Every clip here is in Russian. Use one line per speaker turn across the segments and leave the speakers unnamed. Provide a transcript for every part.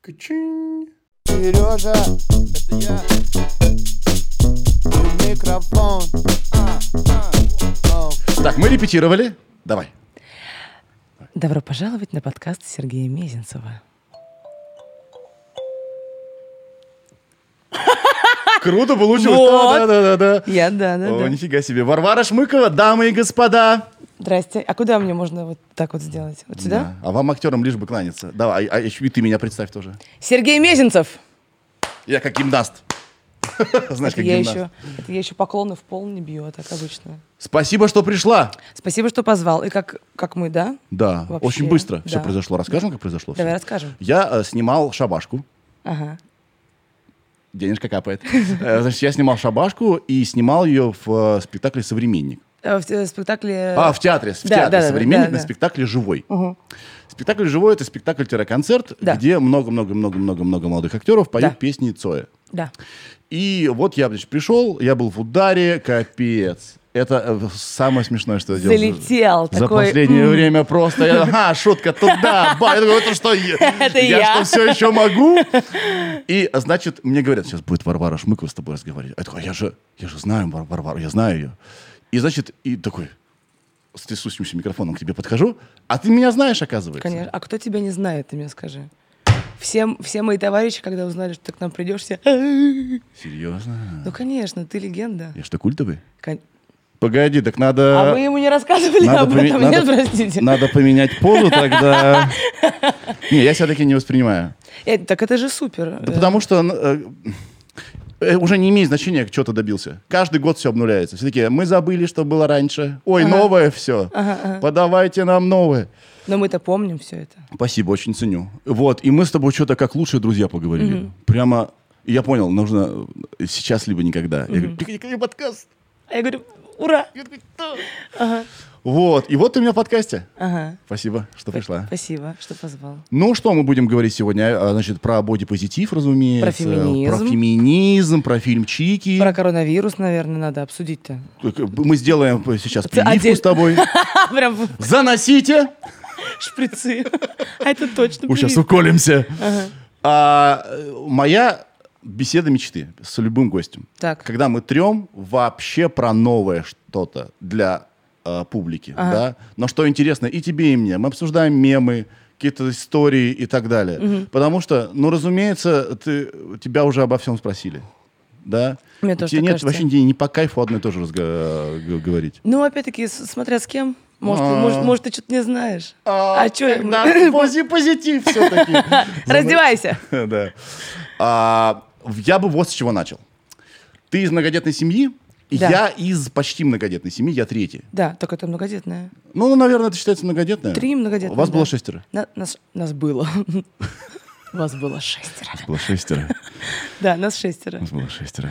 Качинь.
Сережа, это я. И микрофон. А, а, о.
Так, мы репетировали. Давай.
Добро пожаловать на подкаст Сергея Мезенцева.
Круто получилось.
А! Вот.
Да, да, да, да.
Я, да, да,
О,
да.
нифига себе. Варвара Шмыкова, дамы и господа.
Здрасте. А куда мне можно вот так вот сделать? Вот сюда?
Да. А вам, актерам, лишь бы кланяться. Давай, а, а еще и ты меня представь тоже.
Сергей Мезенцев!
Я как гимнаст. Знаешь,
Это
А как
я,
гимнаст.
еще, это я еще поклоны в пол не бью, а так обычно.
Спасибо, что пришла.
Спасибо, что позвал. И как, как мы, да?
Да,
Вообще,
очень быстро все
да.
произошло. Расскажем, как произошло всё?
Давай расскажем.
Я э, снимал шабашку.
Ага.
Денежка капает. Э, Значит, я снимал шабашку и снимал ее в э, спектакле «Современник».
Э, В э, спектакле...
А, в театре. В
да, да,
театре
да,
«Современник»
да,
на
да.
спектакле «Живой».
Мгм.
Спектакль «Живой» — это спектакль-концерт,
Да.
где много-много-много-много-много молодых актеров поют
Да.
песни Цоя.
Да.
И вот я, значит, пришел, я был в ударе, капец. Это э, самое смешное, что я делал.
Залетел
За
такой,
последнее
м.
время просто, я, ага, шутка, туда, ба. Я такой, это что, я,
Это
я
я.
что, все еще могу? И, значит, мне говорят, сейчас будет Варвара Шмыкова с тобой разговаривать. Я такой, «А я же, я же знаю Вар- Варвару, я знаю ее. И, значит, и такой, с трясущимся микрофоном к тебе подхожу, а ты меня знаешь, оказывается.
Конечно. А кто тебя не знает, ты мне скажи. Всем, все мои товарищи, когда узнали, что ты к нам придешь, все...
Серьезно?
Ну, конечно, ты легенда.
Я что, культовый?
Кон-
Погоди, так надо...
А вы ему не рассказывали
Э, Надо
об
поме-
этом?
надо-
Нет, простите.
Надо поменять позу тогда. Не, я себя таки не воспринимаю.
Э, так это же супер.
Да
Э,
потому что э, э, уже не имеет значения, что ты добился. Каждый год все обнуляется. Все такие, мы забыли, что было раньше. Ой, новое все. Подавайте нам новое.
Но мы-то помним все это.
Спасибо, очень ценю. Вот, и мы с тобой что-то как лучшие друзья поговорили. Прямо, и я понял, нужно э, сейчас либо никогда. Я говорю, «Пикник-пикник подкаст.
А я говорю, ура!
Я такой, «Да».
Ага.
Вот, и вот ты у меня в подкасте.
Ага.
Спасибо, что пришла.
Спасибо, что позвал.
Ну, что мы будем говорить сегодня? А, Значит, про бодипозитив, разумеется.
Про феминизм.
Про феминизм, про фильм «Чики».
Про коронавирус, наверное, надо обсудить-то.
Так, Э, Мы сделаем сейчас
Ты
прививку
один.
с тобой.
Прям в
Заносите!
шприцы. А это точно
Уж сейчас
привет.
уколемся. А, э, моя беседа мечты с любым гостем.
Так.
Когда мы трем вообще про новое что-то для э, публики. Да? Но что интересно и тебе, и мне. Мы обсуждаем мемы, какие-то истории и так далее. Потому что, ну, разумеется, ты, тебя уже обо всем спросили. Да?
Мне тоже
Тебе
так
нет,
кажется.
вообще не, не по кайфу одно и то же разго- э, г- говорить.
Ну, опять-таки, с- смотря с кем. Может,
А.
может, может, ты что-то не знаешь. А чё?
Э, позитив все-таки.
Раздевайся.
Да. А, в- Я бы вот с чего начал. Ты из многодетной семьи,
Да.
я из почти многодетной семьи, я третий.
Да, только это многодетная.
Ну, ну, наверное, это считается многодетная.
Три многодетных.
У вас
да.
было шестеро?
На- нас, нас было. Вас было шестеро.
Было шестеро.
Да, нас шестеро.
было шестеро.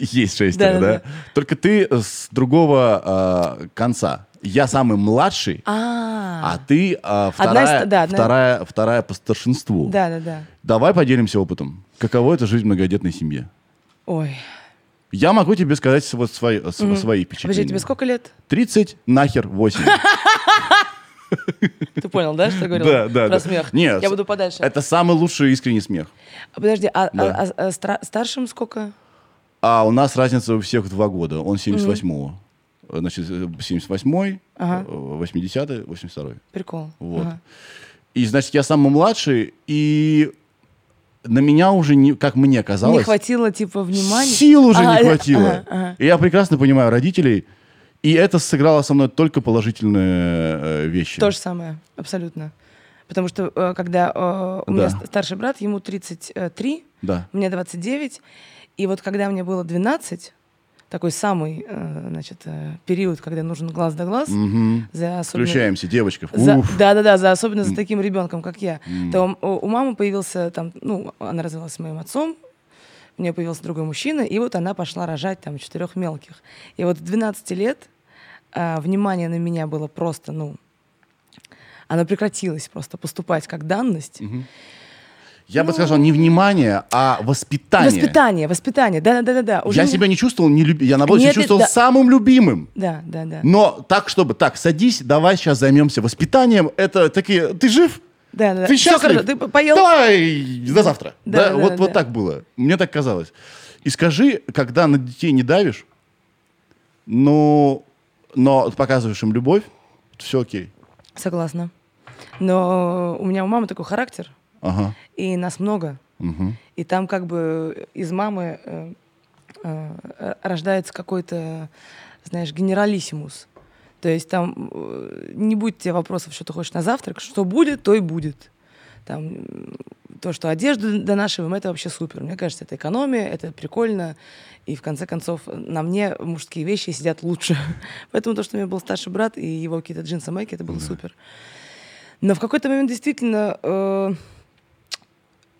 Есть шестеро,
Да-да-да.
да? Только ты э, с другого а, конца. Я самый младший,
А,
а ты а,
Одна из-
вторая
да, одна-
вторая- вторая по старшинству.
да, да, да.
Давай поделимся опытом. Каково это жить в многодетной семье?
Ой.
Я могу тебе сказать вот свои, э, с- свои впечатления.
Подожди, тебе сколько лет?
30 нахер 8.
Ты понял, да, что я говорила?
Да, да,
Про
да.
смех.
Нет,
Я буду подальше.
Это самый лучший искренний смех.
А Подожди, а, а-
Да.
а- а стра- старшим сколько?
А у нас разница у всех два года. Он 78-го. Э, Значит, э, 78-й,
Ага.
э, 80-й, 82-й.
Прикол.
Вот.
Ага.
И, значит, я самый младший, и на меня уже, не, как мне казалось...
Не хватило, типа, внимания?
Сил уже
Ага,
не хватило.
ага, ага.
И я прекрасно понимаю родителей, и это сыграло со мной только положительные э, вещи.
То же самое, абсолютно. Потому что, э, когда э, у меня
Да.
ст- старший брат, ему 33,
Да.
мне 29, и вот когда мне было 12, такой самый, э, значит, э, период, когда нужен глаз да глаз,
Мгм.
за особенно-
Включаемся, девочка.
За,
Уф.
да, да, да, за, особенно за таким ребенком, как я. То м- у, у мамы появился там, ну, она развелась с моим отцом, у нее появился другой мужчина, и вот она пошла рожать там четырех мелких. И вот в 12 лет а, внимание на меня было просто, ну, оно прекратилось просто поступать как данность.
Я бы сказал, не внимание, а воспитание.
Ну, Воспитание, воспитание, да, да, да, да, да. уже
я
не-
себя не чувствовал, не люби- я наоборот
Нет,
себя чувствовал
да.
самым любимым.
Да, да, да.
Но так, чтобы, так, садись, давай сейчас займемся воспитанием. Это такие, ты жив?
Да, да.
Ты
Всё
счастлив?
хорошо, Ты п- поел?
Давай до завтра.
Да,
Да,
да,
вот,
да,
вот
да.
так было. Мне так казалось. И скажи, когда на детей не давишь, ну, но показываешь им любовь, все окей.
Согласна. Но у меня у мамы такой характер,
Ага.
и нас много.
Мгм.
И там как бы из мамы э, э, рождается какой-то, знаешь, генералиссимус. То есть там э, не будет тебе вопросов, что ты хочешь на завтрак, что будет, то и будет. Там м, то, что одежду донашиваем, это вообще супер. Мне кажется, это экономия, это прикольно. И в конце концов на мне мужские вещи сидят лучше. Поэтому то, что у меня был старший брат и его какие-то джинсы, майки, это было супер. Но в какой-то момент действительно э,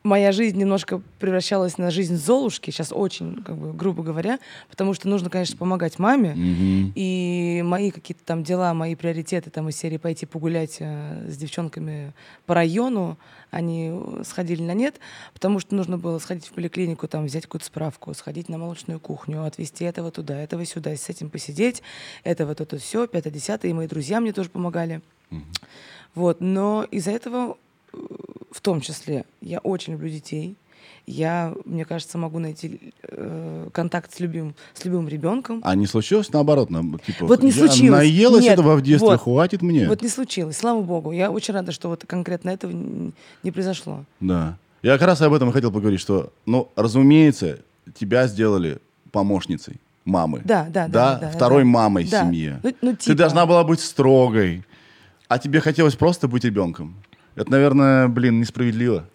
моя жизнь немножко превращалась на жизнь Золушки, сейчас очень, как бы, грубо говоря, потому что нужно, конечно, помогать маме.
Мгм.
И мои какие-то там дела, мои приоритеты там из серии пойти погулять э, с девчонками по району, они э, сходили на нет, потому что нужно было сходить в поликлинику, там взять какую-то справку, сходить на молочную кухню, отвезти этого туда, этого сюда, с этим посидеть, этого то-то все, пятое-десятое, и мои друзья мне тоже помогали. Вот, но из-за этого, э, в том числе, я очень люблю детей. Я, мне кажется, могу найти э, контакт с любимым, с любимым ребенком.
А не случилось наоборот? нам, типа,
Вот не
я
случилось.
Наелась
Нет,
этого в детстве,
вот.
хватит мне.
Вот не случилось, слава богу. Я очень рада, что вот конкретно этого н- не произошло.
Да. Я как раз об этом и хотел поговорить, что, ну, разумеется, тебя сделали помощницей мамы.
Да, да, да, да, да,
второй
да.
мамой в
Да.
семье.
Ну- ну,
Ты
типа.
должна была быть строгой, а тебе хотелось просто быть ребенком. Это, наверное, блин, несправедливо.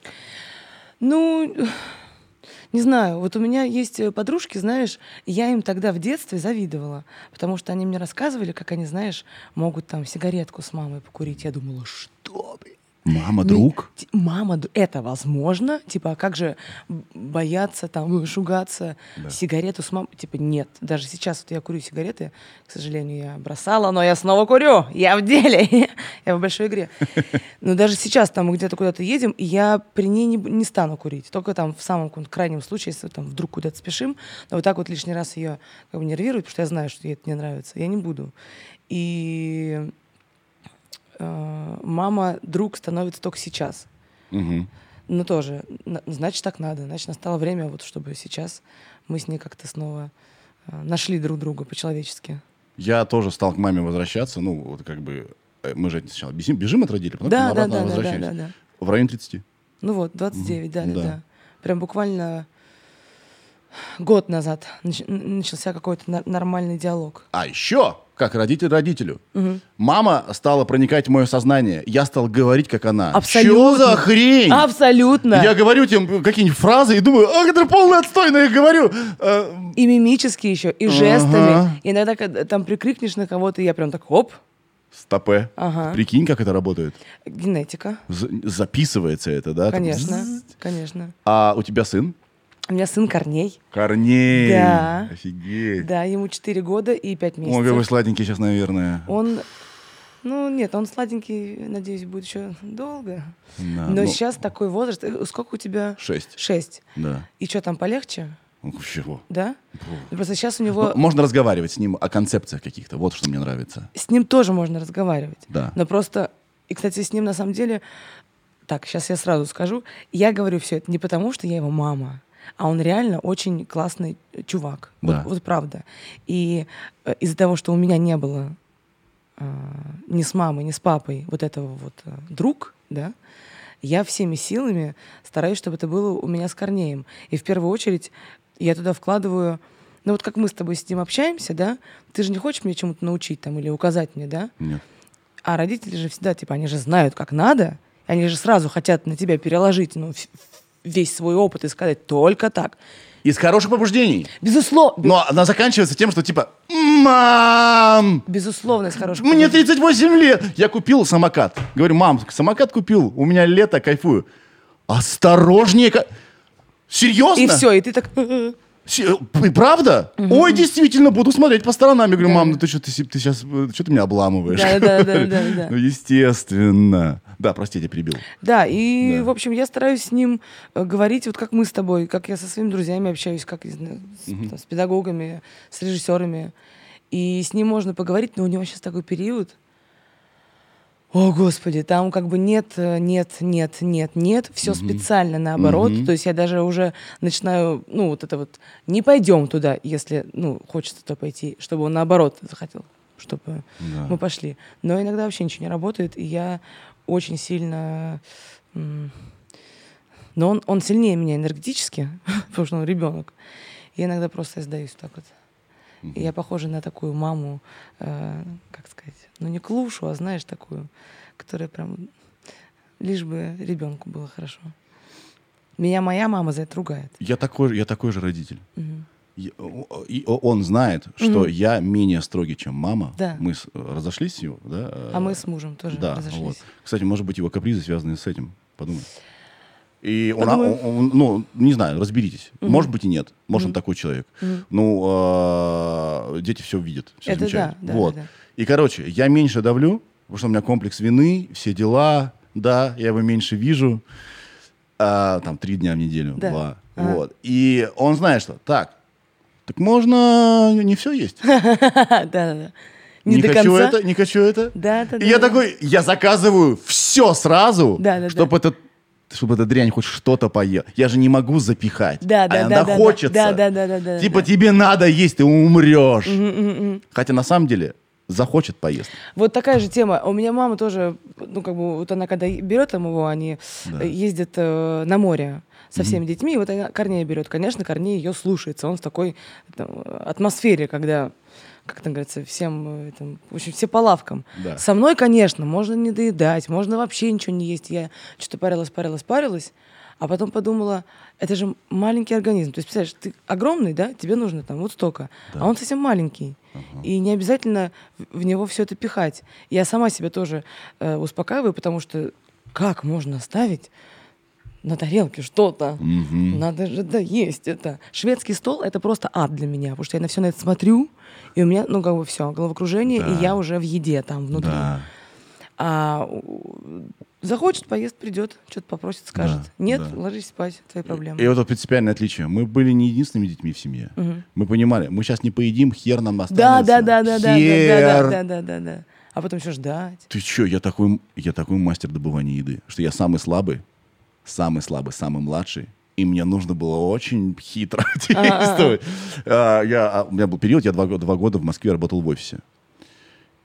Ну, не знаю, вот у меня есть э, подружки, знаешь, и я им тогда в детстве завидовала, потому что они мне рассказывали, как они, знаешь, могут там сигаретку с мамой покурить. Я думала, что, блин?
Мама,
Ну,
друг.
ти- Мама, д- это возможно? Типа, а как же б- бояться, там, шугаться сигарету с мамой? Типа, нет. Даже сейчас вот я курю сигареты, к сожалению, я бросала, но я снова курю. Я в деле. я в большой игре. Но даже сейчас там мы где-то куда-то едем, и я при ней не, б- не стану курить. Только там в самом каком-то крайнем случае, если там вдруг куда-то спешим, но вот так вот лишний раз ее как бы нервирует, потому что я знаю, что ей это не нравится. Я не буду. И э, мама друг становится только сейчас.
Мгм.
Но Ну, тоже, на- значит, так надо. Значит, настало время, вот, чтобы сейчас мы с ней как-то снова э, нашли друг друга по-человечески.
Я тоже стал к маме возвращаться. Ну, вот как бы э, мы же сначала бежим, бежим от родителей, потом
Да, да,
обратно
да, да, да,
возвращаемся.
да, да.
В районе 30.
Ну вот, 29, да, да,
да.
да. Прям буквально год назад нач- н- начался какой-то нор- нормальный диалог.
А еще, как родитель родителю, мама стала проникать в мое сознание. Я стал говорить, как она. Чё
Абсолютно.
за хрень?
Абсолютно.
Я говорю тем какие-нибудь фразы и думаю, а, это полный отстой, но я говорю. Э,
И мимически еще, и жестами.
Ага.
Иногда когда там прикрикнешь на кого-то, и я прям так, оп,
стопе.
Ага.
Прикинь, как это работает.
генетика.
З- записывается это, да? там
Конечно,
ззз.
конечно.
А у тебя сын?
У меня сын Корней.
Корней.
Да.
Офигеть.
Да, ему 4 года и 5
Ой, какой вы
месяцев.
сладенький сейчас, наверное.
Он, ну нет, он сладенький, надеюсь, будет еще долго.
Да,
Но
ну,
сейчас такой возраст. Э, Сколько у тебя?
Шесть.
6.
Да.
И что там полегче?
Ну, Чего?
Да? Ну, Просто сейчас у него...
Ну, Можно разговаривать с ним о концепциях каких-то. Вот что мне нравится.
С ним тоже можно разговаривать.
Да.
Но просто... И, кстати, с ним на самом деле... Так, сейчас я сразу скажу. Я говорю все это не потому, что я его мама, а он реально очень классный чувак.
Да.
Вот, вот правда. И э, из-за того, что у меня не было э, ни с мамой, ни с папой вот этого вот э, друг, да, я всеми силами стараюсь, чтобы это было у меня с Корнеем. И в первую очередь я туда вкладываю, ну вот как мы с тобой сидим, общаемся, да, ты же не хочешь мне чему-то научить там или указать мне, да,
Нет.
а родители же всегда, типа, они же знают, как надо, и они же сразу хотят на тебя переложить, ну, в- весь свой опыт и сказать только так.
Из хороших побуждений.
Безусловно,
Но она заканчивается тем, что типа «Мам!»
безусловно, из хороших
Мне
побуждений.
38 лет. Я купил самокат. Говорю, мам, самокат купил. У меня лето, кайфую. Осторожнее. ка- Серьезно?
И все, и ты так... «Э-э».
Се- и Правда? Ой, действительно, буду смотреть по сторонам. Я говорю, мам, ну ты что, ты, си- ты сейчас, что ты меня обламываешь?
Да-да-да-да-да.
Ну, естественно. Да, простите, я перебил.
Да, и,
Да.
в общем, я стараюсь с ним э, говорить, вот как мы с тобой, как я со своими друзьями общаюсь, как не знаю, с, там, с педагогами, с режиссерами. И с ним можно поговорить, но у него сейчас такой период. О, господи, там как бы нет, э, нет, нет, нет, нет, все специально наоборот.
Мгм.
То есть я даже уже начинаю, ну, вот это вот, не пойдем туда, если, ну, хочется туда пойти, чтобы он наоборот захотел, чтобы
Да.
мы пошли. Но иногда вообще ничего не работает, и я очень сильно... м, Но он, он сильнее меня энергетически, потому что он ребенок. Я иногда просто сдаюсь так вот. И Я похожа на такую маму, э, как сказать, ну не клушу, а знаешь, такую, которая прям лишь бы ребенку было хорошо. Меня моя мама за это ругает.
Я такой, же- я такой же родитель.
Мгм.
Я- о- и о- он знает, что
Мгм.
я менее строгий, чем мама.
Да.
Мы с- разошлись с его, да? э,
А мы с мужем тоже
да,
разошлись.
вот. Кстати, может быть, его капризы связаны с этим. Подумай. И он, а-
Подумаю.
он- он- ну, не знаю, разберитесь. Может быть и нет. Может, он такой человек.
Мгм.
Ну, э, дети все видят, все
Это да,
замечают.
да,
вот.
да, да.
И, короче, я меньше давлю, потому что у меня комплекс вины, все дела, да, я его меньше вижу, а, там, три дня в неделю,
Да.
два,
Ага.
вот. И он знает, что так, так можно не все есть.
Да, да, да. Не, до
хочу
конца.
это, не хочу это.
Да, да,
И
да,
я
да.
такой, я заказываю все сразу,
Да, да,
чтобы этот чтобы эта дрянь хоть что-то поела. Я же не могу запихать.
Да,
а
да,
она
да, да,
хочется.
да, да, да, да, да,
Типа
да.
тебе надо есть, ты умрешь.
Мгм, мгм, мгм.
Хотя на самом деле захочет поесть.
Вот такая же тема. У меня мама тоже, ну, как бы, вот она когда берет там его, они
Да.
э, ездят э, на море со всеми детьми, и вот она Корнея берет. Конечно, Корней ее слушается. Он в такой там, атмосфере, когда, как там говорится, всем, э, там, в общем, все по лавкам.
Да.
Со мной, конечно, можно не доедать, можно вообще ничего не есть. Я что-то парилась, парилась, парилась, а потом подумала, это же маленький организм. То есть, представляешь, ты огромный, да, тебе нужно там вот столько, а он совсем маленький. И не обязательно в в него все это пихать. Я сама себя тоже э, успокаиваю, потому что как можно ставить на тарелке что-то?
Мгм.
Надо же доесть это. Шведский стол это просто ад для меня, потому что я на все на это смотрю, и у меня, ну, как бы все, головокружение,
Да.
и я уже в еде там внутри.
Да.
А у- захочет, поест, придет, что-то попросит, скажет.
Да,
Нет,
да.
ложись спать, твои проблемы.
И вот это принципиальное отличие. Мы были не единственными детьми в семье.
Мгм.
Мы понимали, мы сейчас не поедим, хер нам
Да,
останется.
да, да, да, да, да,
Хер.
да, да, да, да, да. А потом еще ждать.
Ты чё, я такой, я такой мастер добывания еды, что я самый слабый, самый слабый, самый младший, и мне нужно было очень хитро действовать. А, я- а, У меня был период, я два го- два года в Москве работал в офисе.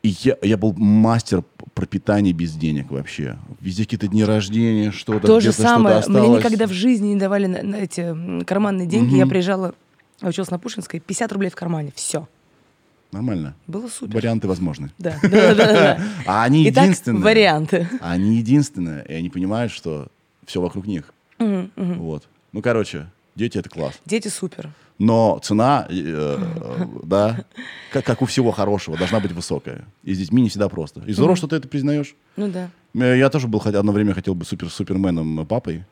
И я, я был мастер п- пропитания без денег вообще. Везде какие-то дни рождения, что-то,
То же
где-то что-то
самое. Мне
осталось.
никогда в жизни не давали на, на эти м, карманные деньги.
Мгм.
Я приезжала, я училась на Пушинской, 50 рублей в кармане. Все.
Нормально.
Было супер.
Варианты возможны.
Да, да, да, да, да.
А они
Итак,
единственные.
варианты.
А Они единственные, и они понимают, что все вокруг них.
Мгм, мгм.
Вот. Ну, короче, дети — это класс.
Дети супер.
Но цена, э, э, да, как, как у всего хорошего, должна быть высокая. И с детьми не всегда просто. И здорово, что ты это признаешь.
Ну да.
Э, Я тоже был, хоть одно время хотел быть супер суперменом э, папой.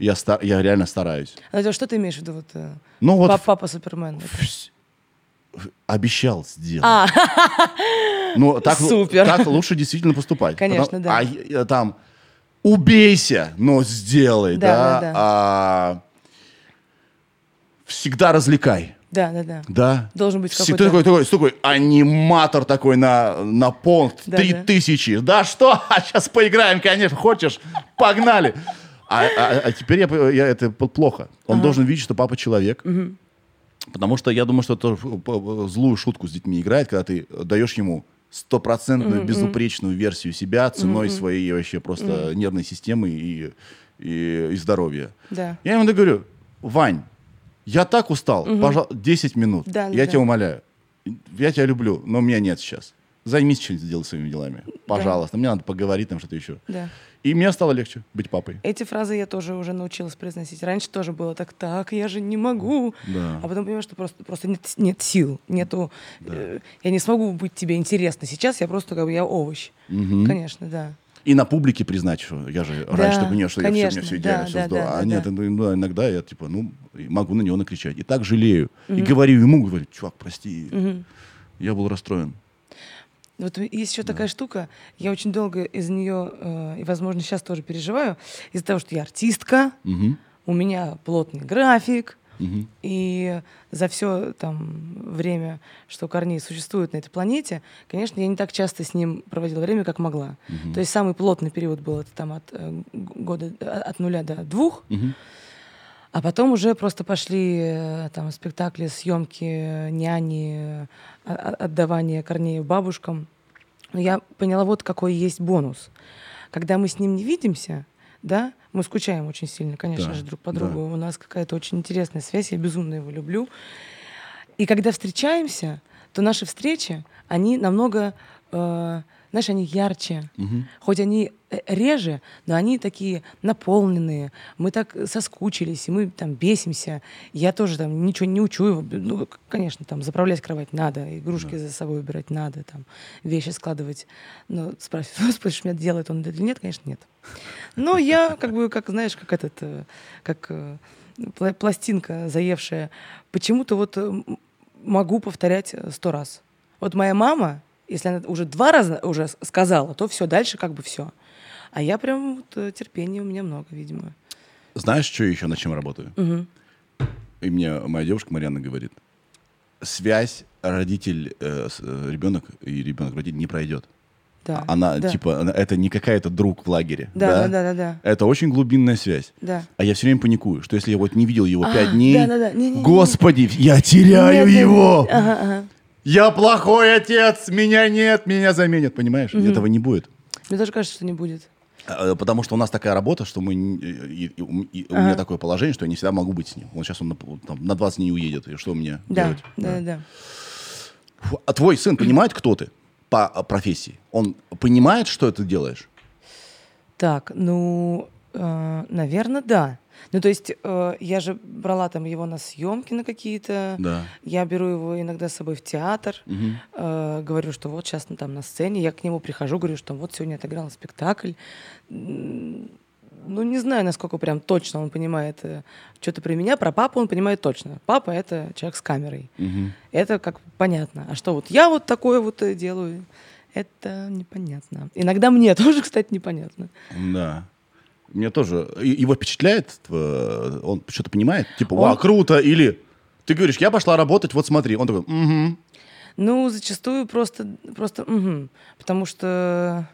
Я, ста- я реально стараюсь.
Надя, что ты имеешь в виду? Вот, э,
Ну вот
пап- папа Супермен.
обещал сделать.
А.
Ну, так, лу-
Супер.
так лучше действительно поступать.
Конечно,
Потому-
да.
А я- я там убейся, но сделай, да.
Да, да, да.
А, всегда развлекай.
Да, да, да.
Да.
Должен быть
Все-
какой-то-
Ты такой, такой, такой аниматор такой на, на пол,
Да,
три
да.
тысячи. Да что? Сейчас поиграем, конечно, хочешь? Погнали. А, а- а теперь я, по- я- это п- плохо. Он должен видеть, что папа человек. Потому что я думаю, что это п- п- злую шутку с детьми играет, когда ты даешь ему стопроцентную безупречную версию себя ценой своей вообще просто нервной системы и, и, и здоровья.
Да.
Я ему говорю, Вань, я так устал, пожалуйста, 10 минут,
Да, да,
я
да.
тебя умоляю. Я тебя люблю, но меня нет сейчас. Займись чем-нибудь, делай своими делами. Пожалуйста, мне надо поговорить там что-то еще.
Да.
И мне стало легче быть папой.
Эти фразы я тоже уже научилась произносить. Раньше тоже было так, так, я же не могу.
Да.
А потом понимаешь, что просто, просто нет, с- нет сил, нету... э, я не смогу быть тебе интересна. Сейчас я просто как бы, я овощ. Конечно, да.
И на публике признать, что я же раньше так понимал, что я все,
конечно,
мне все
да,
идеально, все
да,
здорово.
да,
а
да,
нет,
да.
ну, ну, иногда я типа, ну, и могу на него накричать. И так жалею. И говорю ему, говорю, чувак, прости, я был расстроен.
Вот есть еще такая штука, я очень долго из нее, э, и, возможно, сейчас тоже переживаю, из-за того, что я артистка,
Мгм.
у меня плотный график, И за все там время, что Корней существует на этой планете, конечно, я не так часто с ним проводила время, как могла. То есть самый плотный период был это там от э, года от нуля до двух. А потом уже просто пошли э, там спектакли, съемки, няни, а- а- отдавание Корнею бабушкам. Но я поняла вот какой есть бонус. Когда мы с ним не видимся, да, мы скучаем очень сильно, конечно
Да,
же, друг по
да.
другу. У нас какая-то очень интересная связь, я безумно его люблю. И когда встречаемся, то наши встречи, они намного, э, знаешь, они ярче. Хоть они э, реже, но они такие наполненные. Мы так соскучились, и мы там бесимся. Я тоже там ничего не учу. его. Ну, к- конечно, там заправлять кровать надо, игрушки за собой убирать надо, там вещи складывать. Но спрашиваешь, спросишь меня, делает он это или нет? Конечно, нет. Но Ну, я как бы, как знаешь, как этот, э, как э, пла- пластинка заевшая, почему-то вот э, м- могу повторять э, сто раз. Вот моя мама, если она уже два раза уже с- сказала, то все, дальше как бы все. А я прям вот, э, терпения у меня много, видимо.
Знаешь, что я еще над чем работаю?
Мгм.
И мне моя девушка Марианна говорит, связь родитель э, с- э, ребенок и ребенок родитель не пройдет.
Да.
Она
да.
типа она- это не какая-то друг в лагере.
Да, да, да, да, да.
Это очень глубинная связь.
Да.
А я все время паникую, что если я вот не видел его пять
А,
дней,
да-да-да. Не-не-не.
господи, я теряю
Нет, нет,
его.
Ага, ага.
Я плохой отец, меня нет, меня заменят, понимаешь? Этого не будет.
Мне тоже кажется, что не будет.
Э, Потому что у нас такая работа, что мы... н- э, и- и у м- и у меня
Ага.
такое положение, что я не всегда могу быть с ним. Вот сейчас он на, п- там, на 20 дней уедет, и что мне
Да,
делать?
да, да, да.
Фу, А твой сын понимает, кто ты по э, профессии? Он понимает, что ты делаешь?
Так, ну, наверное, да. Ну, то есть э, я же брала там его на съемки на какие-то.
Да.
Я беру его иногда с собой в театр, э, говорю, что вот сейчас там на сцене, я к нему прихожу, говорю, что вот сегодня отыграл спектакль. М, Ну, не знаю, насколько прям точно он понимает э, что-то про меня, про папу он понимает точно. Папа — это человек с камерой. Это как понятно. А что вот я вот такое вот э, делаю, это непонятно. Иногда мне тоже, кстати, непонятно.
Да. Мне тоже... и- Его впечатляет? э, Он что-то понимает? Типа,
Он-
«Ва, круто, или... Ты говоришь, я пошла работать, вот смотри. Он такой, угу.
Ну, зачастую просто, просто, мгм. потому что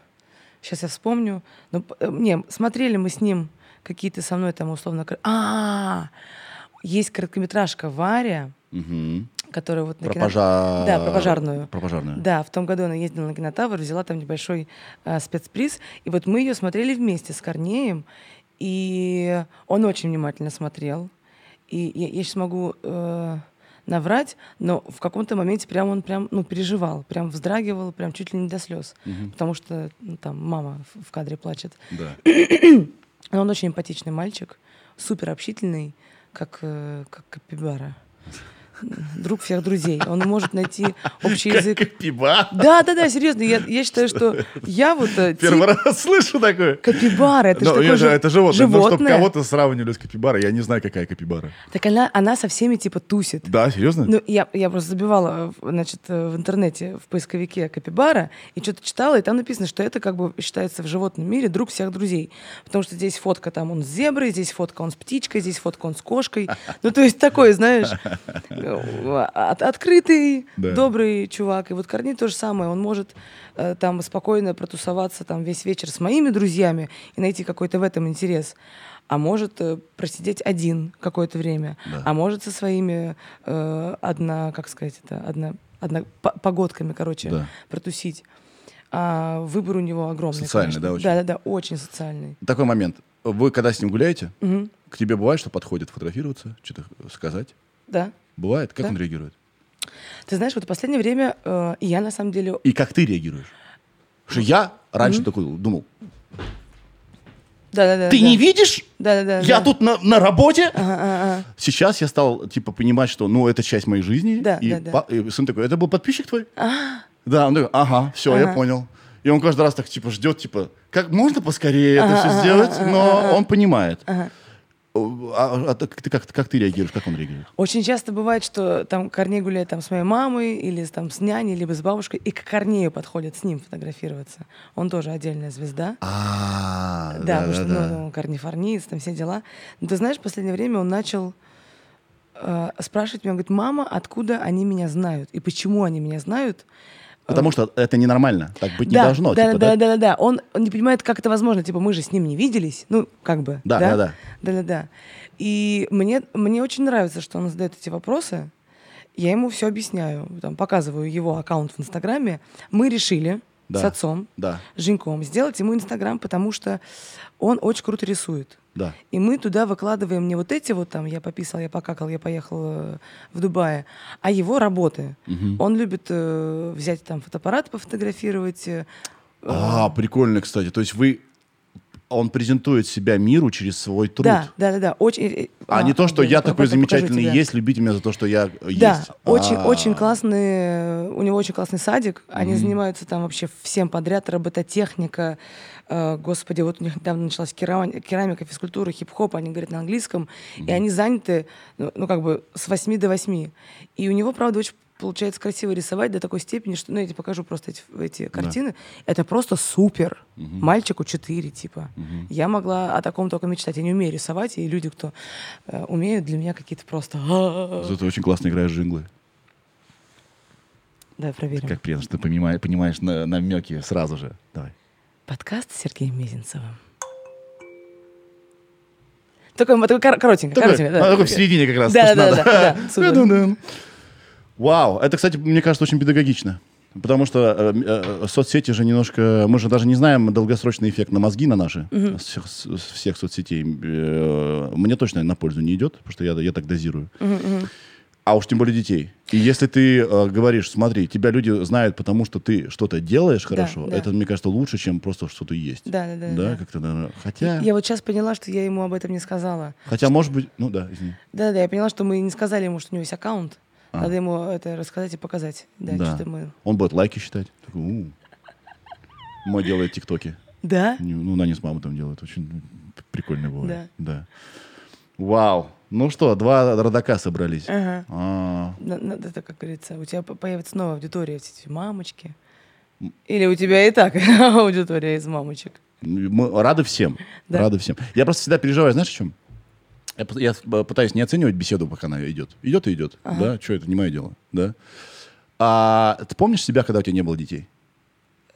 сейчас я вспомню. Ну, п- э, не, смотрели мы с ним какие-то со мной там условно. кор- А, есть короткометражка Варя,
Угу.
которая вот на
Про
кино-
пожар...
Да, про пожарную.
Про пожарную.
Да, в том году она ездила на кинотавр, взяла там небольшой а, спецприз. И вот мы ее смотрели вместе с Корнеем, и он очень внимательно смотрел. И я, сейчас могу э, наврать, но в каком-то моменте прям он прям ну, переживал, прям вздрагивал, прям чуть ли не до слез. Потому что ну, там мама в- в кадре плачет.
Да.
Но он очень эмпатичный мальчик, супер общительный, как, э, как капибара. Друг всех друзей. Он может найти общий язык.
Пиба?
Да, да, да, серьезно. Я, я считаю, что я вот э, тип
Первый раз слышу такое.
капибара. Это же
Ну,
такое
это,
же-
это животное. Ну,
животное.
чтобы кого-то сравнивали с капибарой, я не знаю, какая капибара.
Так она, она со всеми типа тусит.
Да, серьезно?
Ну, я, я просто забивала, э, в- значит, э, в интернете в поисковике Капибара и что-то читала, и там написано, что это как бы считается в животном мире друг всех друзей. Потому что здесь фотка там он с зеброй, здесь фотка он с птичкой, здесь фотка он с кошкой. Ну, то есть такой, знаешь, э, от- открытый,
Да.
добрый чувак. И вот Корни то же самое. Он может э, там спокойно протусоваться там весь вечер с моими друзьями и найти какой-то в этом интерес. А может э, просидеть один какое-то время.
Да.
А может со своими э, одна, как сказать это, одна, одна по- погодками, короче,
Да.
протусить. А выбор у него огромный.
Социальный,
конечно.
да, очень?
Да, да, да, очень социальный.
Такой момент. Вы когда с ним гуляете,
Мгм.
к тебе бывает, что подходит фотографироваться, что-то сказать?
Да.
Бывает? Как
Да.
он реагирует?
Ты знаешь, вот в последнее время э, и я на самом деле
И как ты реагируешь? Что я раньше такой думал,
Да, да, да.
ты не видишь?
Да, да, да.
Я тут на, на работе?
Ага, ага, ага.
Сейчас я стал, типа, понимать, что, ну, это часть моей жизни.
Да,
и,
да, да.
па- и сын такой, это был подписчик твой? Да, он такой, ага, все, я
Ага.
понял. И он каждый раз так, типа, ждет, типа, как можно поскорее это все сделать, но он понимает. А, а так ты как, как ты реагируешь, как он реагирует?
Очень часто бывает, что там Корней гуляет там с моей мамой или с- там с няней, либо с бабушкой, и к Корнею подходит с ним фотографироваться. Он тоже отдельная звезда.
А,
Да, потому что ну, он корнифорниец, там все дела. Но ты знаешь, в последнее время он начал э, э, спрашивать меня, говорит, мама, откуда они меня знают и почему они меня знают.
Потому что это ненормально, так быть не
да,
должно.
Да,
типа,
да, да, да, да. Он, он не понимает, как это возможно. Типа, мы же с ним не виделись. Ну, как бы.
Да, да, да.
Да, да, да. И мне, мне очень нравится, что он задает эти вопросы. Я ему все объясняю. Там, показываю его аккаунт в Инстаграме. Мы решили
Да.
с отцом,
да,
с Женьком, сделать ему Инстаграм, потому что он очень круто рисует.
да.
И мы туда выкладываем не вот эти вот там я пописал, я покакал, я поехал э, в Дубае, а его работы. Он любит э, взять там фотоаппарат, пофотографировать. э,
А, прикольно, кстати. То есть вы... Он презентует себя миру через свой труд.
Да, да, да, да. Очень, э, э,
А не то, что
об
я
этом
такой
покажу
замечательный
тебе.
есть, любите меня за то, что я э, есть.
Да, очень,
А,
очень классный, у него очень классный садик. Они занимаются там вообще всем подряд, робототехника. Э, Господи, вот у них недавно началась керам- керамика, физкультура, хип-хоп, они говорят на английском, и они заняты, ну, ну, как бы, с 8 до 8. И у него, правда, очень получается красиво рисовать до такой степени, что, ну, я тебе покажу просто эти, эти картины. Это просто супер. Мальчику 4, типа. Я могла о таком только мечтать. Я не умею рисовать, и люди, кто э, умеют, для меня какие-то просто...
Зато очень классно играешь джинглы.
Давай проверим.
Как приятно, что ты понимаешь, понимаешь на- намеки сразу же. Давай.
Подкаст с Сергеем Мезенцевым. Такой, вот такой кор- коротенький,
Такой,
коротенький,
а,
да.
такой в середине как раз. то,
Да,
что
да,
надо.
да, да, да, супер.
Ду-дун. Вау, это, кстати, мне кажется, очень педагогично. Потому что э, м, э, соцсети же немножко... Мы же даже не знаем долгосрочный эффект на мозги на наши, с всех, с- с всех соцсетей. Э, Мне точно на пользу не идет, потому что я, я так дозирую. А уж тем более детей. И если ты э, говоришь, смотри, тебя люди знают, потому что ты что-то делаешь хорошо,
да.
это, мне кажется, лучше, чем просто что ты есть.
Да, да, да,
Да,
да.
как-то, наверное. Хотя,
Я вот сейчас поняла, что я ему об этом не сказала.
хотя может быть... Ну да, извини.
Да, да, я поняла, что мы не сказали ему, что у него есть аккаунт. Надо ему это рассказать и показать. Да,
А. Да.
что-то мы.
Он будет лайки считать. Такой, «У». Мой делает тиктоки.
Да?
Не- Ну, Наня с мамой там делает. Очень прикольно бывает. Да. Вау. Ну что, два родака собрались.
Ага.
А,
На- надо это, как говорится, у тебя по- появится новая аудитория, все эти мамочки. Или у тебя и так аудитория из мамочек.
Мы рады всем.
Да.
Рады всем. Я просто всегда переживаю, знаешь, о чем? Я, п- я п- пытаюсь не оценивать беседу, пока она идет. Идет и идет. Да, что это не мое дело. Да. А ты помнишь себя, когда у тебя не было детей?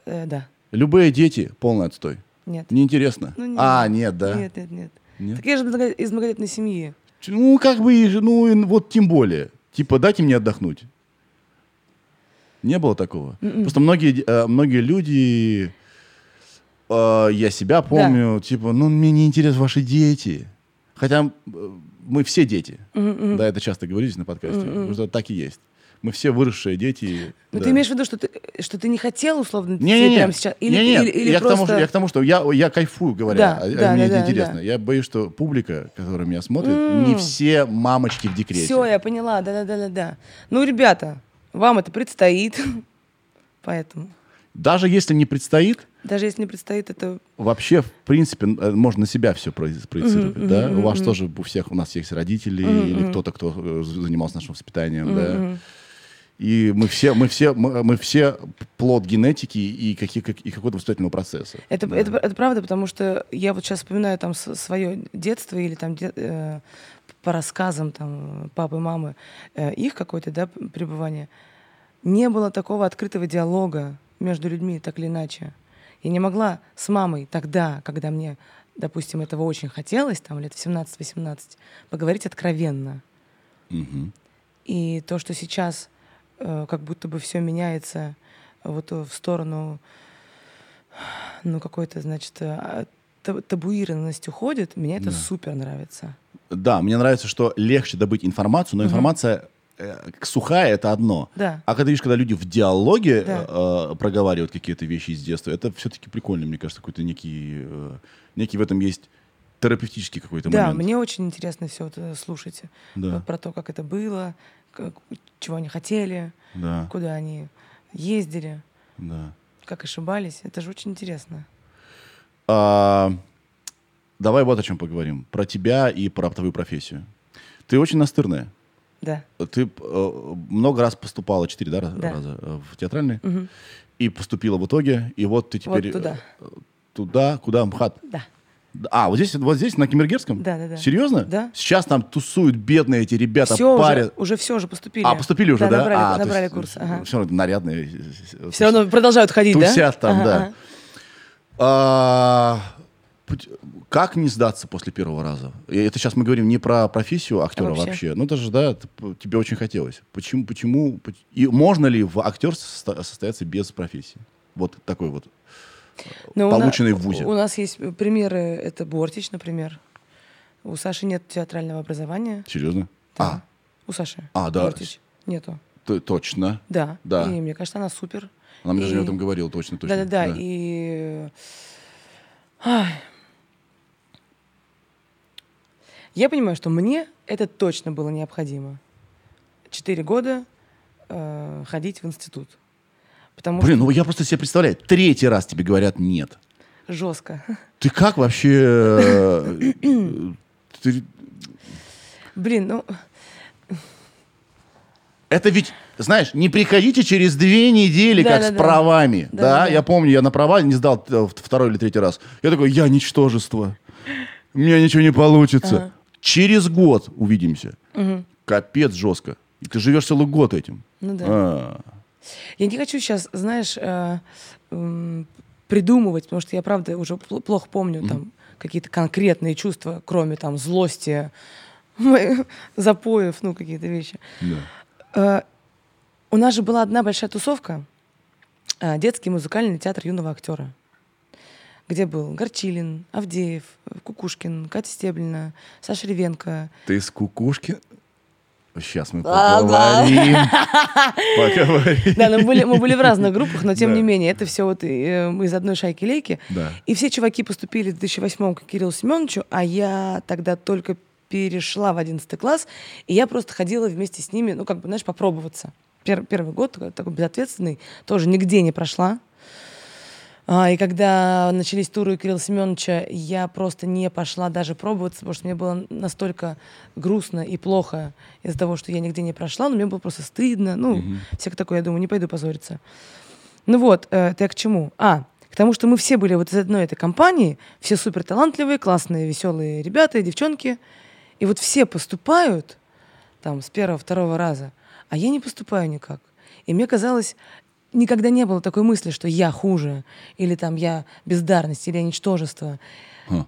Э, да.
Любые дети полный отстой.
Нет.
Неинтересно.
Ну, нет.
А, нет, да.
Нет, нет, нет.
Нет?
Так я же много- из многодетной семьи.
Ну, как бы, и ж- ну, и вот тем более. Типа, дайте мне отдохнуть. Не было такого.
М-м.
Просто многие, э, многие люди, э, я себя помню, типа, ну, мне не интересны ваши дети. Хотя э, мы все дети.
М-м-м.
Да, это часто говорю здесь на подкасте. Потому что так и есть. Мы все выросшие дети. да.
Но М-м-м. Ну, ты имеешь в виду, что ты, что ты не хотел условно детей
Не-не-не.
прямо сейчас? Или,
Не-не,
или- или
я, к тому,
просто-
что, я к тому, что я, я кайфую, говоря.
Да,
а- а
да,
мне это
да, да,
интересно.
да.
Я боюсь, что публика, которая меня смотрит, не все мамочки в декрете.
Все, я поняла, да-да-да-да-да. Ну, ребята, вам это предстоит, поэтому.
Даже если не предстоит,
Даже если не предстоит, это
вообще, в принципе, н- э, можно на себя все проецировать. да? у вас тоже у всех, у нас есть родители или кто-то, кто э, з- занимался нашим воспитанием. Да? И мы все, мы все, мы, мы все плод генетики и, какие- как- и какого-то воспитательного процесса.
Это, это, это правда, потому что я вот сейчас вспоминаю там свое детство или там де- э, по рассказам там папы, мамы, э, их какое-то, да, п- пребывание. Не было такого открытого диалога между людьми, так или иначе. Я не могла с мамой тогда, когда мне, допустим, этого очень хотелось, там лет в 17-18, поговорить откровенно. И то, что сейчас э, как будто бы все меняется э, вот в сторону ну, какой-то, значит, а, та- табуированность уходит, мне это супер нравится.
Да, мне нравится, что легче добыть информацию, но информация э, к- сухая это одно.
Да.
А когда видишь, когда люди в диалоге
Да.
э, э, проговаривают какие-то вещи из детства, это все-таки прикольно, мне кажется, какой-то некий, э, некий в этом есть терапевтический какой-то
да,
момент.
мне очень интересно все это слушать.
Да.
Вот про то, как это было, как- чего они хотели,
Да,
куда они ездили,
да.
как ошибались. Это же очень интересно.
А, давай вот о чем поговорим. Про тебя и про твою профессию. Ты очень настырная.
Да.
Ты э, много раз поступала, четыре да, раз-
Да.
раза э, в театральный, и поступила в итоге, и вот ты
Вот
теперь э,
туда.
э, туда, куда МХАТ.
Да.
А, вот здесь, вот здесь, на Кемергерском?
Да-да-да.
Серьезно?
Да.
Сейчас там тусуют бедные эти ребята,
Все уже,
парят.
уже все уже поступили.
А, поступили уже, да?
Набрали,
а,
набрали курс. Ага.
Все равно нарядные. э,
Все равно продолжают ходить, да?
Тусят там,
Ага,
да.
ага.
А, путь- Как не сдаться после первого раза? И Это сейчас мы говорим не про профессию актера
Вообще.
вообще. Ну, это же, да, это п- тебе очень хотелось. Почему, почему, поч- и можно ли в актерстве состо- состояться без профессии? Вот такой вот.
Но у на-
полученный в вузе.
У нас есть примеры. Это Бортич, например. У Саши нет театрального образования.
Серьезно?
Да. У Саши.
А, да.
Бортич. Нету.
А, т- точно.
Да.
Да.
И мне кажется, она супер.
Она мне даже
И-
об этом говорила, точно, точно.
Да-да-да. И... Ай. Я понимаю, что мне это точно было необходимо. Четыре года э, ходить в институт. Потому
Блин, ну я просто себе представляю, третий раз тебе говорят нет.
что жестко.
Ты как вообще... э, э, ты-
Блин, ну...
Это ведь, знаешь, не приходите через две недели,
Да,
как
да,
с
да.
правами. Да,
Да, да, да.
я помню, я на права не сдал э, в- второй или третий раз. Я такой, я ничтожество. У меня ничего не получится.
Ага.
Через год увидимся.
мгм.
Капец жестко. И ты живешь целый год этим.
Ну да.
А.
Я не хочу сейчас, знаешь, э, м, придумывать, потому что я, правда, уже пл- плохо помню там какие-то конкретные чувства, кроме там злости, запоев, ну, какие-то вещи.
Да.
Э, У нас же была одна большая тусовка э, детский музыкальный театр юного актера, где был Горчилин, Авдеев, э, Кукушкин, Катя Стеблина, Саша Ревенко.
Ты с кукушки? Сейчас мы
Ага.
поговорим. Поговорим.
Да, но были, мы были в разных группах, но тем
Да.
не менее, это все вот э, мы из одной шайки-лейки.
Да.
И все чуваки поступили в 2008 к Кириллу Семеновичу, а я тогда только перешла в 11 класс, и я просто ходила вместе с ними, ну, как бы, знаешь, попробоваться. Пер- первый год такой- такой безответственный, тоже нигде не прошла. А, и когда начались туры у Кирилла Семеновича, я просто не пошла даже пробоваться, потому что мне было настолько грустно и плохо из-за того, что я нигде не прошла, но мне было просто стыдно. Ну, всякое такое, я думаю, не пойду позориться. Ну вот, э, это я к чему? А, к тому, что мы все были вот из одной этой компании, все супер талантливые, классные, веселые ребята и девчонки. И вот все поступают там с первого, второго раза, а я не поступаю никак. И мне казалось, никогда не было такой мысли, что я хуже, или там я бездарность, или я ничтожество.
Ха.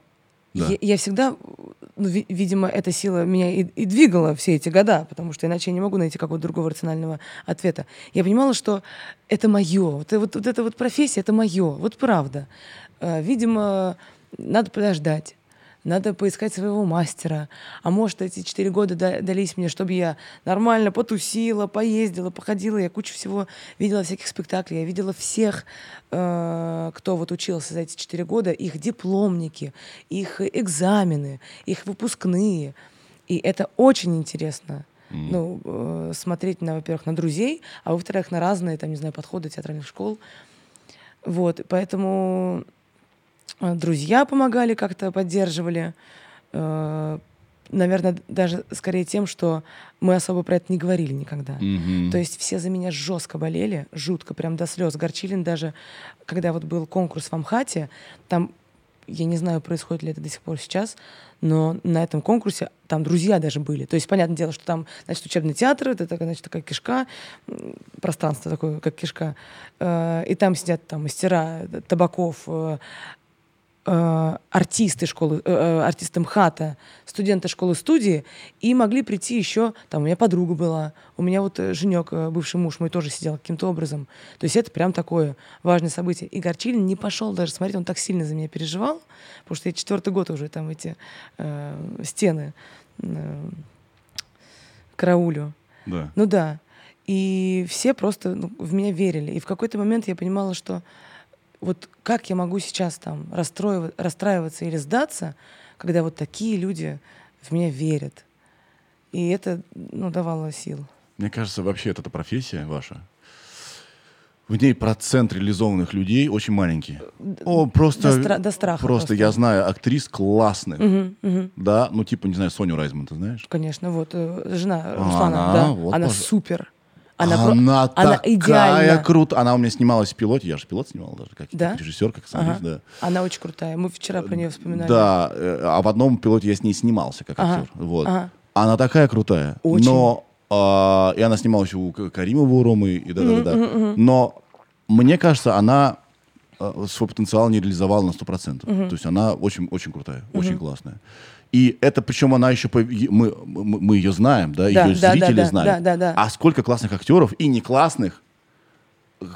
Да.
Я, я всегда, ну, ви- видимо, эта сила меня и, и двигала все эти года, потому что иначе я не могу найти какого-то другого рационального ответа. Я понимала, что это мое, вот, э- вот, вот эта вот профессия, это мое, вот правда. Э, Видимо, надо подождать. Надо поискать своего мастера. А может, эти четыре года да- дались мне, чтобы я нормально потусила, поездила, походила. Я кучу всего видела всяких спектаклей. Я видела всех, э, кто вот учился за эти четыре года, их дипломники, их экзамены, их выпускные. И это очень интересно. Ну, э, смотреть на, во-первых, на друзей, а во-вторых, на разные, там, не знаю, подходы театральных школ. Вот, поэтому э, друзья помогали, как-то поддерживали. Э, Наверное, д- даже скорее тем, что мы особо про это не говорили никогда.
Мгм.
То есть все за меня жестко болели, жутко, прям до слез. Горчилин даже, когда вот был конкурс в Амхате, там, я не знаю, происходит ли это до сих пор сейчас, но на этом конкурсе там друзья даже были. То есть, понятное дело, что там, значит, учебный театр, это такая, значит, такая кишка, м, пространство такое, как кишка, Э, и там сидят там мастера э, табаков, э, э, артисты школы, э, э, артисты МХАТа, студенты школы-студии, и могли прийти еще, там, у меня подруга была, у меня вот э, женек, э, бывший муж мой, тоже сидел каким-то образом. То есть это прям такое важное событие. И Горчилин не пошел даже смотреть, он так сильно за меня переживал, потому что я четвертый год уже там эти э, стены э, караулю.
Да.
Ну да. И все просто ну, в меня верили. И в какой-то момент я понимала, что вот как я могу сейчас там расстроив- расстраиваться или сдаться, когда вот такие люди в меня верят. И это ну, давало сил.
Мне кажется, вообще вот эта профессия ваша, в ней процент реализованных людей очень маленький. О, просто...
до стра- до страха
Просто,
просто.
я знаю актрис классных,
Мгм, мгм.
да, ну типа, не знаю, Соню Райзман, ты знаешь?
Конечно, вот э, жена
А,
Руслана,
она,
да,
вот
она
пож-
супер. Она, про-
она
она
такая
идеальна.
круто. Она у меня снималась в пилоте. Я же пилот снимал даже, как
Да?
как режиссер, как сценарист,
Ага.
да.
Она очень крутая. Мы вчера про нее вспоминали.
Да, э, а в одном пилоте я с ней снимался как
Ага.
актер. Вот.
Ага.
Она такая крутая.
Очень.
Но а, и она снималась у К- Каримова, у Ромы и да, да, да. Но мне кажется, она э, свой потенциал не реализовала на 100%. То есть она очень, очень крутая, очень классная. И это, причем она еще, пов- е- мы, мы, мы ее знаем, да,
Да,
ее
да, да,
зрители
да,
знают.
да, да, да.
А сколько классных актеров и не классных,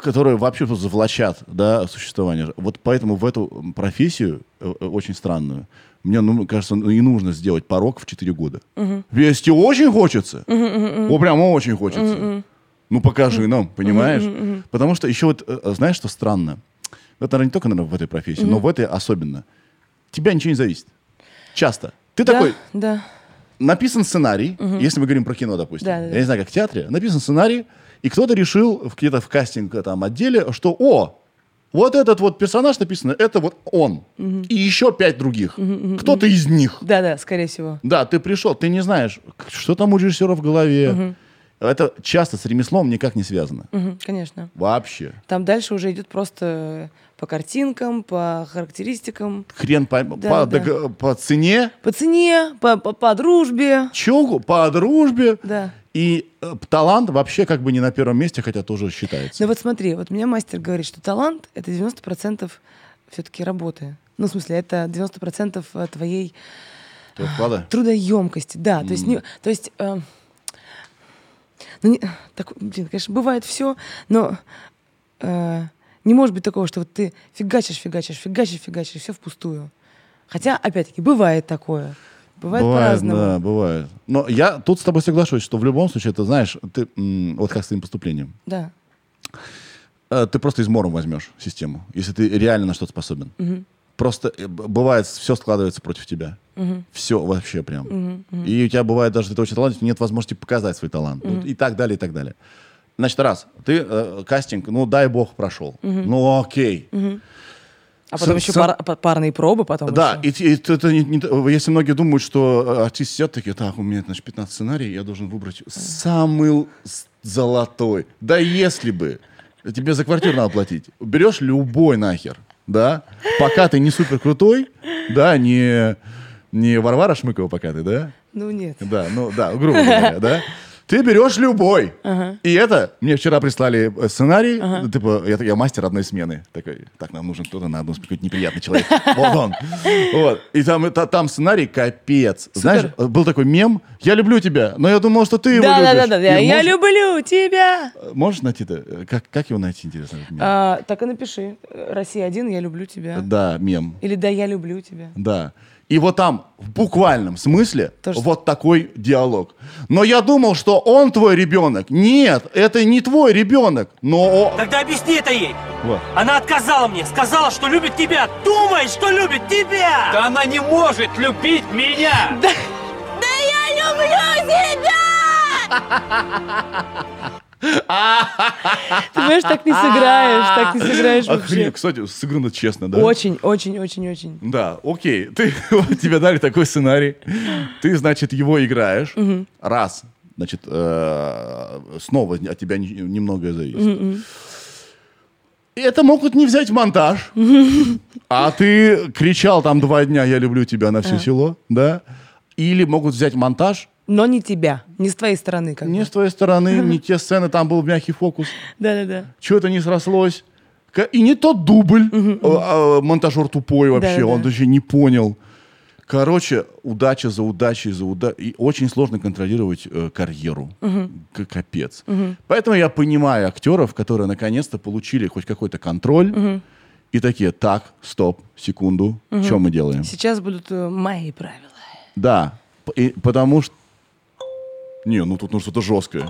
которые вообще просто заволочат да, существование. Вот поэтому в эту м, профессию э, э, очень странную, мне ну, кажется, ну, и нужно сделать порог в 4 года. Если очень хочется, о, прям очень хочется, ну покажи нам, понимаешь? Потому что еще вот, э, э, знаешь, что странно? Это, наверное, не только наверное, в этой профессии, но в этой особенно. Тебя ничего не зависит. Часто. Ты
Да,
такой,
Да.
написан сценарий, если мы говорим про кино, допустим,
Да, да, да.
я не знаю, как в театре, написан сценарий, и кто-то решил в где-то в кастинг э, там отделе, что о, вот этот вот персонаж написано, это вот он, и еще пять других, кто-то из них.
Да, да, скорее всего.
Да, ты пришел, ты не знаешь, к- что там у режиссера в голове. Это часто с ремеслом никак не связано.
Мгм, конечно.
Вообще.
Там дальше уже идет просто по картинкам, по характеристикам,
Хрен пойм-
Да,
по,
да.
дог- по цене,
по цене, по, по, по дружбе.
чугу, по дружбе.
Да.
И э, талант вообще как бы не на первом месте, хотя тоже считается.
Ну вот смотри, вот меня мастер говорит, что талант — это 90% все-таки работы. Ну, в смысле, это 90% твоей
Ты вклада?
трудоемкости, да. То есть, не, то есть э, ну, не- так, блин, конечно, бывает все, но э, не может быть такого, что вот ты фигачишь, фигачишь, фигачишь, фигачишь, все впустую. Хотя, опять-таки, бывает такое. Бывает, по-разному.
да, бывает. Но я тут с тобой соглашусь, что в любом случае, ты знаешь, ты м, вот как с твоим поступлением,
Да.
Э, ты просто измором возьмешь систему, если ты реально на что-то способен. Просто э, б- бывает, все складывается против тебя. Все вообще прям. И у тебя бывает даже, ты очень талантлив, нет возможности показать свой талант. Ну, и так далее, и так далее. Значит, раз, ты э, кастинг, ну дай бог прошел. Ну окей.
А потом
Сам-
еще
сам-
пар- па- парные пробы потом.
Да,
еще.
и, т- и т- это не- не т- если многие думают, что э, артисты сидят такие, так, у меня, значит, 15 сценариев, я должен выбрать самый л- с- золотой. Да если бы. Тебе за квартиру надо платить. Берешь любой нахер, да? Пока ты не супер крутой, да, не, не Варвара Шмыкова пока ты, да?
Ну нет.
Да, ну да, грубо говоря, да? Ты берешь любой. И это, мне вчера прислали э, сценарий, типа, я, я мастер одной смены. Такой, так, нам нужен кто-то на одну смену, какой-то неприятный человек. Вот он. Вот. И там, и та- там сценарий капец. Знаешь, э, был такой мем, я люблю тебя, но я думал, что ты его
Да, да,
любишь.
да, да, да.
И
Я
мож-
люблю тебя.
э, Можешь найти-то? э, Как, как его найти, интересно? этот мем?
А, так и напиши. Россия один, я люблю тебя.
Да, мем.
Или да, я люблю тебя.
Да. И вот там, в буквальном смысле,
То, что-
вот такой диалог. Но я думал, что он твой ребенок. Нет, это не твой ребенок. Но... о-
Тогда объясни это ей.
Вот.
Она отказала мне, сказала, что любит тебя. Думай, что любит тебя. Да она не может любить меня.
Ты понимаешь, так не сыграешь, так не сыграешь вообще.
Охренеть, кстати, сыграно честно, да?
Очень, очень, очень, очень.
Да, окей. Ты, вот тебе дали такой сценарий. Ты, значит, его играешь. Раз. Значит, э, снова от тебя не- немногое зависит. И Это могут не взять в монтаж. А ты кричал там два дня «Я люблю тебя» на все село, да? Или могут взять монтаж,
Но не тебя, не с твоей стороны. Как
не с твоей стороны, не те сцены, там был мягкий фокус.
Да-да-да.
Чего-то не срослось. Ка- И не тот дубль. А, а, монтажер тупой вообще,
Да-да-да.
он даже не понял. Короче, удача за удачей, за удачей. И очень сложно контролировать э, карьеру. К- Капец. Поэтому я понимаю актеров, которые наконец-то получили хоть какой-то контроль. И такие, так, стоп, секунду, что мы делаем?
Сейчас будут э, мои правила.
Да, П- и потому что... Не, ну тут нужно что-то жесткое.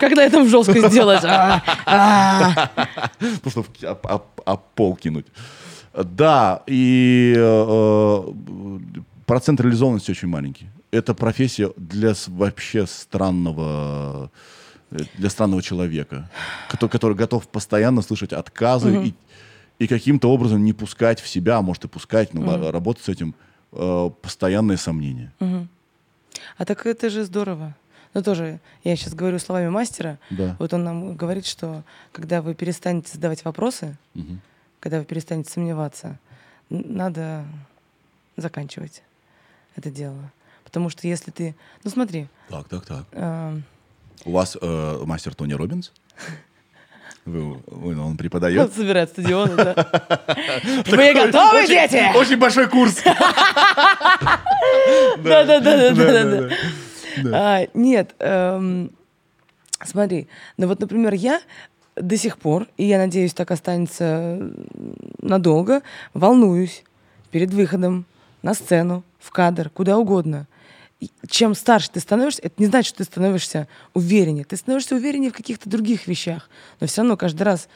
Когда я там жестко сделаешь? А,
Ну, чтобы об, об- об пол кинуть. Да, и э, процент реализованности очень маленький. Это профессия для с- вообще странного э, для странного человека, кото- который готов постоянно слышать отказы и, и каким-то образом не пускать в себя, а может и пускать, но ла- работать с этим э, постоянные сомнения.
а так это же здорово. Но тоже, я сейчас говорю словами мастера,
Да.
вот он нам говорит, что когда вы перестанете задавать вопросы, когда вы перестанете сомневаться, н- надо заканчивать это дело. Потому что если ты... Ну смотри,
Так, так, так.
э,
У вас э, мастер Тони Робинс? Вы- вы- он преподает?
он собирает стадионы, да. Вы готовы, дети?
Очень большой курс.
Да, да, да, да, да,
да,
да. А, Нет, эм, смотри, ну вот, например, я до сих пор, и я надеюсь, так останется м, надолго, волнуюсь перед выходом на сцену, в кадр, куда угодно. И чем старше ты становишься, это не значит, что ты становишься увереннее. Ты становишься увереннее в каких-то других вещах. Но все равно каждый раз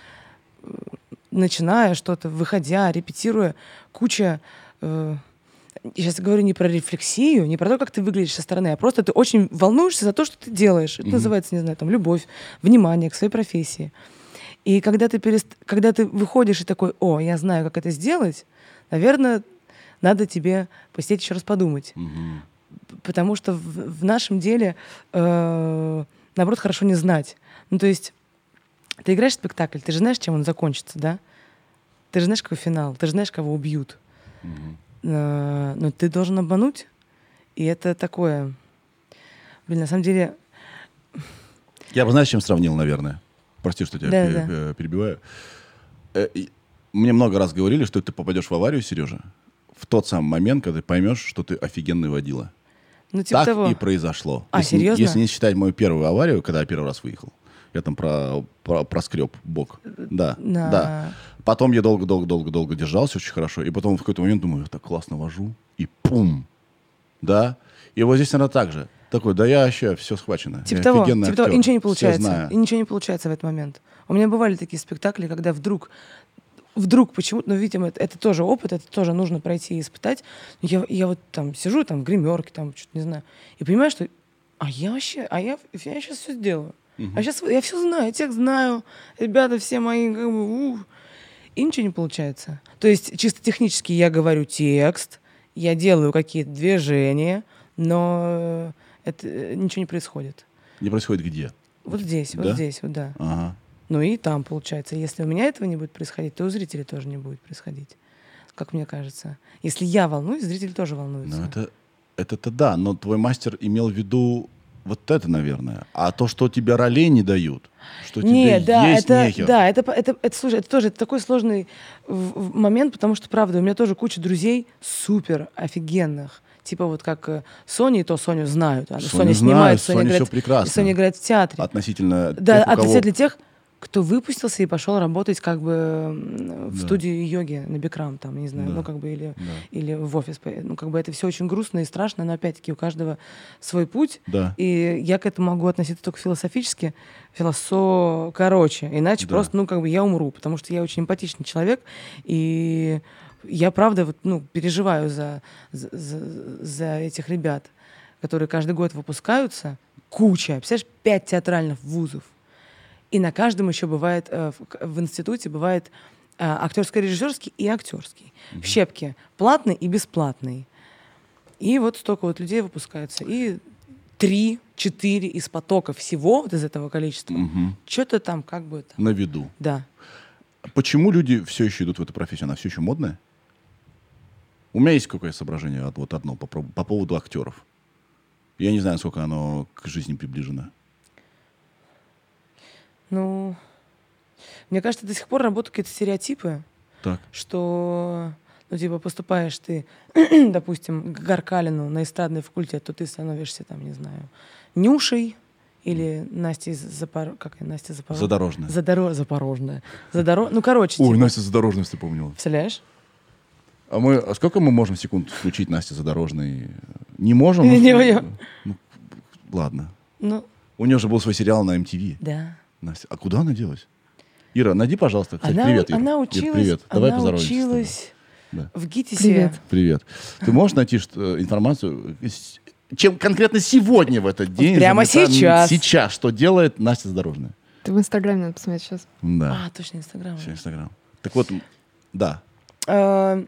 э, начиная что-то, выходя, репетируя, куча... э, я сейчас говорю не про рефлексию, не про то, как ты выглядишь со стороны, а просто ты очень волнуешься за то, что ты делаешь. Это называется, не знаю, там, любовь, внимание к своей профессии. И когда ты, перест... когда ты выходишь и такой, о, я знаю, как это сделать, наверное, надо тебе посидеть еще раз подумать. П- Потому что в, в нашем деле, э, наоборот, хорошо не знать. Ну, то есть ты играешь в спектакль, ты же знаешь, чем он закончится, да? Ты же знаешь, какой финал, ты же знаешь, кого убьют. Э, Но ты должен обмануть. И это такое... Блин, на самом деле...
Я бы, знаешь, с чем сравнил, наверное? Прости, что тебя
Да,
пе-
да.
пе- перебиваю. Э, и Мне много раз говорили, что ты попадешь в аварию, Сережа, в тот самый момент, когда ты поймешь, что ты офигенный водила.
Ну, типа
так
того.
и произошло.
А,
если,
серьезно?
Если не считать мою первую аварию, когда я первый раз выехал. Я там про, про- проскреб бок. Да,
на-
да. Потом я долго-долго-долго-долго держался очень хорошо. И потом в какой-то момент думаю, я так классно вожу. И пум. Да. И вот здесь, наверное, так же. Такой, да я вообще все схвачено.
Типа
Я
того,
офигенный
типа того, и
актер,
ничего не
всё
получается.
знаю».
И ничего не получается в этот момент. У меня бывали такие спектакли, когда вдруг, вдруг почему-то, ну, видимо, это, это тоже опыт, это тоже нужно пройти и испытать. Я, я вот там сижу, там, в гримерке, там, что-то не знаю, и понимаю, что а я вообще, а я, я сейчас все сделаю. А сейчас я все знаю, я тех знаю, ребята все мои, как бы, ух. и ничего не получается. То есть чисто технически я говорю текст, я делаю какие-то движения, но это, э, ничего не происходит.
Не происходит где?
Вот здесь,
Да?
вот здесь, вот да.
Ага.
Ну и там, получается, если у меня этого не будет происходить, то у зрителей тоже не будет происходить, как мне кажется. Если я волнуюсь, зритель тоже волнуется.
Ну, это, это-то да, но твой мастер имел в виду вот это, наверное. А то, что тебе ролей не дают, что
Не,
тебе
да,
есть
это,
нехер.
да, это, по- это, это, слушай, это тоже такой сложный в- в момент, потому что, правда, у меня тоже куча друзей супер офигенных. Типа вот как э, Соня, и то Соню знают. Она-
Соню
Соня
знают,
снимает, Соня,
Соне всё
играет,
прекрасно. А
и Соня играет в театре.
Относительно
Да,
тех, у кого-
относительно тех, кто выпустился и пошел работать как бы м, в
Да.
студию йоги на Бикрам, там, не знаю,
Да.
ну как бы или,
Да.
или в офис. по- Ну как бы это все очень грустно и страшно, но опять-таки у каждого свой путь.
Да.
И я к этому могу относиться только философически, филосо... короче. Иначе
Да.
просто, ну как бы я умру, потому что я очень эмпатичный человек, и я правда вот, ну, переживаю за, за, за- за этих ребят, которые каждый год выпускаются. Куча, представляешь, пять театральных вузов. И на каждом еще бывает, э, в, к- в институте бывает э, актерско-режиссерский и актерский. В щепке платный и бесплатный. И вот столько вот людей выпускаются. И три, четыре из потока всего вот из этого количества. Что-то там как бы... там.
на виду.
Да.
Почему люди все еще идут в эту профессию? Она все еще модная? У меня есть какое-то соображение, от- вот одно, по, про- по поводу актеров. Я не знаю, насколько оно к жизни приближено.
Ну, мне кажется, до сих пор работают какие-то стереотипы,
Так.
что, ну, типа, поступаешь ты, допустим, к Гаркалину на эстрадный факультет, то ты становишься, там, не знаю, Нюшей или Настей Запор... Как её, Настя Запорожная?
Задорожная.
Задоро... Запорожная. Задоро... Ну, короче,
Ой,
типа,
Настя Задорожная, если ты помнила.
представляешь?
А мы, а сколько мы можем секунд включить Настя Задорожной? Не можем?
Не понимаю.
Ну, ладно.
Ну,
У нее же был свой сериал на MTV.
да.
Настя, а куда она делась? Ира, найди, пожалуйста. Кстати,
она,
привет, Ира.
она
Ир,
училась,
привет. Давай
она
поздороваемся с тобой.
училась
Да.
в ГИТИСе.
Привет.
Привет. Ты можешь найти что- э, информацию, с- чем конкретно сегодня в этот день?
прямо
занята-
сейчас.
Сейчас, что делает Настя Задорожная.
Ты в Инстаграме надо посмотреть сейчас.
Да.
А, точно, Инстаграм.
Все, Инстаграм. Так вот, м, да,
Э,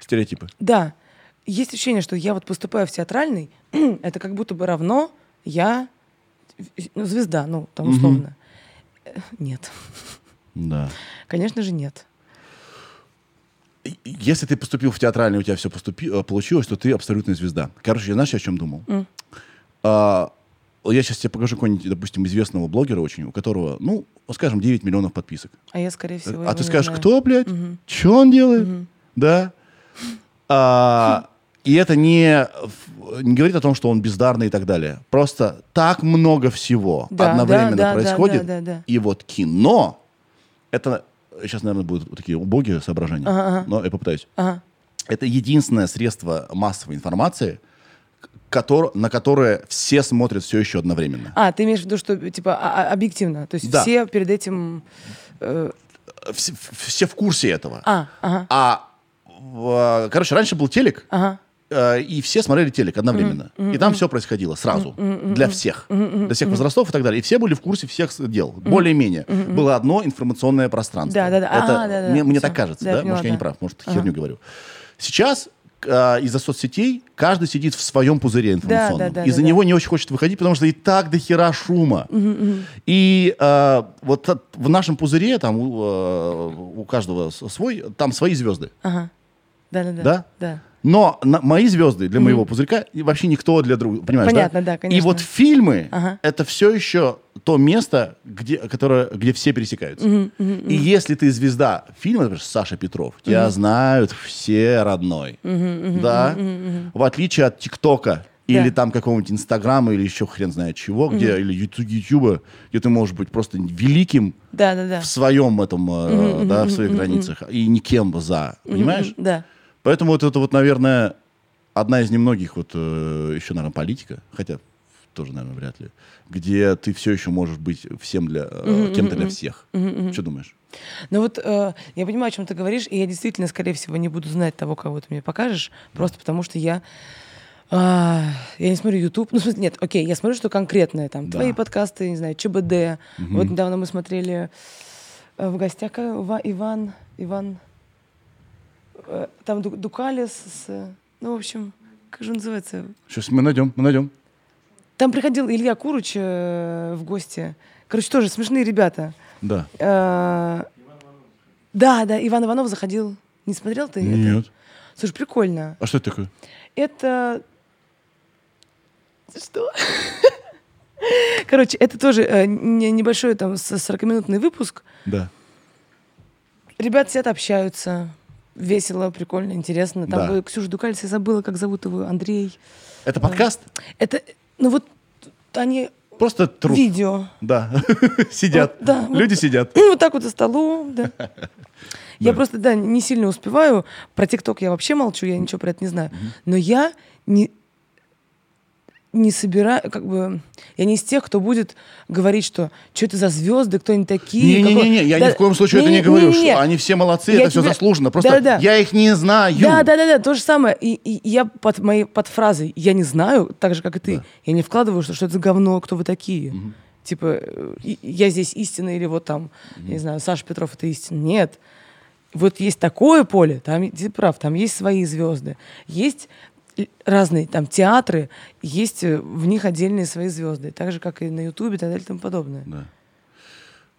стереотипы.
Да. Есть ощущение, что я вот поступаю в театральный, это как будто бы равно я ну, звезда, ну, там
Мгм.
условно. Э, Нет.
Да.
Конечно же, нет.
И- и Если ты поступил в театральный, у тебя все получилось, то ты абсолютная звезда. Короче, я знаешь, я о чем думал?
М.
А, я сейчас тебе покажу какого-нибудь, допустим, известного блогера очень, у которого, ну, скажем, 9 миллионов подписок.
А я, скорее всего,
А
его
ты
не
скажешь,
знаю.
кто, блядь?
Мгм.
Что он делает?
Мгм.
Да. А, и это не, в- не говорит о том, что он бездарный и так далее. Просто так много всего
Да,
одновременно
да, да,
происходит.
да, да, да.
И вот кино, это... Сейчас, наверное, будут вот такие убогие соображения,
Ага, ага.
но я попытаюсь.
Ага.
Это единственное средство массовой информации, к- котор- на которое все смотрят все еще одновременно.
А, ты имеешь в виду, что типа а- а- объективно, то есть
Да.
все перед этим. э,
Все, все в курсе этого.
а, ага,
А, в- а, короче, раньше был телек,
ага.
э, и все смотрели телек одновременно. И там все происходило сразу. Для всех. Для всех возрастов и так далее. И все были в курсе всех с- дел. Более-менее. Было одно информационное пространство.
Да-да-да.
Это
А, да-да.
Мне, мне
Всё.
так кажется,
Да,
да?
я поняла,
Может, я не
да.
прав, может, херню говорю. Сейчас э, из-за соцсетей каждый сидит в своем пузыре информационном.
да-да-да-да.
из-за него не очень хочет выходить, потому что и так до хера шума. И э, вот т- в нашем пузыре, там у, э, у каждого с- свой, там свои звезды.
Ага. Да, да, да.
Да? Но на- мои звезды для моего пузырька и вообще никто для друга, понимаешь,
Понятно, да,
И
конечно.
вот фильмы
Ага.
это все еще то место, где, которое, где все пересекаются. И если ты звезда фильма, например, Саша Петров, тебя знают все родной, да? В отличие от ТикТока или
Да.
там какого-нибудь Инстаграма или еще хрен знает чего, где или Юту- Ютуба, где ты можешь быть просто великим
Да, да, да.
в своем этом, э, да, в своих границах и никем за, понимаешь?
Мгм, Да.
Поэтому вот это вот, наверное, одна из немногих вот э, еще, наверное, политика, хотя тоже, наверное, вряд ли, где ты все еще можешь быть всем для э, кем-то для всех. Что думаешь?
Ну вот э, я понимаю, о чем ты говоришь, и я действительно, скорее всего, не буду знать того, кого ты мне покажешь, просто потому что я а, я не смотрю YouTube. Ну, в смысле, нет, окей, я смотрю, что конкретное там.
Да.
Твои подкасты, не знаю, ЧБД. Вот недавно мы смотрели э, в гостях как его, Ва- Иван, Иван, э, там Ду- Дукалис, с, э, ну, в общем, как же он называется?
Сейчас мы найдем, мы найдем.
Там приходил Илья Куруч э, в гости. Короче, тоже смешные ребята.
Да.
Э, Да, да, Иван Иванов заходил. Не смотрел ты? это?
Нет.
Слушай, прикольно.
А что это такое?
Это... Что? Короче, это тоже э, не- небольшой там с- 40-минутный выпуск.
Да.
Ребята сидят, общаются. Весело, прикольно, интересно. Там
Да.
э, Ксюша Дукалец, я забыла, как зовут его, Андрей.
Это подкаст?
Это, ну вот, они...
Просто труд.
Видео.
Да. Сидят.
Вот, да, вот.
Люди сидят.
Ну, вот так вот за столом, да. Я просто, да, не сильно успеваю. Про ТикТок я вообще молчу, я ничего про это не знаю. Но я не не собираю, как бы, я не из тех, кто будет говорить, что что это за звезды, кто они такие. какой-»
Не-не-не, я
Да,
ни в коем случае это не
не-не-не,
говорю,
не-не-не.
что они все молодцы,
Я
это все
тебе-
заслуженно. Просто
Да-да-да.
я их не знаю.
Да, да, да, да, то же самое. И, и- и я под моей под фразой я не знаю, так же как и ты, я не вкладываю, что, что это за говно, кто вы такие. Типа, э, и- я здесь истина, или вот там, я не знаю, Саша Петров это истина. Нет. Вот есть такое поле, там ты прав, там есть свои звезды, есть л- разные там театры, есть э, в них отдельные свои звезды, так же как и на Ютубе и так далее и тому подобное.
Да.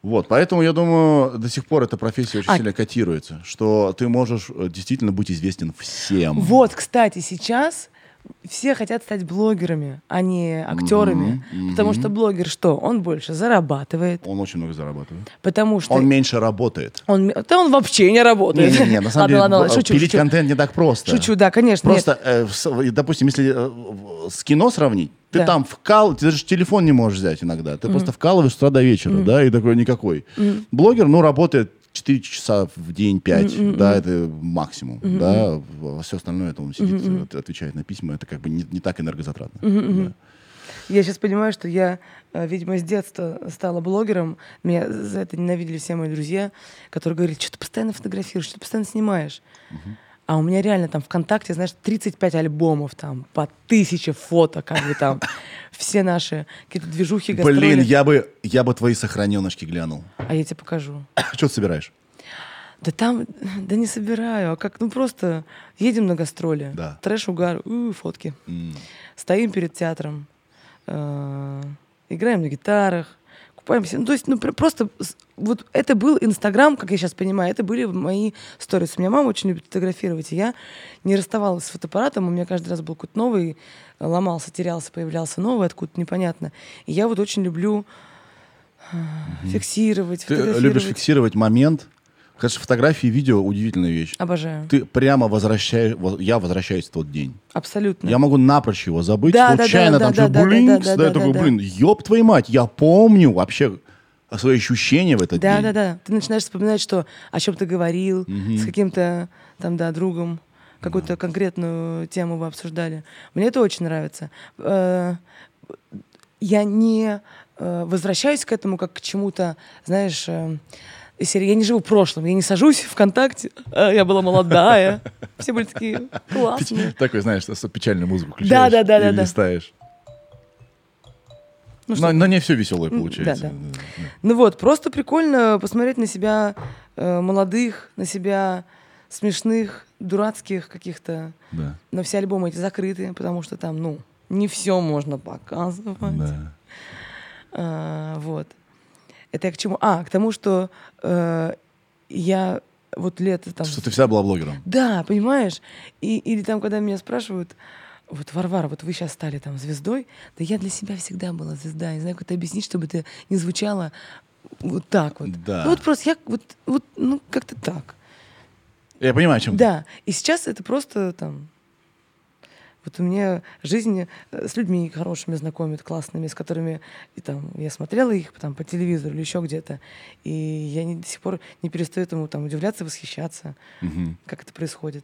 Вот, поэтому я думаю, до сих пор эта профессия очень
А.
сильно котируется, что ты можешь э, действительно быть известен всем.
Вот, кстати, сейчас все хотят стать блогерами, а не актерами.
Мгм,
Потому
мгм.
что блогер что? Он больше зарабатывает,
Он очень много зарабатывает.
потому что...
Он меньше работает.
он, ме- да он вообще не работает.
Не-не-не, на
Ладно,
самом деле,
ладно, ладно,
б-
шучу,
пилить
шучу.
контент не так просто.
Шучу, да, конечно. нет.
Просто, э, в с- в- допустим, если э, в- с кино сравнить, ты
Да.
там вкал, ты даже телефон не можешь взять иногда. Ты просто вкалываешь с утра до вечера, да, и такой никакой. Блогер, ну, работает 4 часа в день, 5, да, это максимум, да. Все остальное, это он сидит, вот, отвечает на письма, это как бы не, не так энергозатратно. Да.
Я сейчас понимаю, что я, э, видимо, с детства стала блогером. Меня за это ненавидели все мои друзья, которые говорили, что ты постоянно фотографируешь, что ты постоянно снимаешь. А у меня реально там ВКонтакте, знаешь, 35 альбомов там, по тысяче фото, как бы там. Все наши какие-то движухи, гастроли.
Блин, я бы, я бы твои сохраненочки глянул.
А я тебе покажу.
Что ты собираешь?
Да там, да не собираю, а как, ну просто едем на гастроли.
Да.
Трэш, угар, у, фотки.
М.
Стоим перед театром. э, играем на гитарах, купаемся. Ну, то есть, ну, пр- просто с- вот это был Инстаграм, как я сейчас понимаю, это были мои сторис. У меня мама очень любит фотографировать, и я не расставалась с фотоаппаратом, у меня каждый раз был какой-то новый, э, ломался, терялся, появлялся новый, откуда непонятно. И я вот очень люблю э, фиксировать,
Ты э,
фотографировать.
любишь фиксировать момент. Конечно, фотографии и видео удивительная
А
вещь.
Обожаю.
Ты прямо возвращаешь, я возвращаюсь в тот день.
Абсолютно.
Я могу напрочь его забыть,
Да, да,
случайно
да,
там
да,
что-то
да, да,
блин,
да,
да, я
да,
такой,
да.
блин, ёб твою мать, я помню вообще свои ощущения в этот
Да,
день.
да, да. Ты начинаешь вспоминать, что о чем ты говорил, с каким-то там, да, другом, какую-то конкретную тему вы обсуждали. Мне это очень нравится. Э, Я не э, возвращаюсь к этому как к чему-то, знаешь, э, из серии, я не живу прошлым, я не сажусь ВКонтакте, «А, я была молодая, все были такие классные.
Ты Такой, знаешь, с- печальную музыку включаешь
да, да, да,
и
да.
листаешь.
Ну,
но, но не все веселое
М,
получается.
да, да. Ну вот, просто прикольно посмотреть на себя э, молодых, на себя смешных, дурацких каких-то.
Да,
Но все альбомы эти закрыты, потому что там, ну, не все можно показывать.
да.
А, вот. Это я к чему? А, к тому, что э, я вот лето там...
Что ты вся была блогером.
Да, понимаешь? И, или там, когда меня спрашивают, вот, Варвара, вот вы сейчас стали там звездой, да я для себя всегда была звезда. Я не знаю, как это объяснить, чтобы это не звучало вот так вот.
Да.
Ну, вот просто я вот, вот ну, как-то так.
Я понимаю, о чем ты.
Да, и сейчас это просто там... Вот у меня жизнь э, с людьми хорошими знакомит, классными, с которыми и там, я смотрела их там, по телевизору или еще где-то. И я не, до сих пор не перестаю этому там, удивляться, восхищаться,
Мгм.
как это происходит.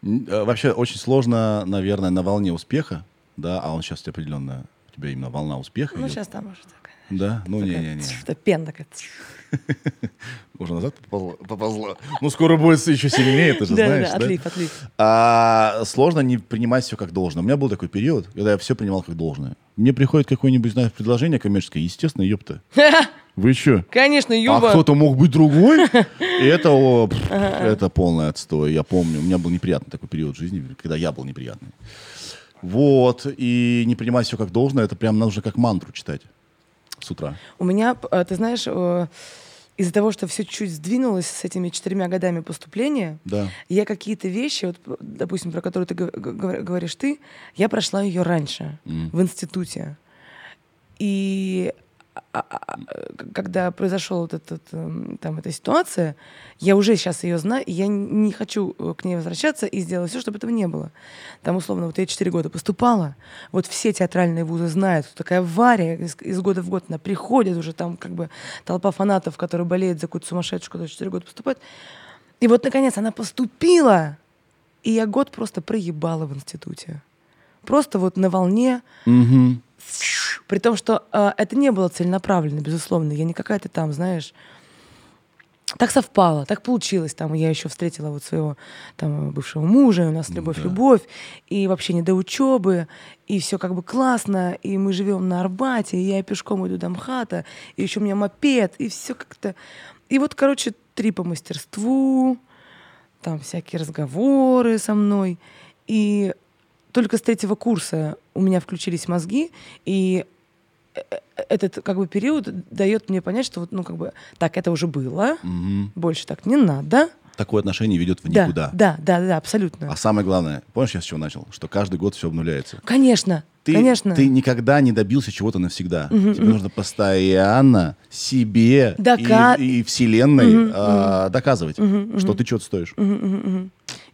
М, э, Вообще очень сложно, наверное, на волне успеха, да, а он сейчас определенно у тебя именно волна успеха
Ну,
идет.
сейчас там уже такая.
Да, ну не,
такая
не, не.
тс, Что пена такая. тс.
Уже назад поползла. поползла. Ну скоро будет еще сильнее, ты же знаешь,
Да-да-да, отлив, отлив.
А, сложно не принимать все как должное. У меня был такой период, когда я все принимал как должное. Мне приходит какое-нибудь, знаешь, предложение коммерческое, естественно, ёпта. Вы чё?
Конечно,
А
Юба.
кто-то мог быть другой? И это, о, пф, это полный отстой. Я помню, у меня был неприятный такой период в жизни, когда я был неприятный. Вот, и не принимать все как должное, это прям нужно как мантру читать с утра.
У меня, п- э, ты знаешь, э, из-за того, что все чуть сдвинулось с этими четырьмя годами поступления,
Да.
я какие-то вещи, вот, п- допустим, про которые ты гов- гов- говоришь ты, я прошла ее раньше
Мгм.
в институте. И а- а- а, к- когда произошла вот этот, эм, там, эта ситуация, я уже сейчас ее знаю, и я н- не хочу э, к ней возвращаться и сделать все, чтобы этого не было. Там, условно, вот я 4 года поступала, вот все театральные вузы знают, вот такая авария из, из года в год, она приходит уже, там как бы толпа фанатов, которые болеют за какую-то сумасшедшую, которая 4 года поступает. И вот, наконец, она поступила, и я год просто проебала в институте. Просто вот на волне
Мгм.
при том, что э, это не было целенаправленно, безусловно. Я не какая-то там, знаешь... Так совпало, так получилось. Там я еще встретила вот своего там, бывшего мужа, и у нас любовь-любовь, и вообще не до учебы, и все как бы классно, и мы живем на Арбате, и я пешком иду до МХАТа, и еще у меня мопед, и все как-то... И вот, короче, три по мастерству, там всякие разговоры со мной. И только с третьего курса у меня включились мозги, и э- э- этот как бы период дает мне понять, что вот, ну, как бы, так, это уже было,
Мгм.
больше так не надо.
Такое отношение ведет в никуда.
Да, да, да, да, абсолютно.
А самое главное, помнишь, я с чего начал? Что каждый год все обнуляется.
Конечно,
Ты,
конечно.
ты никогда не добился чего-то навсегда. Тебе нужно постоянно себе
Дока-
и, и вселенной а, доказывать, что ты чего-то стоишь.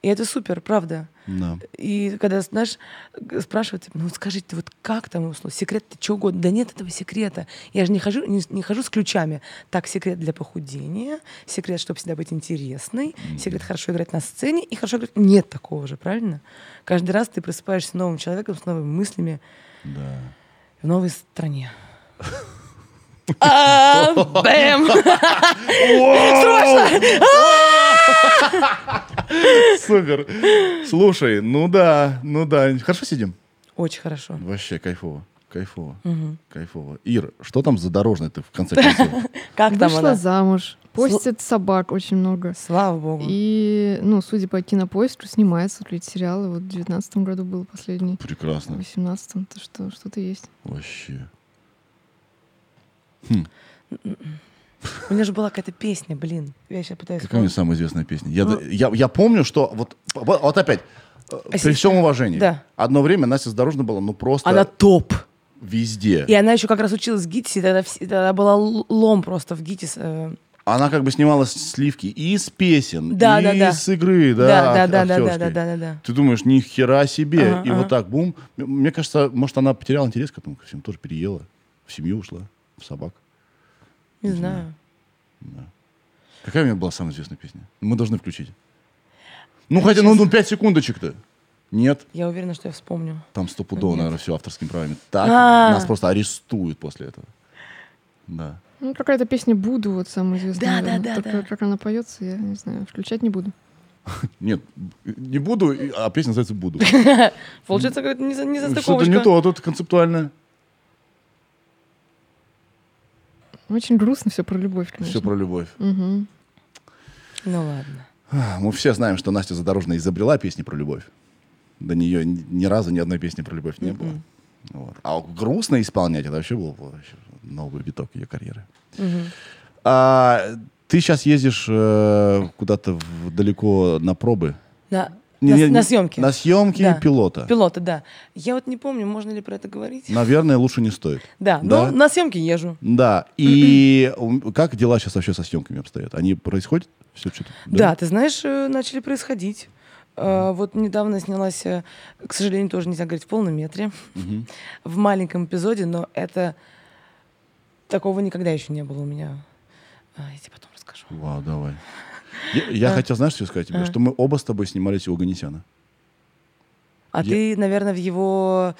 И это супер, правда.
Да.
И когда, знаешь, г- спрашивают, типа, ну вот скажите, вот как там условно, секрет то чего угодно? Да нет этого секрета. Я же не хожу, не, с- не хожу с ключами. Так, секрет для похудения, секрет, чтобы всегда быть интересной, секрет хорошо играть на сцене и хорошо играть. Нет такого же, правильно? Каждый раз ты просыпаешься новым человеком, с новыми мыслями,
Да.
в новой стране. А, Бэм! Срочно!
Супер. Слушай, ну да, ну да. Хорошо сидим?
Очень хорошо.
Вообще кайфово. Кайфово. Кайфово. Ир, что там за дорожное ты в конце концов?
Как там
Вышла
она?
замуж, постит собак очень много.
Слава богу.
И, ну, судя по кинопоиску, снимается ведь сериалы. Вот в девятнадцатом году был последний, в
Прекрасно.
восемнадцатом, то что что-то есть.
Вообще. Хм.
У меня же была какая-то песня, блин. Я сейчас пытаюсь...
Какая у нее
вспомнить.
самая известная песня? Я,
Ну.
я, я помню, что вот, вот вот опять, э, при
Ассистент.
всем уважении,
Да.
одно время Настя Здорожна была, ну просто
Она топ.
везде.
И она еще как раз училась в ГИТИСе, тогда, вс- тогда была л- лом просто в ГИТИС. э,
Она как бы снимала сливки и из песен,
Да,
и
да, да.
с игры, да,
Да, да,
ак-
да, да, да,
актерской.
да, да, да.
Ты думаешь, ни хера себе.
Ага,
и
ага.
вот так, бум. М- Мне кажется, может, она потеряла интерес к этому, ко всему тоже переела. В семью ушла, в собак.
Не знаю.
Какая у меня была самая известная песня? Мы должны включить. Ну, хотя, ну, ну, пять секундочек-то. Нет,
Я уверена, что я вспомню.
там стопудово,
Нет.
наверное, все авторскими правами. Так,
А.
нас просто арестуют после этого. Да.
Ну, какая-то песня «Буду», вот самая известная.
Да,
наверное.
да, да,
Только
да.
как она поется, я не знаю, включать не буду.
Нет, не буду, и- а песня называется «Буду».
Получается, какая-то не, за- не
Что-то
застыковочка.
не то, а тут концептуально.
Очень грустно все про любовь, конечно.
Все про любовь.
Мгм.
Ну ладно.
А, Мы все знаем, что Настя Задорожная изобрела песни про любовь. До нее ни ни разу ни одной песни про любовь не было. Вот. А грустно исполнять, это вообще был был вообще новый виток ее карьеры. А, ты сейчас ездишь э, куда-то в- далеко на пробы?
На,
Не-
на,
не-
на съемки.
На съемки
Да.
пилота.
Пилота, да. Я вот не помню, можно ли про это говорить.
Наверное, лучше не стоит.
Да,
Да?
ну на съемки езжу.
Да. И м, как дела сейчас вообще со съемками обстоят? Они происходят? Все что-то?
Да, ты знаешь, э, начали происходить. Э, Вот недавно снялась, э, к сожалению, тоже нельзя говорить в полном метре, в маленьком эпизоде, но это такого никогда еще не было у меня. А, Я тебе потом расскажу.
Вау, давай. Я, я хотел, знаешь, что сказать тебе?
А.
Что мы оба с тобой снимались у Оганесяна. Я-
А ты, наверное, в его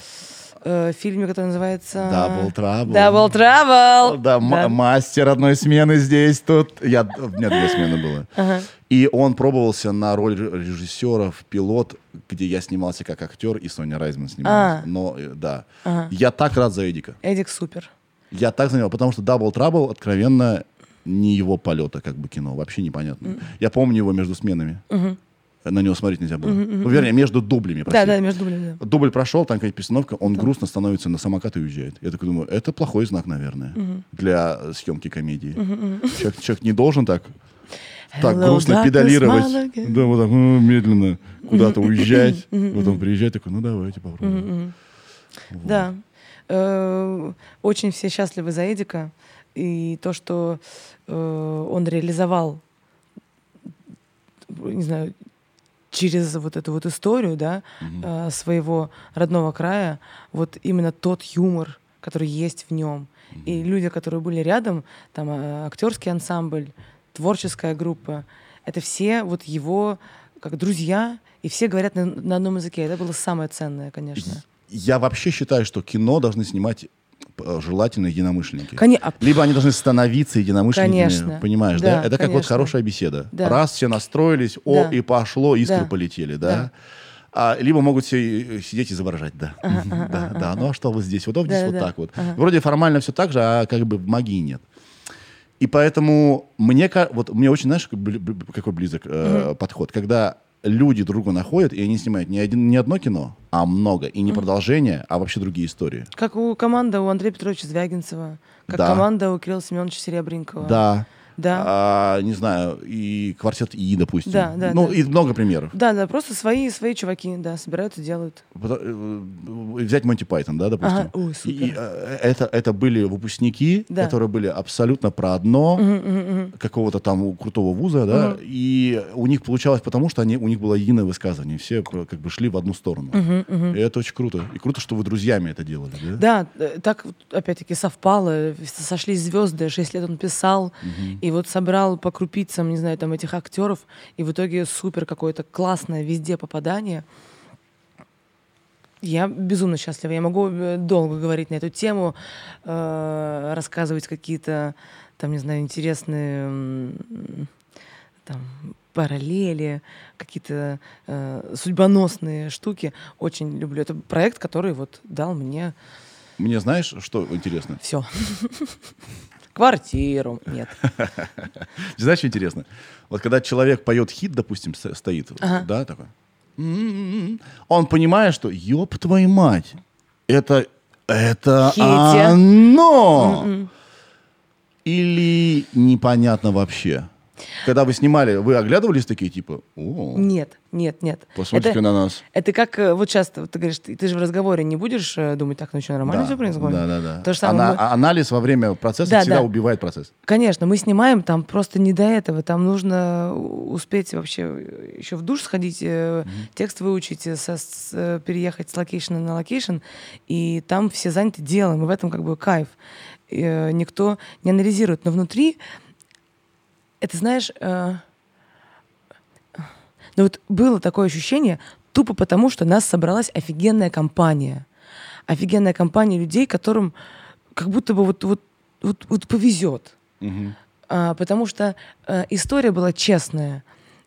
э, фильме, который называется
Double Trouble.
Double Trouble.
Да, м- мастер одной смены здесь, тут. Я, у меня две смены было.
Ага.
И он пробовался на роль ре- режиссера в «Пилот», где я снимался как актер, и Соня Райзман снималась.
А.
Но, э, да.
Ага.
Я так рад за Эдика.
Эдик супер.
Я так за него, потому что Double Trouble откровенно не его полета, как бы кино. Вообще непонятно. Я помню его между сменами. На него смотреть нельзя было. Ну, вернее, между дублями,
Да,
прости.
да, между дублями. да.
Дубль прошел, там какая-то постановка, он грустно становится на самокат и уезжает. Я такой думаю, это плохой знак, наверное, для съемки комедии. Человек, человек не должен так, так
Hello,
грустно
darkness, my
педалировать.
again.
Да, вот так м, медленно куда-то уезжать. Потом приезжать, такой, ну давайте попробуем.
Да. Э, Очень все счастливы за Эдика. И то, что э, он реализовал, не знаю, через вот эту вот историю, да, э, своего родного края, вот именно тот юмор, который есть в нем. И люди, которые были рядом, там э, актерский ансамбль, творческая группа, это все вот его как друзья, и все говорят на, на одном языке. Это было самое ценное, конечно.
Я вообще считаю, что кино должны снимать э, желательно единомышленники.
Коне- а,
Либо они должны становиться единомышленниками,
Конечно.
понимаешь, да?
Да,
Это как вот
конечно.
хорошая беседа.
Да.
Раз все настроились, о,
Да.
и пошло, искры
Да.
полетели, да?
Да.
А, либо могут все э, сидеть изображать, да.
ага,
да,
ага,
да. Ну а что вот здесь? Вот, а вот здесь
Да,
вот
да, да.
так вот.
Ага.
Вроде формально все так же, а как бы магии нет. И поэтому мне, ка- вот мне очень, знаешь, как бли- бли- какой близок э, подход, когда люди друга находят, и они снимают не, один, не одно кино, а много, и не продолжение, а вообще другие истории.
Как у команда у Андрея Петровича Звягинцева, как
Да.
команда у Кирилла Семеновича Серебренникова.
Да.
Да.
А, не знаю, и квартет И, допустим.
Да, да,
ну,
да.
и много примеров.
Да, да, просто свои, свои чуваки, да, собираются, делают.
Пото- э, э, Взять Монти Пайтон, да, допустим.
Ага, ой, супер.
И, э, это, это были выпускники,
Да.
которые были абсолютно про одно,
Мгм, мгм, мгм.
какого-то там у- крутого вуза, да,
Мгм.
и у них получалось потому, что они, у них было единое высказывание, все про- как бы шли в одну сторону.
Мгм, мгм.
И это очень круто. И круто, что вы друзьями это делали, да?
Да, э, так вот, опять-таки совпало, э, сошлись звезды, шесть лет он писал, и вот собрал по крупицам, не знаю, там этих актеров, и в итоге супер какое-то классное везде попадание. Я безумно счастлива. Я могу э, долго говорить на эту тему, э, рассказывать какие-то, там, не знаю, интересные м, там, параллели, какие-то э, судьбоносные штуки. Очень люблю. Это проект, который вот дал мне
Мне знаешь, что интересно?
все. Квартиру. Нет.
Знаешь, что интересно? Вот когда человек поет хит, допустим, с- стоит,
Ага.
да, такой, «М-м-м». он понимает, что, ёб твою мать, это, это
Хите.
оно! Или непонятно вообще? Когда вы снимали, вы оглядывались такие, типа, о,
Нет, нет, нет.
посмотрите
Это-
на нас.
Это как э, вот часто ты говоришь, ты, ты же в разговоре не будешь э, думать, так, ну что, нормально
Да,
все происходит?
Да, да, да.
То же самое.
Ана-
мы-
а- Анализ во время процесса
Да,
всегда
да.
убивает процесс.
Конечно, мы снимаем, там просто не до этого. Там нужно у- успеть вообще еще в душ сходить, э, текст выучить, э, со- с- э, переехать с локейшена на локейшн, и там все заняты делом, и в этом как бы кайф. И, э, никто не анализирует, но внутри, это знаешь, э, ну вот было такое ощущение тупо потому, что нас собралась офигенная компания. Офигенная компания людей, которым как будто бы вот, вот, вот, вот повезет.
Мгм.
А, потому что э, история была честная.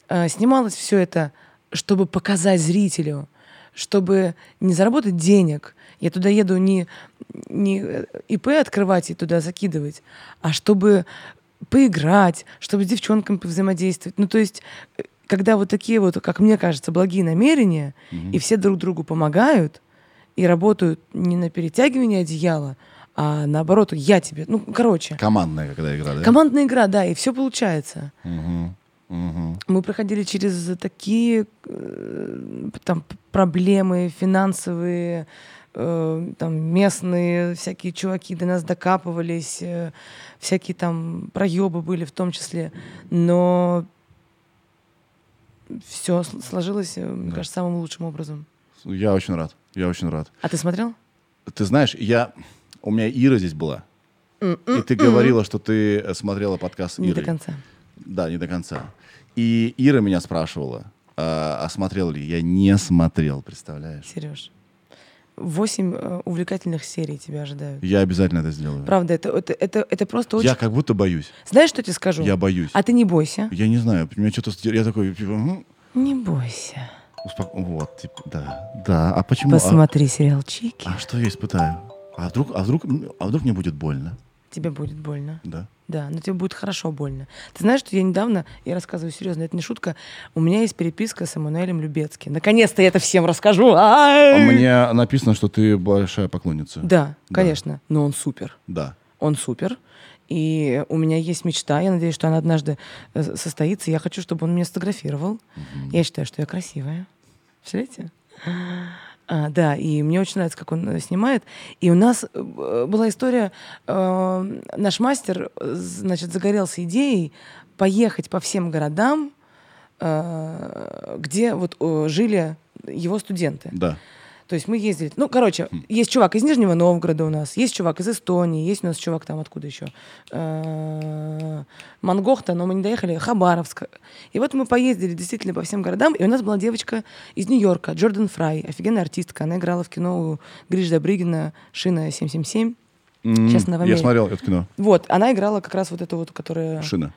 А, снималось все это, чтобы показать зрителю, чтобы не заработать денег. Я туда еду не, не э, ИП открывать и туда закидывать, а чтобы поиграть, чтобы с девчонками повзаимодействовать. Ну, то есть, э, когда вот такие вот, как мне кажется, благие намерения, и все друг другу помогают, и работают не на перетягивание одеяла, а наоборот, я тебе... Ну, короче.
Командная когда игра, да?
Командная игра, да, и все получается.
Мгм. Мгм.
Мы проходили через такие э, там п- проблемы финансовые, э, там местные всякие чуваки до нас докапывались, э, всякие там проебы были в том числе, но все сложилось, э, мне
Да.
кажется, самым лучшим образом.
Я очень рад. Я очень рад.
А ты смотрел?
Ты знаешь, я... У меня Ира здесь была. И ты говорила, что ты э, смотрела подкаст с
Не до
Ирой.
конца.
Да, не до конца. И Ира меня спрашивала, а, а смотрел ли? Я не смотрел, представляешь?
Сереж. Восемь э, увлекательных серий тебя ожидают.
Я обязательно это сделаю.
Правда, это, это, это, это просто очень...
Я как будто боюсь.
Знаешь, что я тебе скажу?
Я боюсь.
А ты не бойся.
Я не знаю, меня что-то... Я такой, типа, «М,
Не бойся.
успоко- Вот, типа, да. Да, а почему... а-
Посмотри сериал Чики.
А что я испытаю? А вдруг, а вдруг, а вдруг мне будет больно?
Тебе будет больно.
Да.
Да, но тебе будет хорошо больно. Ты знаешь, что я недавно, я рассказываю серьезно, это не шутка, у меня есть переписка с Эммануэлем Любецким. Наконец-то я это всем расскажу.
А
Ай!
мне написано, что ты большая поклонница.
Э. Да,
Да.
конечно. Но он супер.
Да.
Он супер. И у меня есть мечта. Я надеюсь, что она однажды э, состоится. Я хочу, чтобы он меня сфотографировал. Я считаю, что я красивая. Представляете? А, да, и мне очень нравится, как он э, снимает. И у нас э, б- была история, э, наш мастер, э, значит, загорелся идеей поехать по всем городам, э, где вот э, жили его студенты.
Да.
То есть мы ездили. Ну, короче,
Хм.
есть чувак из Нижнего Новгорода у нас, есть чувак из Эстонии, есть у нас чувак там откуда еще. Э, Мангохта, но мы не доехали, Хабаровск. И вот мы поездили действительно по всем городам, и у нас была девочка из Нью-Йорка, Джордан Фрай, офигенная артистка. Она играла в кино у Гриш Добрыгина «Шина 777».
М,
Сейчас на
Я
Вамере.
смотрел это кино.
Вот, она играла как раз вот эту вот, которая...
Шина.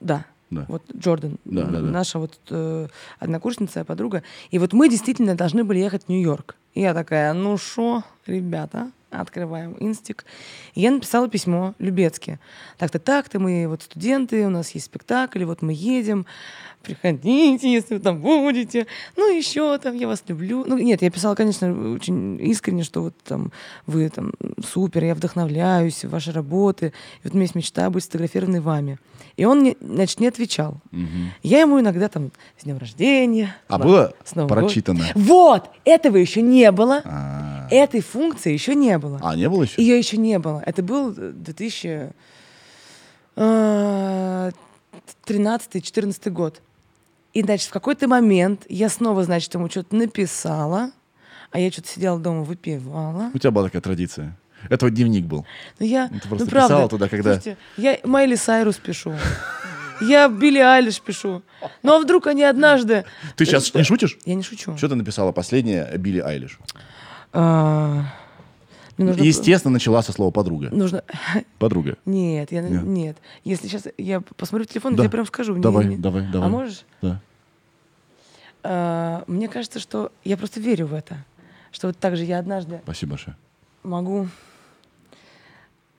Да.
Да.
Вот Джордан,
Да, да, да.
наша вот э, однокурсница, подруга. И вот мы действительно должны были ехать в Нью-Йорк. И я такая, ну шо, ребята, открываем инстик. И я написала письмо Любецке. Так-то так-то, мы вот студенты, у нас есть спектакль, вот мы едем, приходите, если вы там будете. Ну еще там, я вас люблю. Ну нет, я писала, конечно, очень искренне, что вот там вы там супер, я вдохновляюсь, ваши работы. И вот у меня есть мечта быть сфотографированной вами. И он, мне, значит, не отвечал.
Мгм.
Я ему иногда там с днем рождения.
А
с-
было
с Новым
прочитано?
годом. Вот! Этого еще не было.
А,
Этой функции еще не было.
А, не было еще?
Ее еще не было. Это был э, 2013-2014 э, год. И, значит, в какой-то момент я снова, значит, ему что-то написала, а я что-то сидела дома, выпивала.
У тебя была такая традиция. Это вот дневник был.
Ну, я,
Ну, ты просто
ну, правда.
писала туда, когда-
Слушайте, я Майли Сайрус пишу. Я Билли Айлиш пишу. Ну а вдруг они однажды...
Ты
Э,
сейчас не шутишь?
Я не шучу.
Что ты написала последнее Билли Айлиш?
А, мне нужно...
Естественно, начала со слова подруга.
Нужно...
Подруга.
Нет, я...
Нет.
Нет. Если сейчас я посмотрю телефон,
Да.
я тебе прям скажу. Не-
Давай,
не-
давай, давай.
А можешь?
Да.
А, мне кажется, что... Я просто верю в это. Что вот так же я однажды
Спасибо большое.
могу...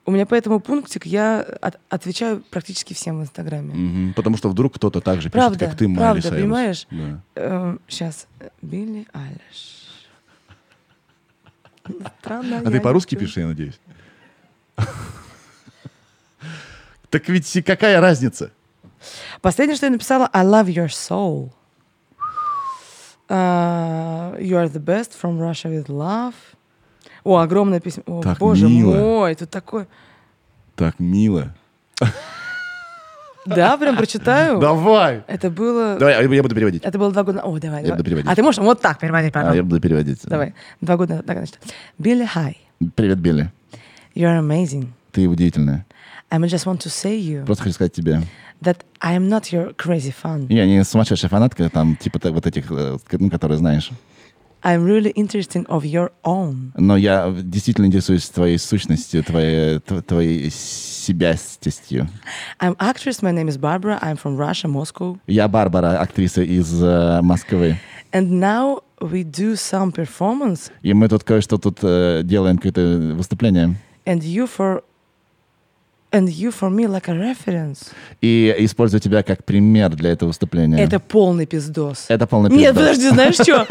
У меня по этому пунктик я от- отвечаю практически всем в Инстаграме.
Мгм. Потому что вдруг кто-то так же пишет,
Правда,
как ты, Майли
правда,
Сайрус.
понимаешь?
Да.
Сейчас. Э, Билли Алиш.
А ты по-русски пишешь, я надеюсь? Так ведь и какая разница?
Последнее, что я написала, I love your soul. А, you are the best from Russia with love. О, огромное письмо. О,
Так
боже
мило.
мой, тут такое.
Так мило.
Да, прям прочитаю.
Давай!
Это было...
Давай, я- я буду переводить.
Это было два года... на- О, давай,
Я
давай.
буду переводить.
А ты можешь вот так переводить,
А,
пожалуйста?
я буду переводить.
Давай. Два года назад. Так, значит. Billy, hi.
Привет, Билли.
You're amazing.
Ты удивительная.
I just want to say you
Просто хочу сказать тебе.
that I'm not your crazy fan.
Я не сумасшедшая фанатка, там, типа та- вот этих, э, ну, которые знаешь.
I'm really interested of your own.
Но я действительно интересуюсь твоей сущностью, твоей, тв- твоей себястестью.
I'm actress. My name is Barbara. I'm from Russia, Moscow.
Я Барбара, актриса из э, Москвы.
And now we do some performance,
И мы тут кое-что тут э, делаем, какое-то выступление.
and you for and you for me like a reference.
И использую тебя как пример для этого выступления.
Это полный пиздос.
Это полный
Нет,
пиздос.
подожди, знаешь что?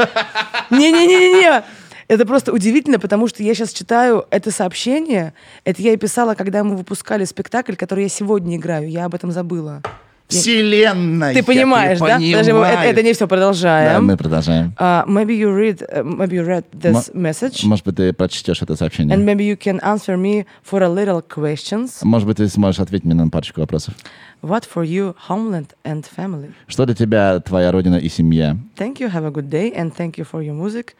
Не-не-не-не-не. Это просто удивительно, потому что я сейчас читаю это сообщение. Это я и писала, когда мы выпускали спектакль, который я сегодня играю. Я об этом забыла.
Вселенная!
Ты понимаешь, да? Подожди, мы- э, это, это не все,
Да,
продолжаем.
мы продолжаем.
Uh, maybe you read, uh, maybe you read this message,
Может быть, ты прочтешь это сообщение.
and maybe you can answer me for a little questions.
Может быть, ты сможешь ответить мне на парочку вопросов.
What for you, homeland and family?
Что для тебя твоя родина и семья?
Thank you, have a good day, and thank you for your music.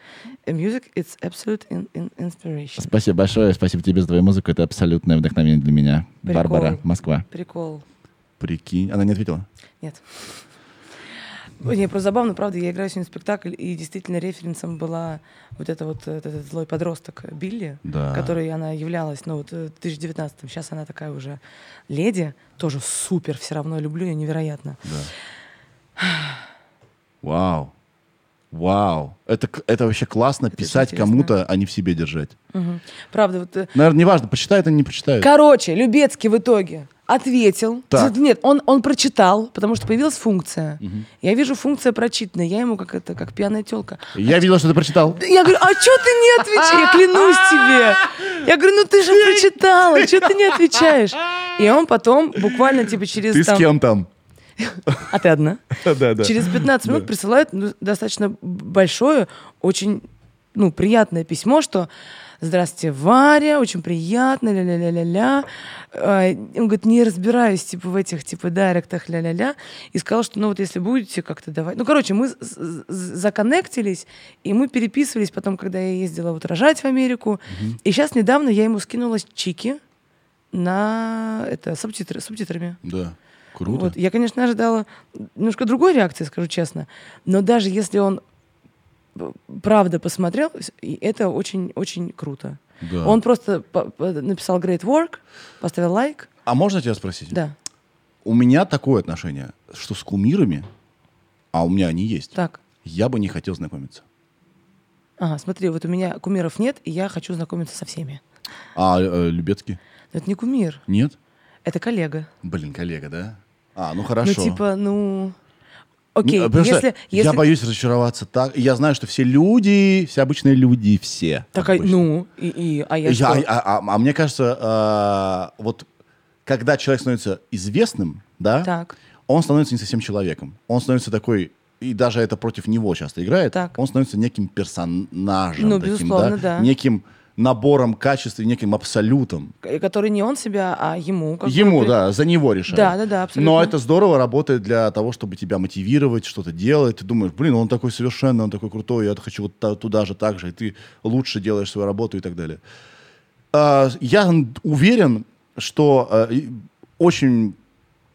Uh, music, it's absolute in, in inspiration.
Спасибо большое, спасибо тебе за твою музыку, это абсолютное вдохновение для меня.
Прикол.
Барбара, Москва.
Прикол.
Прикинь, она не ответила.
Нет. Ой, Не, просто забавно, правда, я играю сегодня в спектакль, и действительно референсом была вот эта вот э, этот злой подросток Билли,
Да.
которой она являлась, ну вот э, в 2019-м, сейчас она такая уже леди, тоже супер, все равно люблю ее невероятно.
Вау. Вау. Это, к- это вообще классно писать
интересно.
кому-то, а не в себе держать.
Правда, вот... э,
Наверное, неважно, почитает или не почитает.
Короче, Любецкий в итоге ответил.
Так.
Нет, он, он прочитал, потому что появилась функция. Я вижу функция прочитанная, я ему как это, как пьяная телка.
Я видел, что ты прочитал.
Я говорю, а что ты не отвечаешь? Я клянусь тебе. Я говорю, ну ты же прочитала, что ты не отвечаешь? И он потом буквально типа через...
Ты
там-
с кем там?
А ты одна.
Да, да.
Через 15 минут присылают ну, достаточно большое, очень ну, приятное письмо, что «Здравствуйте, Варя, очень приятно, ля-ля-ля-ля-ля». Э, Он говорит, не разбираюсь типа в этих типа дайректах, ля-ля-ля. И сказал, что ну вот если будете как-то давать... Ну, короче, мы с- с- с- законнектились, и мы переписывались потом, когда я ездила вот рожать в Америку. И сейчас недавно я ему скинула чики на это, субтитры, субтитрами.
Ну Да. Круто.
Вот, я, конечно, ожидала немножко другой реакции, скажу честно. Но даже если он э, правда посмотрел, с- и это очень-очень круто.
Да.
Он просто по- по- написал great work, поставил лайк.
А можно тебя спросить?
Да,
У меня такое отношение, что с кумирами, а у меня они есть,
так.
я бы не хотел знакомиться.
Ага, смотри, вот у меня кумиров нет, и я хочу знакомиться со всеми.
А э, Любецкий?
Но это не кумир,
Нет?
это коллега.
Блин, коллега, да? А, ну хорошо.
Ну, типа, ну... Окей,
Ну, а потому что
если...
Я
если...
боюсь разочароваться так. Я знаю, что все люди, все обычные люди, все.
Так, а-
обычно.
ну, и, и- а я,
Я-
что?
а, а- а мне кажется, а, вот когда человек становится известным, да,
Так.
он становится не совсем человеком. Он становится такой, и даже это против него часто играет,
Так.
он становится неким персонажем.
Ну,
таким,
безусловно, да.
Неким набором качеств и неким абсолютом.
а, Который не он себя, а ему. как бы
Ему,
при-
да, за него решают.
Да, да, да, абсолютно.
Но это здорово работает для того, чтобы тебя мотивировать, что-то делать. Ты думаешь, блин, он такой совершенно, он такой крутой, я хочу вот та- туда же, так же, и ты лучше делаешь свою работу и так далее. А, я н- уверен, что а, и очень,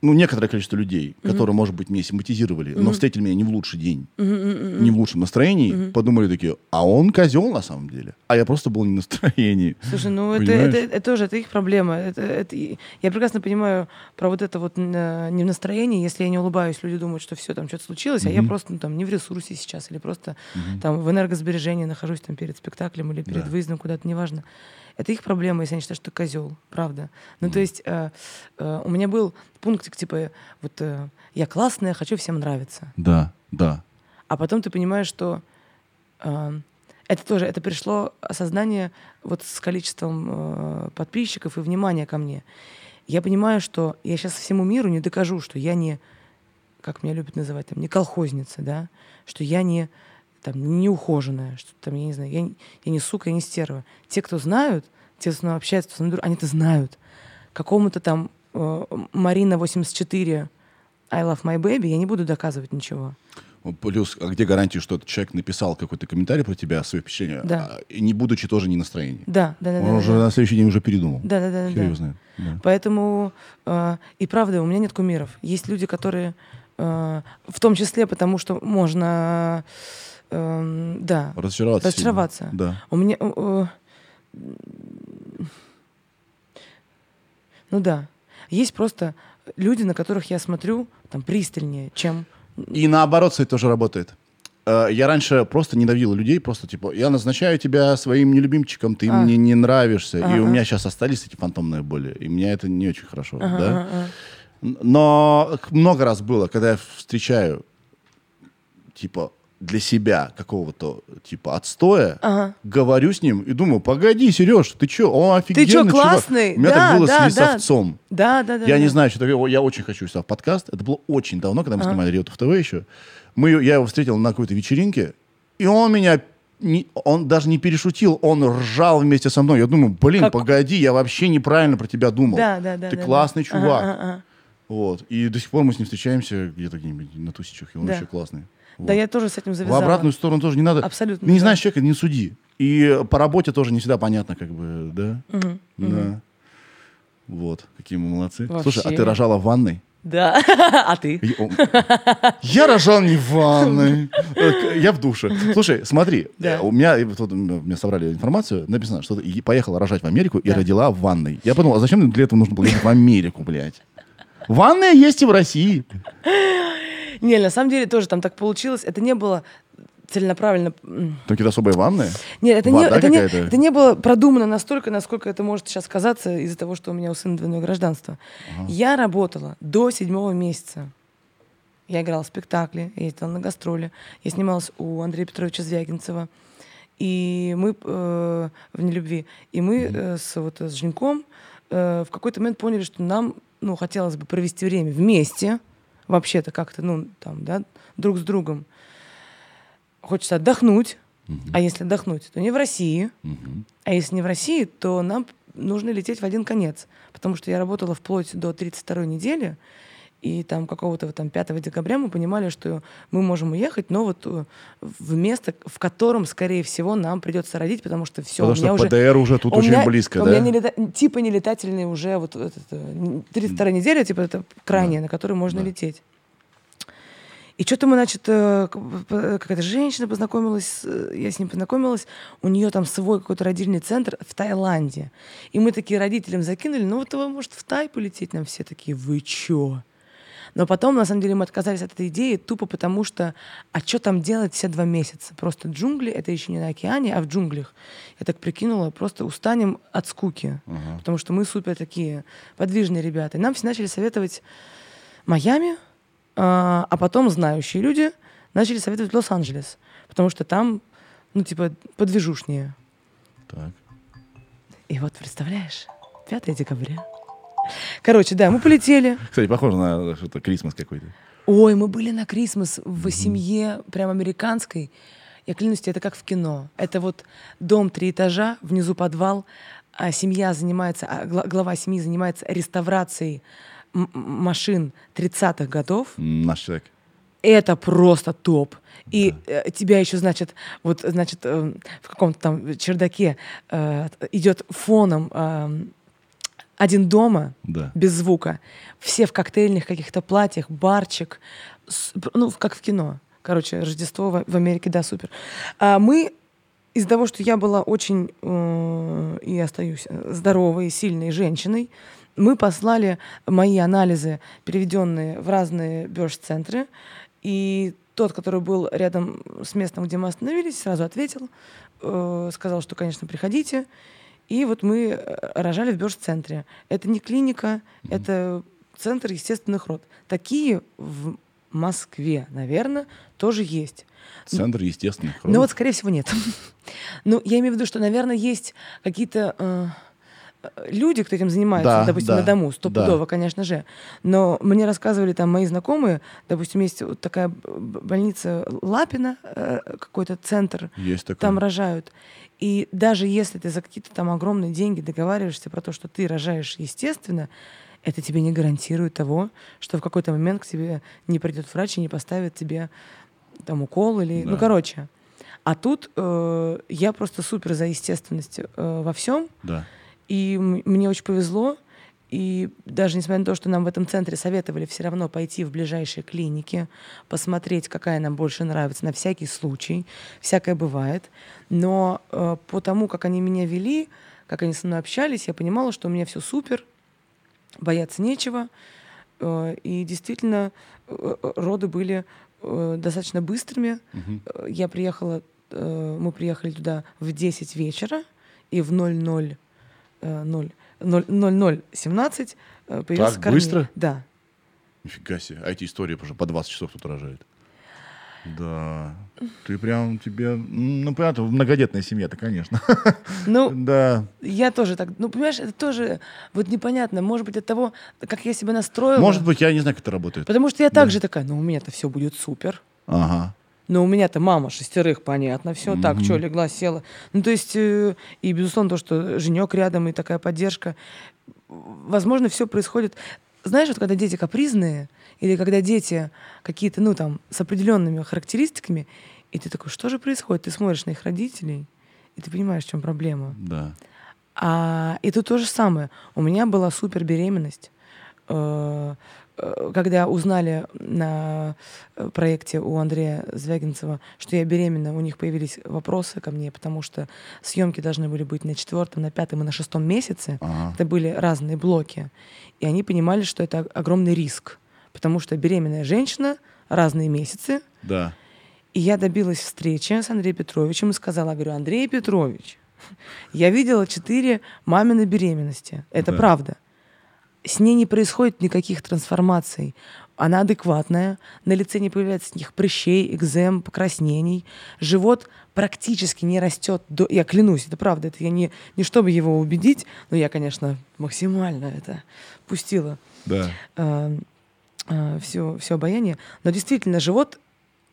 ну, некоторое количество людей, которые, может быть, меня симпатизировали, но встретили меня не в лучший день, не в лучшем настроении, подумали такие, а он козел на самом деле, а я просто был не в настроении.
Слушай, ну это,
Понимаешь?
это, это тоже это их проблема. Это, это и- я прекрасно понимаю про вот это вот э, не в настроении, если я не улыбаюсь, люди думают, что все там что-то случилось, а я просто ну, там не в ресурсе сейчас или просто там в энергосбережении нахожусь там перед спектаклем или перед
Да.
выездом куда-то, неважно. Это их проблема, если они считают, что ты козел, правда. Ну то есть э, э, у меня был пунктик типа вот э, я классная, хочу всем нравиться.
Да, да.
А потом ты понимаешь, что э, это тоже, это пришло осознание вот с количеством э, подписчиков и внимания ко мне. Я понимаю, что я сейчас всему миру не докажу, что я не, как меня любят называть, там, не колхозница, да, что я не там неухоженная, что там, я не знаю, я, не- я не сука, я не стерва. Те, кто знают, те, кто со мной общаются, кто со мной дружит, они-то знают. Какому-то там э, Марина 84 I love my baby, я не буду доказывать ничего.
Плюс, а где гарантия, что этот человек написал какой-то комментарий про тебя, свои впечатления,
Да.
а, и не будучи тоже не в настроении?
Да, да, да.
Он уже на следующий день уже передумал.
Да, да, да, да.
Хер его знает. Да.
Поэтому э, и правда, у меня нет кумиров. Есть люди, которые, э, в том числе, потому что можно, эм, да,
Разочароваться. сильно.
Разочароваться.
Да.
у меня, э, э, ну да, есть просто люди, на которых я смотрю там пристальнее, чем
И наоборот, кстати, тоже работает. Э, Я раньше просто ненавидел людей, просто типа, я назначаю тебя своим нелюбимчиком, ты
А.
мне не нравишься. И у
Ага.
меня сейчас остались эти фантомные боли, и меня это не очень хорошо,
Ага,
да?
ага, ага.
Но много раз было, когда я встречаю, типа, для себя какого-то, типа, отстоя,
Ага.
говорю с ним и думаю, погоди, Сереж, ты чё, он офигенный
чё,
чувак».
классный?
У меня
Да,
так было
да,
с
да.
Лисовцом.
Да, да, да.
Я не
да.
знаю, что такое. О, Я очень хочу сюда в подкаст. Это было очень давно, когда мы
Ага.
снимали Риотов ТВ еще. Мы, её- я его встретил на какой-то вечеринке, и он меня не- он даже не перешутил, он ржал вместе со мной. Я думаю, блин,
Как-
погоди, я вообще неправильно про тебя думал.
Да, да, да.
Ты
да, да.
классный
Ага,
чувак.
ага, ага.
Вот. И до сих пор мы с ним встречаемся где-то где-нибудь на тусичах, и он
Да.
вообще классный. Вот.
Да, я тоже с этим
В
завязала.
обратную сторону тоже не надо.
Абсолютно,
Не
да.
знаешь человека, не суди. И по работе тоже не всегда понятно, как бы, да?
Мгм.
Да. Вот, какие мы молодцы.
Вообще.
Слушай, а ты рожала в ванной?
Да. А ты?
И он- Я рожал не в ванной. Э, Я в душе. Слушай, смотри, э,
Да.
у меня, э, тут, м, мне собрали информацию, написано, что ты и поехала рожать в Америку и
Да.
родила в ванной. Я подумал, а зачем для этого нужно было ехать в Америку, блядь? Ванная есть и в России.
Не, на самом деле тоже там так получилось. Это не было целенаправленно. м,
Там какие-то особые ванны.
Нет, это не,
Вода
это, не,
какая-то?
это не было продумано настолько, насколько это может сейчас казаться из-за того, что у меня у сына двойное гражданство. Я работала до седьмого месяца. Я играла в спектакле, я ездила на гастроли, я снималась у Андрея Петровича Звягинцева. И мы э, в нелюбви. И мы э, с, вот, с Женьком э, в какой-то момент поняли, что нам ну, хотелось бы провести время вместе, вообще-то как-то, ну, там, да, друг с другом. Хочется отдохнуть, а если отдохнуть, то не в России. А если не в России, то нам нужно лететь в один конец. Потому что я работала вплоть до 32 недели, и там какого-то вот там 5 декабря мы понимали, что мы можем уехать, но вот э, в место, в котором, скорее всего, нам придется родить, потому что все,
Потому
у
что
меня уже...
ПДР уже тут
у
очень
меня-
близко,
у
да?
меня не лета- типа нелетательные уже вот этот, э, н- 32 неделя, типа это крайняя, на которую можно
Да.
лететь. И что-то мы, значит, э, к- п- какая-то женщина познакомилась, с- э, я с ней познакомилась, у нее там свой какой-то родильный центр в Таиланде. И мы такие родителям закинули, ну вот вы, может, в Тай полететь нам все такие, вы чё? Но потом, на самом деле, мы отказались от этой идеи тупо потому, что а что там делать все два месяца? Просто джунгли, это еще не на океане, а в джунглях. Я так прикинула, просто устанем от скуки, потому что мы супер такие подвижные ребята. И нам все начали советовать Майами, а а потом знающие люди начали советовать Лос-Анджелес, потому что там, ну, типа, подвижушнее.
Так.
И вот, представляешь, 5 декабря. Короче, да, мы полетели.
Кстати, похоже на что-то Крисмас какой-то.
Ой, мы были на Крисмас в семье прям американской. Я клянусь тебе, это как в кино. Это вот дом три этажа, внизу подвал, а семья занимается, а гла- глава семьи занимается реставрацией м- м- машин 30-х годов.
М, Наш человек.
Это просто топ. И э, тебя еще, значит, вот, значит, э, в каком-то там чердаке э, идет фоном э, один дома,
Да.
без звука. Все в коктейльных каких-то платьях, барчик, с- п- ну, в- как в кино. Короче, Рождество в, в Америке, да, супер. А мы из-за того, что я была очень э, и остаюсь э, здоровой и сильной женщиной, мы послали мои анализы, переведенные в разные бёрж-центры, и тот, который был рядом с местом, где мы остановились, сразу ответил, э, сказал, что, конечно, приходите. И вот мы э, рожали в бёрж-центре. Это не клиника, это центр естественных род. Такие в Москве, наверное, тоже есть.
Центр естественных
Ну вот,
родов.
скорее всего, нет. Ну, я имею в виду, что, наверное, есть какие-то э, э, люди, кто этим занимается,
Да,
допустим,
да,
на дому, стопудово, конечно же. Но мне рассказывали там мои знакомые, допустим, есть вот такая б- б- больница Лапина, э, какой-то центр,
Есть такое.
там рожают. И даже если ты за какие-то там огромные деньги договариваешься про то, что ты рожаешь естественно, это тебе не гарантирует того, что в какой-то момент к тебе не придет врач и не поставит тебе там укол или...
Да.
Ну, короче. А тут э, я просто супер за естественность э, во всем.
Да.
И м- мне очень повезло. И даже несмотря на то, что нам в этом центре советовали все равно пойти в ближайшие клиники, посмотреть, какая нам больше нравится, на всякий случай, всякое бывает. Но э, по тому, как они меня вели, как они со мной общались, я понимала, что у меня все супер, бояться нечего. Э, и действительно, э, э, роды были э, достаточно быстрыми.
Мгм.
Э, я приехала, э, мы приехали туда в 10 вечера, и в 00, э, ноль- ноль- 00.17 э, появился
Так
Корней.
быстро?
Да.
Нифига себе. А эти истории уже по 20 часов тут рожает. Да. Ты прям тебе... м, Ну, понятно, в многодетной семье-то, конечно.
Ну,
Да.
я тоже так, ну, понимаешь, это тоже вот непонятно, может быть, от того, как я себя настроила.
Может быть, я не знаю, как это работает.
Потому что я также такая, ну, у меня-то все будет супер.
Ага.
Но у меня-то мама шестерых, понятно, все так, что, легла, села. Ну, то есть, э, и, безусловно, то, что женек рядом и такая поддержка. Возможно, все происходит... Знаешь, вот когда дети капризные, или когда дети какие-то, ну, там, с определенными характеристиками, и ты такой, что же происходит? Ты смотришь на их родителей, и ты понимаешь, в чем проблема.
Да.
А, и тут то же самое. У меня была супер беременность. Э, э, Когда узнали на э, проекте у Андрея Звягинцева, что я беременна, у них появились вопросы ко мне, потому что съемки должны были быть на четвертом, на пятом и на шестом месяце.
Ага.
Это были разные блоки. И они понимали, что это о- огромный риск, потому что беременная женщина разные месяцы.
Да.
И я добилась встречи с Андреем Петровичем и сказала, говорю, Андрей Петрович, я видела четыре мамины беременности. Это
Да.
правда. С ней не происходит никаких трансформаций. Она адекватная, на лице не появляется никаких прыщей, экзем, покраснений. Живот практически не растет. До... Я клянусь, это правда. Это я не, не чтобы его убедить, но я, конечно, максимально это пустила
Да.
эм, все, все э, обаяние. Но действительно, живот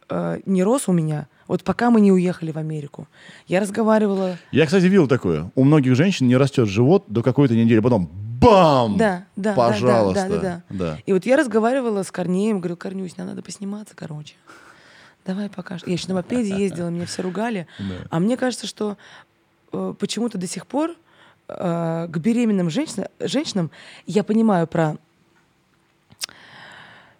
э, не рос у меня. Вот пока мы не уехали в Америку. Я разговаривала.
Я, кстати, видел такое. У многих женщин не растет живот до какой-то недели, потом бам!
Да, да, да, да,
Пожалуйста.
да, да,
да.
И вот я разговаривала с Корнеем, говорю, Корнюсь, нам надо посниматься, короче. Давай пока. что». Я еще на мопеде ездила, меня все ругали.
Да.
А мне кажется, что э, почему-то до сих пор э, к беременным женщина- женщинам я понимаю про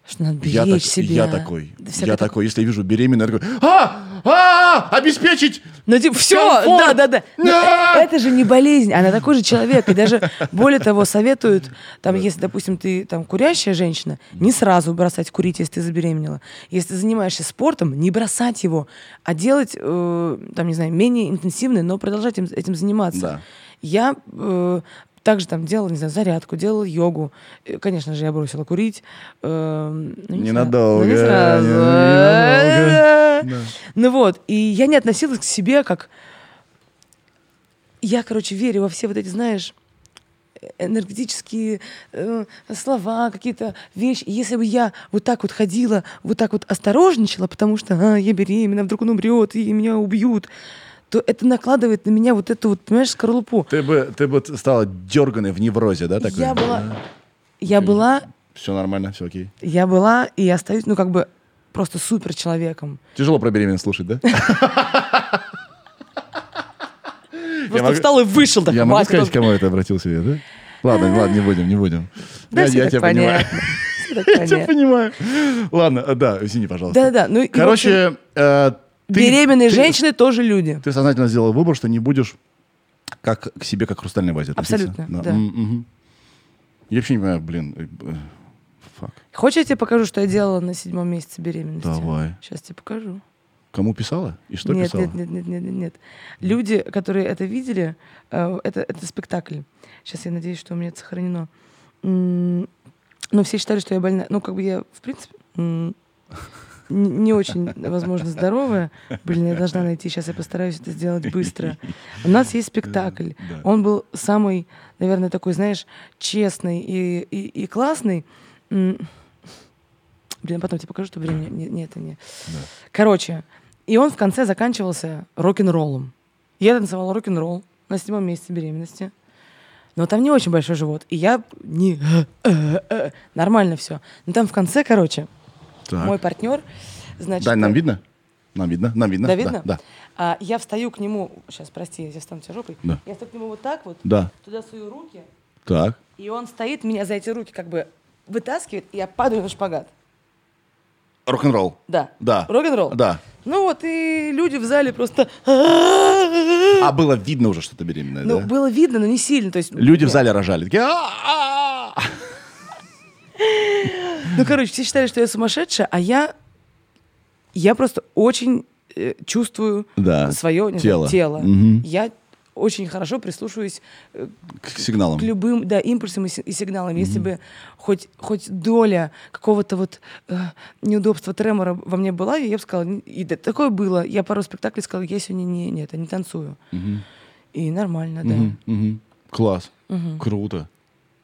что надо беречь
Я, так-
себя.
я такой.
Да
я
всякое такое.
такой. Если я вижу беременную, я такой, а, а, обеспечить!
Ну, типа, все,
Комфорт!
да, да, да. Но
Да!
э- Это же не болезнь, она такой же человек. И даже, более того, советуют, там, если, допустим, ты там курящая женщина, не сразу бросать курить, если ты забеременела. Если ты занимаешься спортом, не бросать его, а делать, э, там, не знаю, менее интенсивный, но продолжать им- этим заниматься.
Да.
Я э, также там делала, не знаю, зарядку, делала йогу. Э, Конечно же, я бросила курить. Э, ну, не знаю,
Ненадолго,
ну, не сразу.
не- ненадолго. Да.
Ну вот, и я не относилась к себе как... Я, короче, верю во все вот эти, знаешь, энергетические э, слова, какие-то вещи. И Если бы я вот так вот ходила, вот так вот осторожничала, потому что «А, я беременна, вдруг он умрет, и меня убьют, то это накладывает на меня вот эту вот, понимаешь, скорлупу.
Ты бы, ты бы стала дерганой в неврозе, да, такой?
Я была, я была,
Все нормально, все окей.
я была и остаюсь, ну, как бы просто супер человеком.
Тяжело про беременность слушать, да?
Просто
могу-
встал и вышел. так,
Я могу
«Хватит, Э.
сказать, к кому это обратился я, да? Ладно, ладно, не будем, не будем.
Да,
Я-
всё
я
так
тебя понимаю.
понятно. Всё так
Я тебя
понятно.
понимаю. Ладно, э, да, извини, пожалуйста.
Да-да-да, ну и, в
Короче, э, ты-
Беременные
ты-
женщины тоже люди.
Ты сознательно сделал выбор, что не будешь как к себе как к хрустальной вазе относиться.
Абсолютно, да.
м, мгм. Я вообще не понимаю, блин. э, э, Фак.
Хочешь, я тебе покажу, что я делала на седьмом месяце беременности?
Давай.
Сейчас тебе покажу.
Кому писала? И что
нет,
писала?
нет, нет, нет, нет, нет, нет. Люди, которые это видели, э, это, это спектакль. Сейчас я надеюсь, что у меня это сохранено. ну, М, Но все считали, что я больна. Ну, как бы я, в принципе... м, н- не очень, возможно, здоровая. Блин, я должна найти, сейчас я постараюсь это сделать быстро. У нас есть спектакль.
Да.
Он был самый, наверное, такой, знаешь, честный и, и, и классный. М, Блин, потом тебе покажу, что времени не- нет, и нет. Короче, и он в конце заканчивался рок-н-роллом. Я танцевала рок-н-ролл на седьмом месяце беременности. Но там не очень большой живот. И я не... э, Нормально все. Но там в конце, короче,
Так.
мой партнер, значит... э,
Дань, нам видно? Нам видно? Нам видно?
Да, видно?
Да.
А, я встаю к нему... Сейчас, прости, я сейчас стану тебя жопой.
Да.
Я встаю к нему вот так вот,
Да.
туда сую руки,
Так.
и он стоит, меня за эти руки как бы вытаскивает, и я падаю на шпагат.
Рок-н-ролл.
Да.
Да.
Рок-н-ролл.
Да.
Ну вот, и люди в зале просто...
А было видно уже, что ты беременная,
Ну,
да?
было видно, но не сильно. То есть,
Люди в зале рожали. Такие, «А-а-а!»
Ну, короче, все считали, что я сумасшедшая, а я... Я просто очень э, чувствую
Да,
свое
тело.
тело.
Мгм.
Я очень хорошо прислушиваюсь э,
К сигналам.
к любым да, импульсам и, си- и сигналам. Если бы хоть, хоть доля какого-то вот э, неудобства, тремора во мне была, я бы сказала, «Н- и да, такое было. Я пару спектаклей сказала, я сегодня не, нет, не танцую. И нормально, да.
Мгм, мгм. Класс. Круто.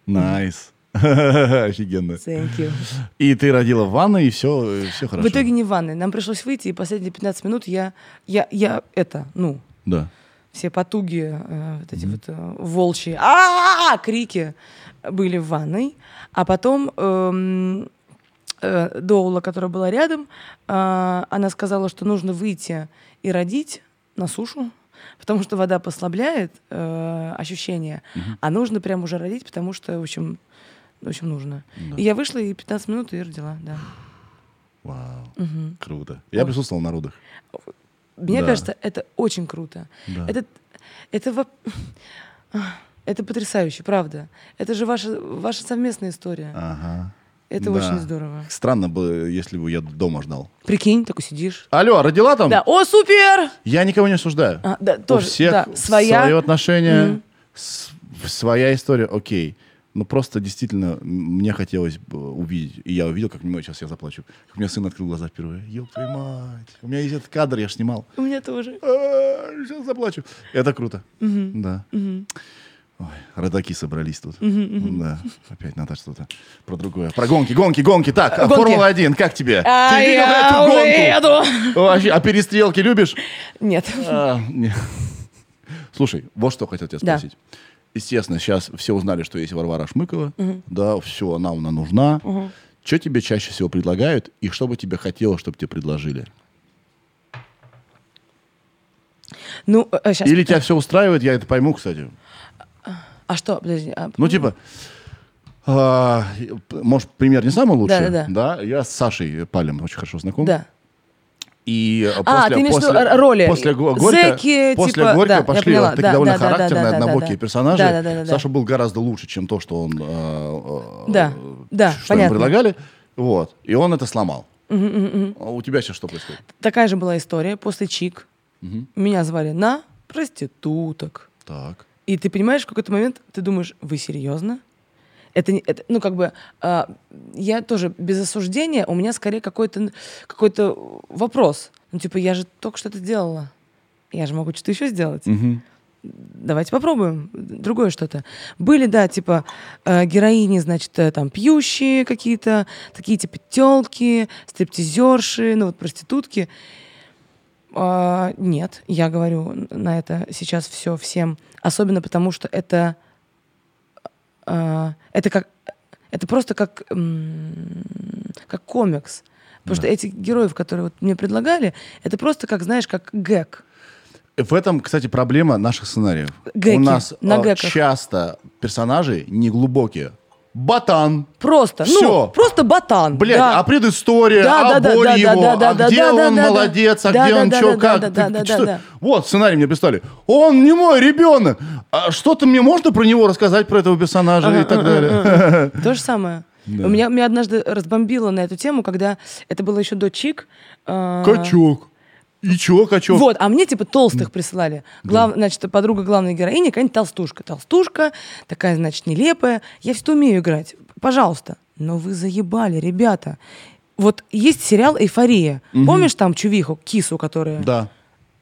Найс. Офигенно.
Thank you.
И ты родила в ванной, и все, все хорошо.
В итоге не в ванной. Нам пришлось выйти, и последние 15 минут я, я, я это, ну,
Да.
все потуги, э, вот эти вот э, волчьи а крики были в ванной, а потом эм, э, Доула, которая была рядом, э, она сказала, что нужно выйти и родить на сушу, потому что вода послабляет э, ощущение, а нужно прям уже родить, потому что, в общем, в общем нужно. И я вышла и 15 минут и родила, да.
Вау. Круто. Я присутствовал на родах.
Мне
Да.
кажется, это очень круто.
Да.
Это, это, во- это потрясающе, правда. Это же ваша, ваша совместная история.
Ага.
это
А, да.
очень здорово.
Странно бы, если бы я дома ждал.
Прикинь, такой сидишь.
Алло, родила там?
Да, о, супер!
Я никого не осуждаю.
А, да, тоже,
У всех
да, своя.
свое отношение, с- своя история, окей. Но просто действительно м, мне хотелось бы увидеть, и я увидел, как мой, сейчас я заплачу, как у меня сын открыл глаза впервые. Ёб твою мать. У меня есть этот кадр, я ж снимал.
У меня тоже.
Сейчас А, заплачу. Это круто. Да. Ой, родаки собрались тут. Да, опять надо что-то про другое. Про гонки, гонки, гонки. Так, а
Гонки.
Формула-1, как тебе?
А
Ты видел
я
эту
уже
гонку?
еду.
Вообще, а перестрелки любишь?
Нет.
А, не. Слушай, вот что хотел тебя
Да.
спросить. Естественно, сейчас все узнали, что есть Варвара Шмыкова. Да, все, она, она нужна. Что тебе чаще всего предлагают и что бы тебе хотелось, чтобы тебе предложили?
Ну, сейчас.
Или тебя все устраивает, я это пойму, кстати.
А что, подожди. а,
Ну, типа, а, может, пример не самый лучший?
Да, да,
да. я с Сашей Палем очень хорошо знаком.
Да.
И э, после,
А, ты имеешь в виду
после-
р- роли?
После Го- Горько,
Зэки,
после
типа,
Горько
да, я
пошли
поняла,
вот такие
да,
довольно
да, да, да,
характерные,
да, да,
однобокие
да.
персонажи.
Да, да, да, да, да.
Саша был гораздо лучше, чем то, что он... э, э,
Да, да,
что ему
понятно.
предлагали. Вот. И он это сломал. А у тебя сейчас что происходит?
Такая же была история после Чик. Меня звали на проституток.
Так.
И ты понимаешь, в какой-то момент ты думаешь, вы серьезно? Это, не- это, ну, как бы, а, я тоже без осуждения, у меня скорее какой-то какой вопрос. Ну, типа, я же только что это делала. Я же могу что-то еще сделать. Давайте попробуем другое что-то. Были, да, типа, э, героини, значит, э, там, пьющие какие-то, такие, типа, телки, стриптизерши, ну, вот, проститутки. А, нет, я говорю на это сейчас все всем, особенно потому что это а, это как это просто как м, как комикс, потому что этих героев, которые вот мне предлагали, это просто как знаешь как гэг.
В этом, кстати, проблема наших сценариев.
Гэки.
У нас
На
э,
гэках.
часто персонажи неглубокие. Ботан.
Просто,
Всё.
ну просто ботан.
Блядь,
да.
а предыстория,
Да,
а
да, да,
боль
да,
его,
да, да,
а
да,
где
да, да,
он
да, да.
молодец, а
Да,
где
да,
он
да,
чё,
да, да,
как.
да,
Ты-
да,
ты
да,
что?
да.
Вот, сценарий мне писали. Он не мой ребенок. А что-то мне можно про него рассказать, про этого персонажа и так далее?
То же самое. У меня, меня однажды разбомбило на эту тему, когда это было еще до Чик. а,
Качок. И чё, качок?
Вот, а мне типа толстых присылали. Глав, значит, подруга главной героини, какая-нибудь толстушка. Толстушка, такая, значит, нелепая. Я все умею играть. Пожалуйста. Но вы заебали, ребята. Вот есть сериал «Эйфория». Помнишь там Чувиху, кису, которая...
Да.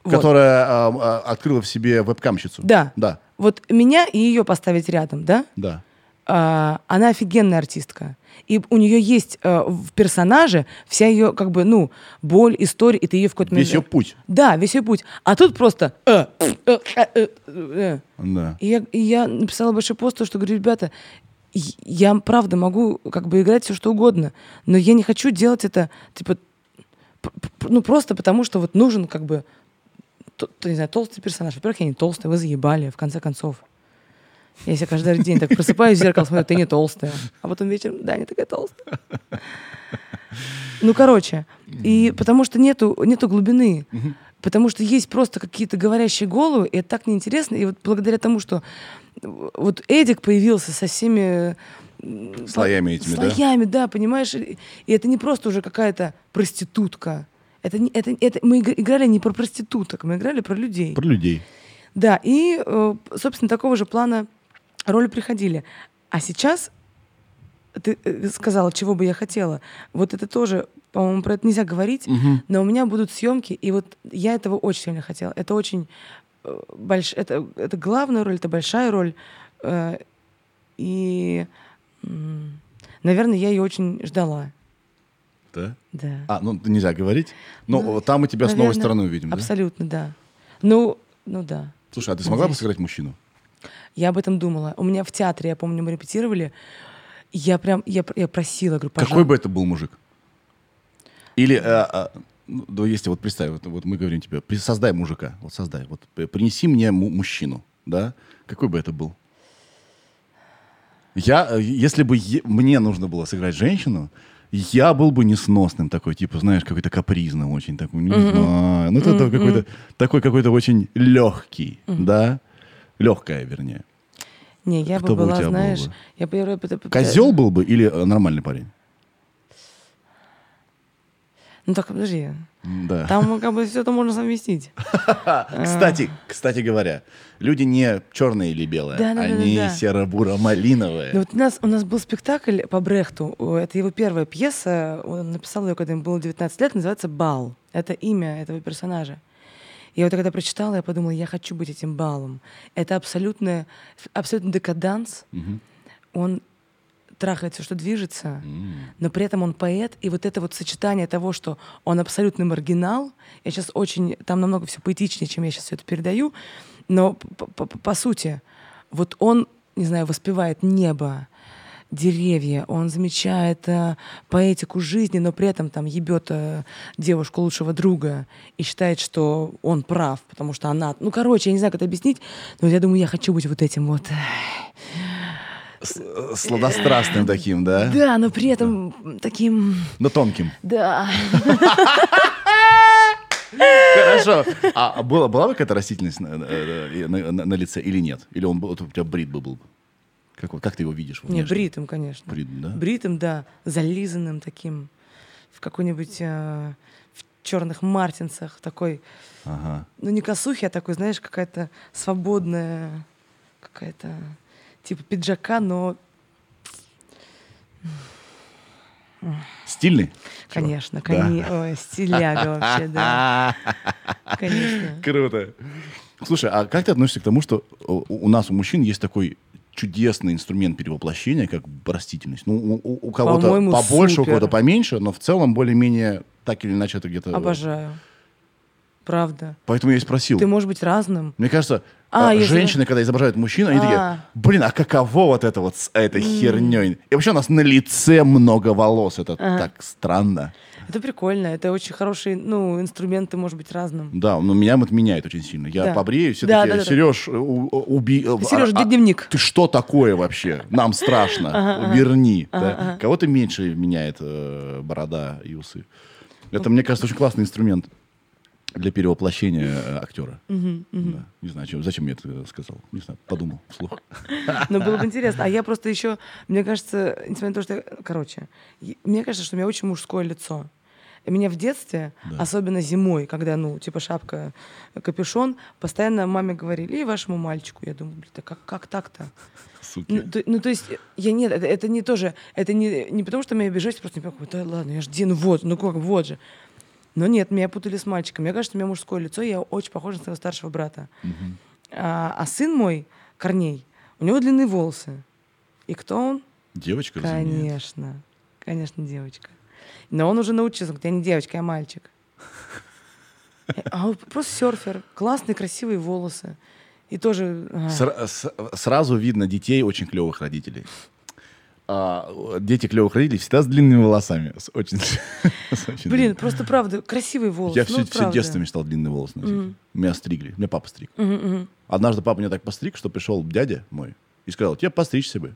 Вот.
Которая а, а, открыла в себе вебкамщицу.
Да.
Да,
Вот меня и ее поставить рядом, да?
да.
А, она офигенная артистка. И у нее есть э, в персонаже вся ее, как бы, ну, боль, история, и ты ее в какой-то
Весь ее
момент...
путь.
Ну Да, весь ее путь. А тут просто... э, э, э, э, э.
Да.
И я, и я написала большой пост, то, что говорю, ребята, и- я правда могу как бы играть все что угодно, но я не хочу делать это, типа, п- п- ну просто потому, что вот нужен как бы, то- то, не знаю, толстый персонаж. Во-первых, я не толстая, вы заебали, в конце концов. Я себя каждый день так просыпаюсь в зеркало, смотрю, ты не толстая. А потом вечером, да, не такая толстая. Ну, короче. И потому что нету, нету глубины. Потому что есть просто какие-то говорящие головы, и это так неинтересно. И вот благодаря тому, что вот Эдик появился со всеми... м,
Слоями
по-
этими, да?
Слоями, да, понимаешь? И и это не просто уже какая-то проститутка. Это, не- это, это, мы игр- играли не про проституток, мы играли про людей.
Про людей.
Да, и, э, собственно, такого же плана роли приходили. А сейчас ты э, сказала, чего бы я хотела. Вот это тоже, по-моему, про это нельзя говорить, но у меня будут съемки, и вот я этого очень сильно хотела. Это очень э, больш... это, это главная роль, это большая роль. э, и, м, наверное, я ее очень ждала.
Да?
Да.
А, ну нельзя говорить. Но
Ну,
э, там мы тебя с новой
Наверное,
стороны увидим, да?
Абсолютно, да. Ну, ну да.
Слушай, а ты смогла бы
Надеюсь.
сыграть мужчину?
Я об этом думала. У меня в театре, я помню, мы репетировали. и Я прям, я, пр- я просила, говорю, пожалуйста.
Какой бы это был мужик? Или, э, а, ну, да, если вот представь, вот, вот мы говорим тебе, при- создай мужика, вот создай, вот п- принеси мне му- мужчину, да? Какой бы это был? Я, э, если бы е- мне нужно было сыграть женщину, я был бы несносным такой, типа, знаешь, какой-то капризный очень такой, не знаю. Ну, это какой-то такой какой-то очень легкий, да? Легкая, вернее.
Не, я
Кто
бы
бы у
была,
тебя был
знаешь,
бы?
я бы... я бы- я бы-
Козел был бы или э, нормальный парень?
Ну так, подожди.
М, Да.
Там как бы все это можно совместить. А.
Кстати, кстати говоря, люди не черные или белые,
Да, да, да, да,
они
да.
серо-буро-малиновые.
Ну вот у нас, у нас был спектакль по Брехту. О, Это его первая пьеса. Он написал ее, когда ему было 19 лет. Называется «Бал». Это имя этого персонажа. Я вот когда прочитала, я подумала, я хочу быть этим балом. Это абсолютно, абсолютно декаданс. Он трахает все, что движется, но при этом он поэт. И вот это вот сочетание того, что он абсолютно маргинал, я сейчас очень, там намного все поэтичнее, чем я сейчас все это передаю, но п- п- п- по сути, вот он, не знаю, воспевает небо, деревья, он замечает э, поэтику жизни, но при этом там ебет э, девушку лучшего друга и считает, что он прав, потому что она... Ну, короче, я не знаю, как это объяснить, но я думаю, я хочу быть вот этим вот...
С- э, Сладострастным таким, да?
Да, но при этом м, таким...
Но тонким.
Да.
Хорошо. А а была, была бы какая-то растительность на, э, э, на- на- на лице или нет? Или он был, вот у тебя брит бы был? бы? Как, вот- как ты его видишь?
Не,
внешне?
бритым, конечно.
Брит, да?
Бритым, да. Зализанным таким. В какой-нибудь... э, в черных мартинцах. Такой...
Ага.
ну не косухи, а такой, знаешь, какая-то свободная, какая-то типа пиджака, но,
Стильный?
конечно, кони... Ой, стиляга вообще, да. Конечно.
Круто. Слушай, а как ты относишься к тому, что э, у, у нас, у мужчин, есть такой чудесный инструмент перевоплощения, как растительность? Ну, у, у- у кого-то
По-моему,
побольше, у
супер.
кого-то поменьше, но в целом более-менее так или иначе это где-то...
Обожаю. Правда.
Поэтому я и спросил.
Ты можешь быть разным.
Мне кажется,
А,
э,
если-
женщины, когда изображают мужчин, они такие,
А.
блин, а каково вот это вот с этой херней? И вообще у нас на лице много волос, это так странно.
Это прикольно, это очень хороший, ну, инструмент, ты можешь быть разным.
Да, но меня это меняет очень сильно. Я
Да.
побрею, все
Да,
такие,
да, да, да.
Сереж, э, у- у- уби... э,
Сереж,
а-
где
а-
дневник?
Ты что такое вообще? Нам страшно. Верни. да. Кого-то меньше меняет э, борода и усы. Это, мне кажется, очень классный инструмент для перевоплощения э, актера. Да. Не знаю, чем- зачем я это э, сказал. Не знаю, подумал вслух.
Но было бы интересно. А я просто еще, мне кажется, несмотря на то, что я, короче, е- мне кажется, что у меня очень мужское лицо. И меня в детстве, особенно зимой, когда, ну, типа шапка, капюшон, постоянно маме говорили, и вашему мальчику. Я думаю, блин, да как, как так-то? Ну
суки.
то, ну, то есть, я нет, это, это не тоже, это не, не потому, что меня обижать, просто не понимаю, да ладно, я же Дин, вот, ну как, вот же. Но нет, меня путали с мальчиком. Мне кажется, у меня мужское лицо, я очень похожа на своего старшего брата. А, а сын мой, Корней, у него длинные волосы. И кто он?
Девочка, разумеется.
Конечно. Конечно, девочка. Но он уже научился. Он говорит, я не девочка, я мальчик. А он просто серфер. Классные, красивые волосы. И тоже... а,
Сра- с- сразу видно детей очень клевых родителей. А, дети клевых родителей всегда с длинными волосами. С очень, с очень
Блин, просто правда, красивые волосы.
Я
ну,
все,
вот правда.
детство мечтал длинные волосы носить. Меня стригли. Меня папа стриг. Однажды папа меня так постриг, что пришел дядя мой и сказал, тебе постричься бы.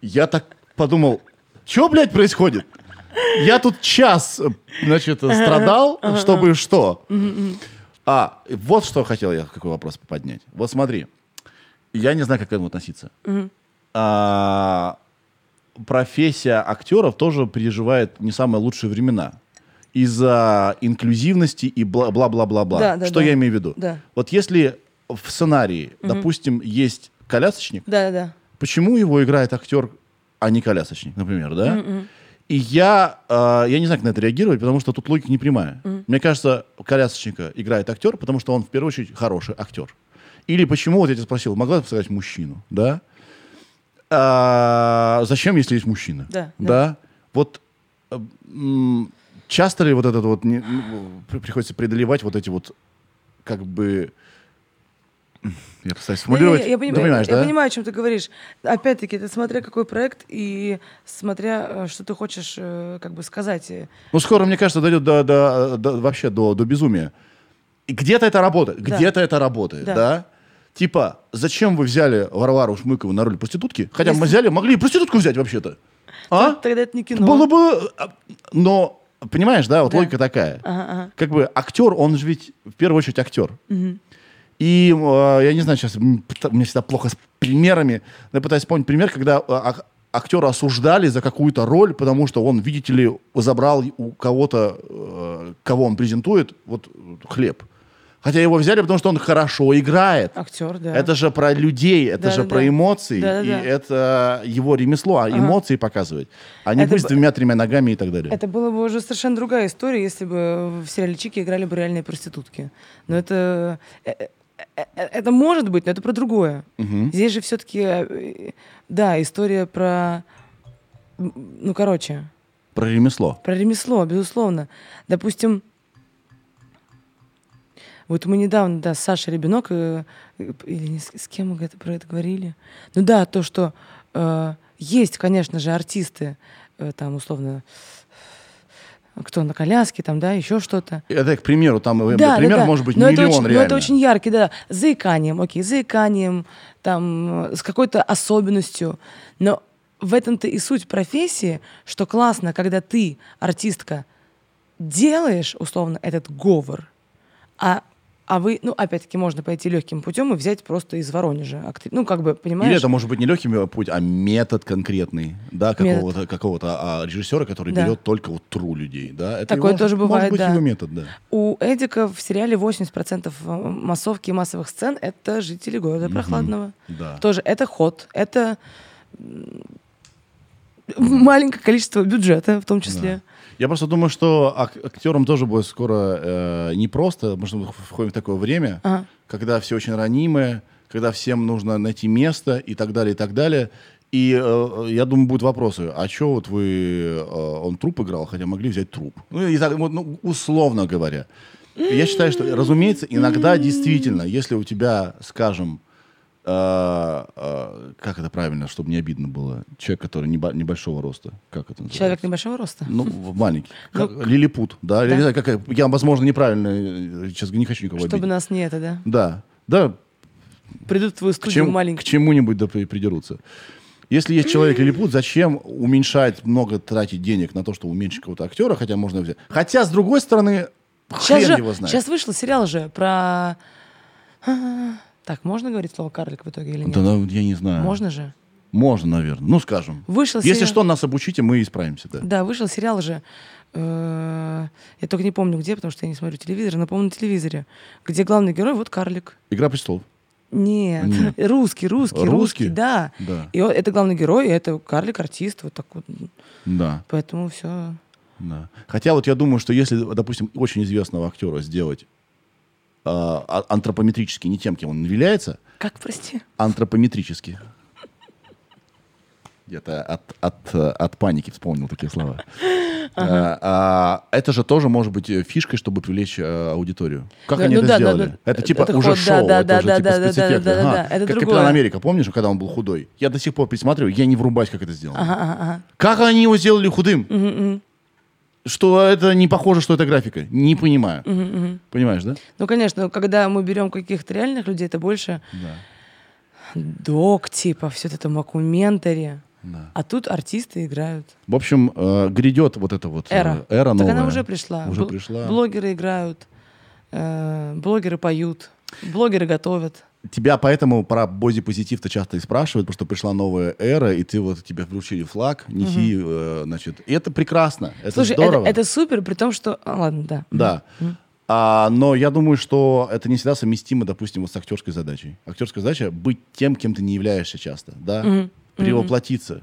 Я так подумал, что, блядь, происходит? Я тут час, э, значит, э, страдал, чтобы что? А, и вот что хотел я, какой вопрос поднять. Вот смотри, я не знаю, как к этому относиться. А, профессия актеров тоже переживает не самые лучшие времена из-за инклюзивности и бла- бла-бла-бла-бла.
Да, да,
что
да.
я имею в виду?
Да.
Вот если в сценарии, допустим, есть колясочник,
Да-да-да.
почему его играет актер, а не колясочник, например, да?
М-м.
И я, э, я не знаю, как на это реагировать, потому что тут логика непрямая. Мне кажется, колясочника играет актер, потому что он в первую очередь хороший актер. Или почему, вот я тебя спросил, могла бы сыграть мужчину, да? А, зачем, если есть мужчина?
Да,
Да. Вот э, м, часто ли вот этот вот не- ну, при- приходится преодолевать вот эти вот как бы я постараюсь сформулировать.
Не-не-не, Ну, Я,
Ты
понимаю,
понимаешь,
я
да?
понимаю, о чем ты говоришь. Опять-таки, это смотря какой проект и смотря, э, что ты хочешь э, как бы сказать. э,
Ну, скоро, мне кажется, дойдет до, до- до- вообще до, до безумия. И где-то это работает,
Да.
где-то это работает,
Да.
да. Типа, зачем вы взяли Варвару Шмыкову на роль проститутки? Хотя мы
Если-
взяли, могли и проститутку взять вообще-то.
то-
А?
Тогда это не кино.
Было бы... а, Но, понимаешь, да, вот
Да.
логика такая.
Ага, ага.
Как бы актер, он же ведь в первую очередь актер. И э, я не знаю, сейчас м, пт- мне всегда плохо с примерами. Но я пытаюсь вспомнить пример, когда э, ак- актера осуждали за какую-то роль, потому что он, видите ли, забрал у кого-то, э, кого он презентует, вот э, хлеб. Хотя его взяли, потому что он хорошо играет.
Актер, да.
Это же про людей, это
Да,
же
да,
про
да.
эмоции,
Да, да,
и
да.
это его ремесло, а эмоции показывать. А не
Это
быть с
б-
двумя-тремя ногами и так далее.
Это была бы уже совершенно другая история, если бы в сериале Чики играли бы реальные проститутки. Но это... э, э, э, Это может быть, но это про другое. Здесь же все-таки, да, история про... м, Ну, короче,
Про ремесло.
Про ремесло, безусловно. Допустим, вот мы недавно, да, с Сашей Ребенок, э, э, или не с, с кем мы это- про это говорили? Ну да, то, что э, есть, конечно же, артисты, э, там, условно, кто на коляске, там, да, еще что-то.
Это, к примеру, там э,
Да, да,
пример
да.
может быть
Но это
миллион
очень-
реально.
Но это очень яркий, да. С заиканием, окей, с заиканием, там, э, с какой-то особенностью. Но в этом-то и суть профессии, что классно, когда ты, артистка, делаешь, условно, этот говор, а, а вы, ну, опять-таки, можно пойти легким путем и взять просто из Воронежа. актри- Ну, как бы, понимаешь?
Или это может быть не легкий путь, а метод конкретный, да,
Метод.
какого-то какого-то а, режиссера, который
Да.
берет только вот тру людей, да. Это
Такое
его,
тоже
может
бывает,
быть,
да.
его метод, да.
У Эдика в сериале 80% массовки и массовых сцен — это жители города Прохладного.
Да.
Тоже это ход, это м, маленькое количество бюджета в том числе.
Я просто думаю, что ак- актерам тоже будет скоро э, непросто, потому что мы входим в такое время,
Ага.
когда все очень ранимое, когда всем нужно найти место и так далее, и так далее. И э, я думаю, будут вопросы, а что вот вы, э, он труп играл, хотя могли взять труп? Ну, и так, вот, ну, условно говоря. Я считаю, что, разумеется, иногда действительно, если у тебя, скажем, э, э, как это правильно, чтобы не обидно было, человек, который неба- небольшого роста, как это называется?
Человек небольшого роста.
Ну, в- маленький. Как- Ну, Лилипут, да? Я, не знаю, как, я, возможно, неправильно, э, сейчас не хочу никого
Чтобы
обидеть.
нас не это, да.
Да, да,
Придут в твою
к,
студию
чем-
маленькие.
к чему-нибудь да при- придерутся. Если есть человек лилипут, зачем уменьшать, много тратить денег на то, что уменьшить какого-то актера, хотя можно взять. Хотя, с другой стороны,
Сейчас,
хрен
же,
его знает.
сейчас вышел сериал же про... А, Так, можно говорить слово «карлик» в итоге или нет?
Да, ну, я не знаю.
Можно же?
Можно, наверное. Ну, скажем.
Вышел
Если
сериал-
что, нас обучите, мы исправимся, да.
Да, вышел сериал же. э, Я только не помню где, потому что я не смотрю телевизор, но помню на телевизоре, где главный герой вот карлик.
Игра престолов.
Нет,
Нет.
русский, русский,
Русский?
русский, да.
Да.
И он- это главный герой, и это карлик, артист, вот так вот.
Да.
Поэтому все.
Да. Хотя вот я думаю, что если, допустим, очень известного актера сделать а, а- антропометрически не тем, кем он является,
Как, прости?
антропометрически. Где-то от, от, э, от паники вспомнил такие слова. А, а, Это же тоже может быть э, фишкой, чтобы привлечь э, аудиторию. Как
Ну,
они
ну
это
да,
сделали?
да, да.
Это типа
Это
уже
ход, да,
шоу,
да,
это
да,
уже
да,
типа
да, да,
спецэффекты.
да, да,
Ага.
да, это
Как
другое.
Капитан Америка, помнишь, когда он был худой? Я до сих пор пересматриваю, я не врубаюсь, как это сделано.
Ага, ага, ага.
Как они его сделали худым? Что это не похоже, что это графика. Не понимаю. Понимаешь, да?
Ну, конечно, когда мы берем каких-то реальных людей, это больше
Да.
док, типа, все это макументари. А тут артисты играют.
В общем, э, грядет вот эта вот э,
Эра.
эра
так
новая.
она уже пришла.
Уже
Бл-
пришла.
Блогеры играют, э, блогеры поют, блогеры готовят.
Тебя поэтому про бодипозитив-то часто и спрашивают, потому что пришла новая эра, и ты вот тебе вручили флаг, неси, э, значит. И это прекрасно, это
Слушай, это-
здорово.
Это, супер, при том, что... а, ладно, да.
Да. А, но я думаю, что это не всегда совместимо, допустим, вот с актерской задачей. Актерская задача — быть тем, кем ты не являешься часто, да? Перевоплотиться.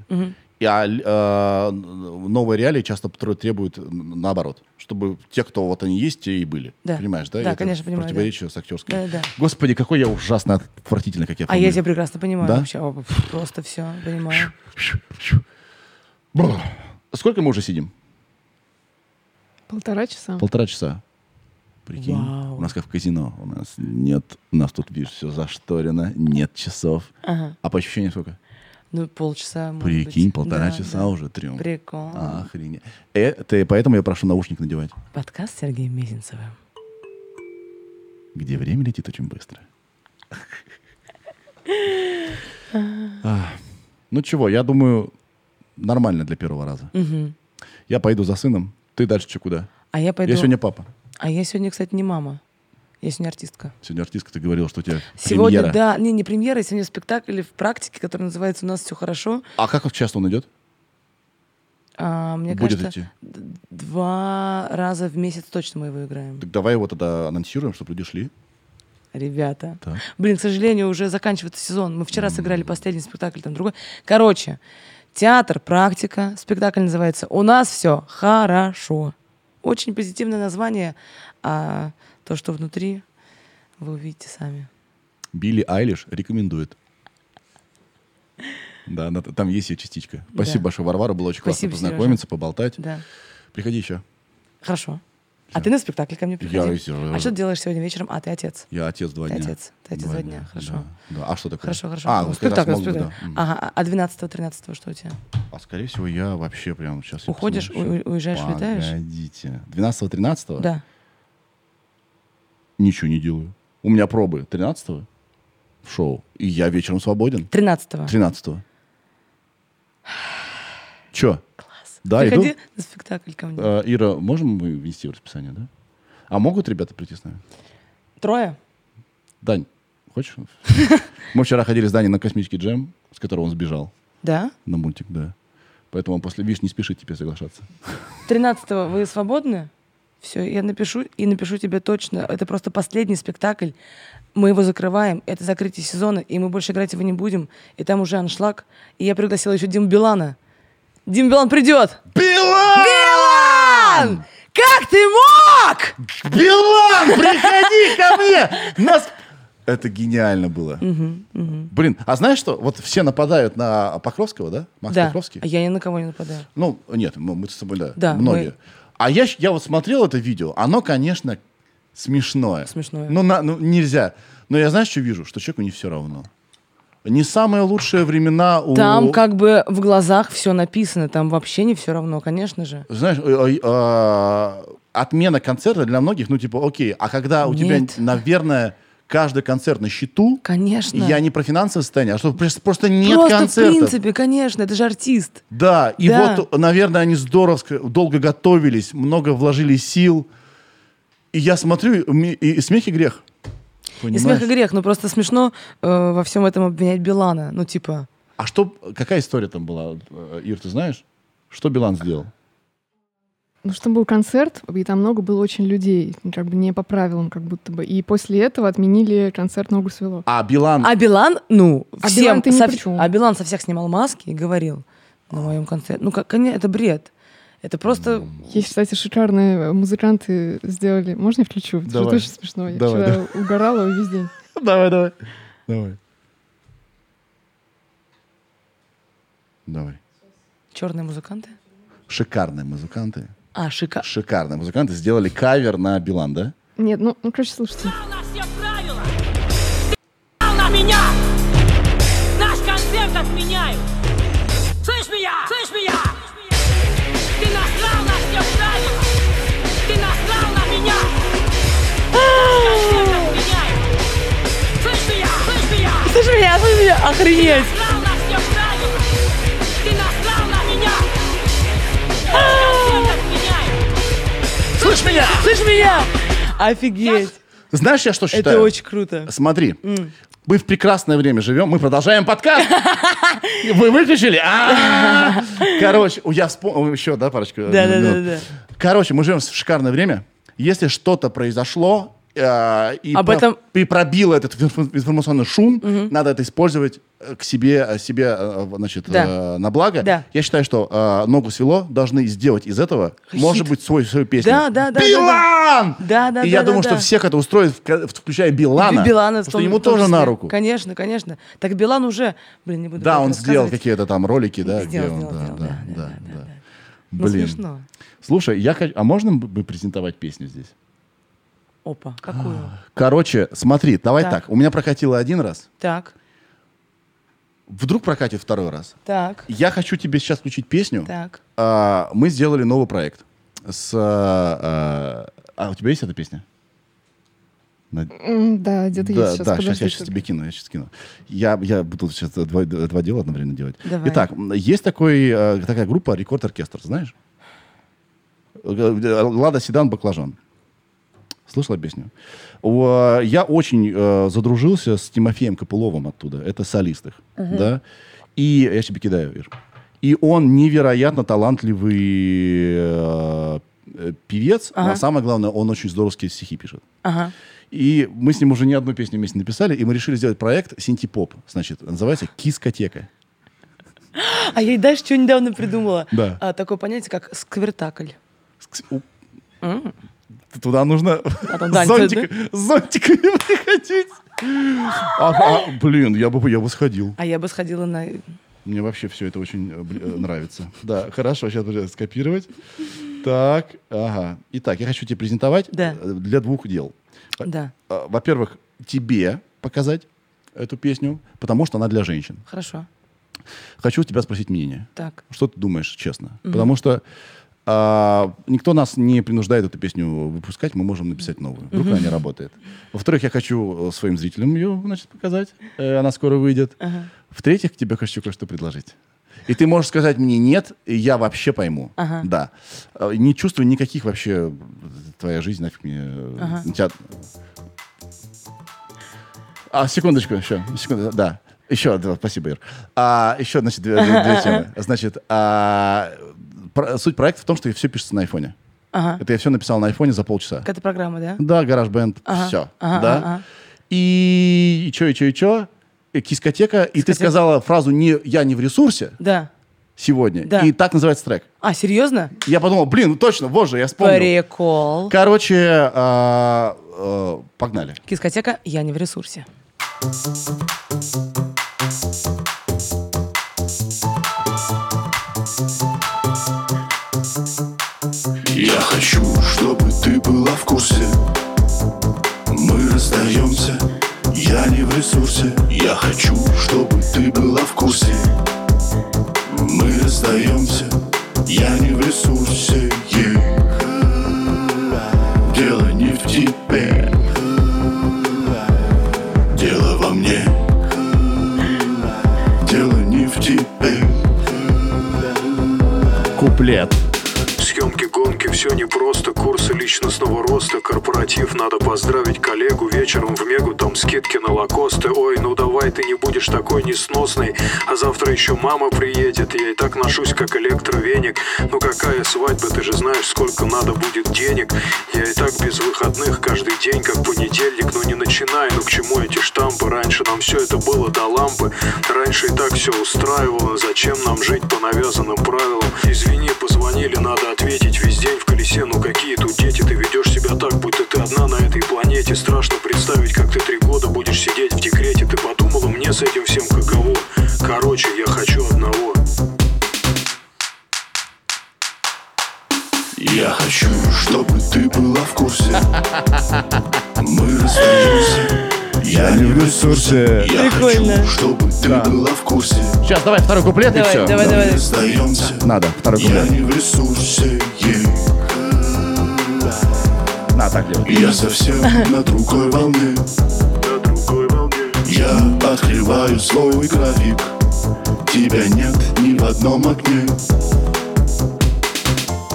И, а, л- а, н- новые реалии часто тр- требуют н- наоборот, чтобы те, кто вот они есть, те и были.
Да.
Понимаешь, да?
Да,
И это
конечно, понимаю, да.
Противоречие с актерской.
Да-да-да.
Господи, какой я ужасно отвратительный, как я
А я тебя прекрасно понимаю
Да?
вообще. О, пф, Просто все, понимаю.
Бррр. Сколько мы уже сидим?
Полтора часа.
Полтора часа. Прикинь,
Вау.
у нас как в казино. У нас нет, у нас тут, видишь, все зашторено, нет часов.
Ага.
А по ощущениям сколько?
Ну, полчаса, может
Прикинь,
быть.
полтора
Да,
часа А.
да.
уже трем.
Прикол.
Охренеть. Э, ты- поэтому я прошу наушник надевать.
Подкаст с Сергеем Мезенцевым.
Где время летит очень быстро. А, Ну чего, я думаю, нормально для первого раза. Я пойду за сыном. Ты дальше че куда?
А я пойду...
Я сегодня папа.
А я сегодня, кстати, не мама. Я сегодня артистка.
Сегодня артистка, ты говорила, что у тебя
Сегодня,
премьера.
да, не, не премьера, сегодня спектакль в практике, который называется «У нас все хорошо».
А как часто он идет?
А, мне
Будет
кажется,
идти?
д- два раза в месяц точно мы его играем.
Так давай его тогда анонсируем, чтобы люди шли.
Ребята.
Так.
Блин, к сожалению, уже заканчивается сезон. Мы вчера сыграли последний спектакль, там другой. Короче, театр, практика. Спектакль называется «У нас все хорошо». Очень позитивное название, а то, что внутри, вы увидите сами.
Билли Айлиш рекомендует. Да, она- там есть ее частичка. Спасибо
Да.
большое, Варвара. Было очень
Спасибо,
классно
Сережа.
познакомиться, поболтать.
Да.
Приходи еще.
Хорошо. А ты на спектакль ко мне приходи.
и сижу.
А что ты делаешь сегодня вечером? А, ты отец.
Я отец два
Ты
дня.
отец. Ты отец два дня. Хорошо.
Да, да. А что такое?
Хорошо, хорошо.
А,
Ну,
вот как раз
спектакль,
мог бы,
спектакль.
да. М.
Ага, а 12-13 что у тебя?
А скорее всего, я вообще прям сейчас... я
Уходишь,
посмотрю.
у- у- уезжаешь, улетаешь?
Погодите. 12-13?
Да.
Ничего не делаю. У меня пробы 13 в шоу. И я вечером свободен.
13-го.
13 Че?
Класс.
Да,
Приходи
иду.
на спектакль ко мне.
Э, Ира, можем мы внести в расписание, да? А могут ребята прийти с нами?
Трое?
Дань, хочешь? Мы вчера ходили с Даней на космический джем, с которого он сбежал
Да.
на мультик, да. Поэтому после, видишь, не спешит теперь соглашаться.
13-го вы свободны? Все, я напишу и напишу тебе точно. Это просто последний спектакль. Мы его закрываем. Это закрытие сезона, и мы больше играть его не будем. И там уже аншлаг. И я пригласила еще Диму Билана. Дим Билан придет!
Билан!
Билан! Как ты мог?
Билан, приходи ко мне! Нас... Это гениально было. Блин, а знаешь что? Вот все нападают на Покровского, да? Макс
да.
Покровский?
А я ни на кого не нападаю.
Ну, нет, мы, мы с тобой, да,
Да,
многие.
мы-
А я, щ- я вот смотрел это видео, оно, конечно, смешное.
Смешное.
Ну, на- ну, нельзя. Но я знаешь, что вижу? Что человеку не все равно. Не самые лучшие времена у...
Там как бы в глазах все написано, там вообще не все равно, конечно же.
Знаешь, э, э, э, отмена концерта для многих, ну, типа, окей. А когда у тебя,
Нет.
наверное, каждый концерт на счету,
Конечно.
я не про финансовое состояние, а что просто, просто нет
Просто
концертов.
в принципе, конечно, это же артист.
Да, и
Да.
вот, наверное, они здорово ск- долго готовились, много вложили сил. И я смотрю, и мне- и, и смех и грех.
И смех и грех, но просто смешно э, во всем этом обвинять Билана. Ну, типа,
А что, какая история там была, Э, Ир, ты знаешь? Что Билан сделал?
Ну, что был концерт, и там много было очень людей, как бы не по правилам, как будто бы. И после этого отменили концерт «Ногу свело».
А Билан...
А Билан, ну,
А
всем...
Билан-то ни
со,
при чём.
а Билан со всех снимал маски и говорил на моем концерте. Ну, как, коне- это бред. Это просто...
Есть, кстати, шикарные э, музыканты сделали. Можно я включу? Это
Давай.
что-то очень смешно. Я
Давай,
вчера угорала весь день.
Давай, давай. Давай. Давай.
Черные музыканты.
Шикарные музыканты.
А, шика...
Шикарные музыканты сделали кавер на Билан, да?
Нет, ну, ну, короче, слушайте.
на все правила! Ты на меня! Наш концерт отменяют! Слышь меня! Слышь меня! Ты насрал на все правила! Ты насрал на меня! Наш концерт отменяют! Слышь меня! Слышь меня!
Ты же меня, ты меня, охренеть!
насрал на все правила! Ты насрал на меня! Наш концерт отменяют!
Слышь меня!
Слышь меня! Офигеть!
Знаешь, я что
Это
считаю?
очень круто.
Смотри, мы в прекрасное время живем, мы продолжаем подкаст. Вы выключили? А-а-а. Короче, у- я вспомнил еще, да, парочку?
да,
минут?
да, да.
Короче, мы живем в шикарное время. Если что-то произошло, э, и,
Об
про-
этом-
и пробило этот инф- информационный шум, надо это использовать э, к себе, э, себе э, значит,
Да.
э, на благо.
Да.
Я считаю, что э, «Ногу свело» должны сделать из этого, может быть, свой, свою песню.
Да, да, да, да, да.
«Билан!»
Да, да,
И
да,
я
да,
думаю,
да.
что всех это устроит, вк- включая Билана.
И Билана в
потому что
том-
ему
в том
тоже
числе.
на руку.
Конечно, конечно. Так Билан уже... Блин, не буду
Да,
про это
он сделал
рассказывать.
какие-то там ролики, да,
Сделал,
где он,
сделал,
да,
сделал,
да,
да,
да,
да,
да.
да. Ну,
Блин.
смешно.
Слушай, я хочу. А можно бы презентовать песню здесь? А.
Опа, какую?
Короче, смотри, давай так.
Так.
У меня прокатило один раз,
Так,
вдруг прокатит второй раз.
так,
Я хочу тебе сейчас включить песню.
так.
А, мы сделали новый проект с. А, а, у тебя есть эта песня? Над-
М, Да, где-то
да,
есть. Сейчас
да,
подожди
сейчас я сейчас
только.
тебе кину, я сейчас кину. Я, я буду сейчас два, два дела одновременно делать.
Давай.
Итак, м, есть такой, э, такая группа Рекорд Оркестр, знаешь? Э, э, Лада Седан Баклажан. Слышала песню? У, э, Я очень э, задружился с Тимофеем Копыловым оттуда. Это солист их. Да? И я тебе кидаю, Ир. И он невероятно талантливый э, э, певец.
Ага.
А самое главное, он очень здоровские стихи пишет.
Ага.
И мы с ним уже не одну песню вместе написали, и мы решили сделать проект синтепоп. Значит, называется «Кискотека».
А я и дальше что недавно придумала.
Да.
А, такое понятие, как сквертакль.
Ск- у- Туда нужно
там Дань,
зонтик- зонтиками приходить. А, а, блин, я бы, я бы сходил.
А я бы сходила на...
Мне вообще все это очень э, бл- э, нравится. Да, хорошо, сейчас нужно скопировать. Так, ага. Итак, я хочу тебе презентовать
Да.
э, для двух дел.
Да,
Э, Во-первых, тебе показать эту песню, потому что она для женщин.
хорошо.
Хочу у тебя спросить мнение.
Так.
Что ты думаешь, честно? Потому что а, никто нас не принуждает эту песню выпускать, мы можем написать новую. Вдруг она не работает. Во-вторых, я хочу э, своим зрителям ее, значит, показать. Э, она скоро выйдет. В-третьих, тебе хочу кое-что предложить. И ты можешь сказать мне нет, и я вообще пойму.
Ага.
Да. Э, Не чувствую никаких вообще э, твоя жизнь, нафиг мне. э,
Ага.
тебя- а, секундочку, еще, секунду, да. Еще, да, спасибо, Ир. А, еще, значит, две, две- две темы. Значит, а, про- суть проекта в том, что все пишется на айфоне.
Ага.
Это я все написал на айфоне за полчаса.
Какая-то программа, да?
Да, GarageBand,
Ага,
все.
ага,
да?
ага.
И, и что, и что, и что? Кискотека. И ты
Кискотека.
сказала фразу «не, «Я не в ресурсе
Да.
сегодня».
Да.
И так называется трек.
А, серьезно?
Я подумал, блин, ну точно, вот же, я вспомнил.
Прикол.
Короче, а, а, погнали.
Кискотека «Я не в ресурсе».
Я хочу, чтобы ты была в курсе Мы расстаемся, я не в ресурсе Я хочу, чтобы ты была в курсе Мы расстаемся, я не в ресурсе Yeah. Дело не в тебе Дело во мне Дело не в тебе
Куплет.
с
съемки, гонки, все непросто Курсы личностного роста, корпоратив Надо поздравить коллегу вечером в Мегу Там скидки на лакосты Ой, ну давай ты не будешь такой несносной А завтра еще мама приедет Я и так ношусь, как электровеник Ну какая свадьба, ты же знаешь, сколько надо будет денег Я и так без выходных каждый день, как понедельник Ну не начинай, ну к чему эти штампы Раньше нам все это было до лампы Раньше и так все устраивало Зачем нам жить по навязанным правилам? Извини, позвонили, надо ответить Весь день в колесе, ну какие тут дети Ты ведешь себя так, будто ты одна на этой планете Страшно представить, как ты три года будешь сидеть в декрете Ты подумала, мне с этим всем каково? Короче, я хочу одного
Я хочу, чтобы ты была в курсе Мы расстаемся Я не в ресурсе Я хочу,
Прикольно.
чтобы ты была в курсе
Сейчас, давай второй куплет и
Давай,
все.
давай, давай.
Сдаемся
Надо, второй
Я
куплет.
не в ресурсе е.
На, так делай.
Я совсем на другой волне
На другой волне
Я открываю свой график Тебя нет ни в одном окне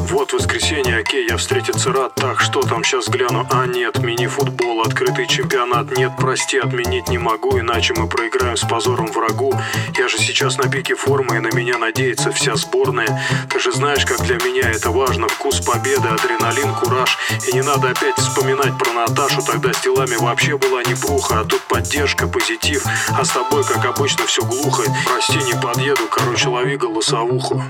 Вот воскресенье, окей, я встретиться рад Так, что там сейчас гляну? А нет, мини-футбол, открытый чемпионат Нет, прости, отменить не могу Иначе мы проиграем с позором врагу Я же сейчас на пике формы И на меня надеется вся сборная Ты же знаешь, как для меня это важно Вкус победы, адреналин, кураж И не надо опять вспоминать про Наташу Тогда с делами вообще была неплохо А тут поддержка, позитив А с тобой, как обычно, все глухо Прости, не подъеду, короче, лови голосовуху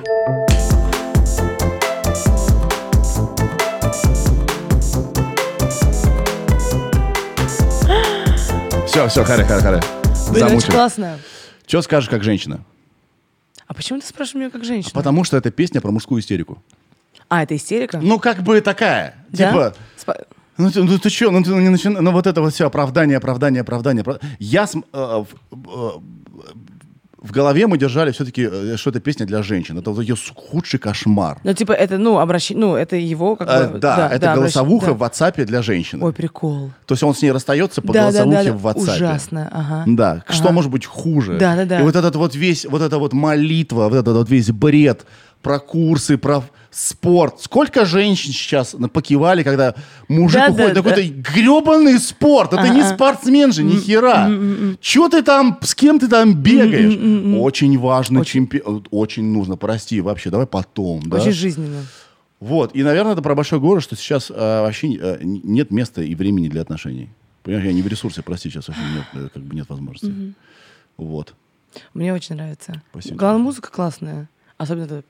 Все, все, харе, харе, харе.
Блин, очень
Замучил.
классно.
Че скажешь как женщина?
А почему ты спрашиваешь меня как женщину?
Потому что эта песня про мужскую истерику.
А, это истерика?
Ну, как бы такая.
Да?
Типа,
Спа-
ну ты, ну ты чё, ну ты не начина- ну вот это вот все оправдание, оправдание, оправдание. оправ- Я см- э, в, э, в голове мы держали все-таки, что это песня для женщин. Это вот ее худший кошмар.
Ну, типа, это, ну, обращение, ну, это его как
Э,
бы...
да, это
обращ-
голосовуха
да.
в WhatsApp для женщины.
Ой, прикол.
То есть он с ней расстается по
Да, да, да,
голосовухе
да.
в WhatsApp.
Ужасно, ага.
Да,
Ага.
что может быть хуже?
Да, да, да.
И вот этот вот весь, вот эта вот молитва, вот этот вот весь бред про курсы, про спорт. Сколько женщин сейчас на- покивали, когда мужик
Да,
уходит,
да,
такой-то гребаный спорт, это не спортсмен же, ни хера. Че ты там, с кем ты там бегаешь? Очень важно, чемпи- э, очень нужно, прости, вообще, давай потом, да?
Очень жизненно.
Вот, и, наверное, это про большой город, что сейчас э, вообще э, н- нет места и времени для отношений. Понимаешь, я не в ресурсе, прости, сейчас вообще нет, э, как бы нет возможности. Вот.
Мне очень нравится.
Спасибо.
Главное, музыка классная. Особенно это...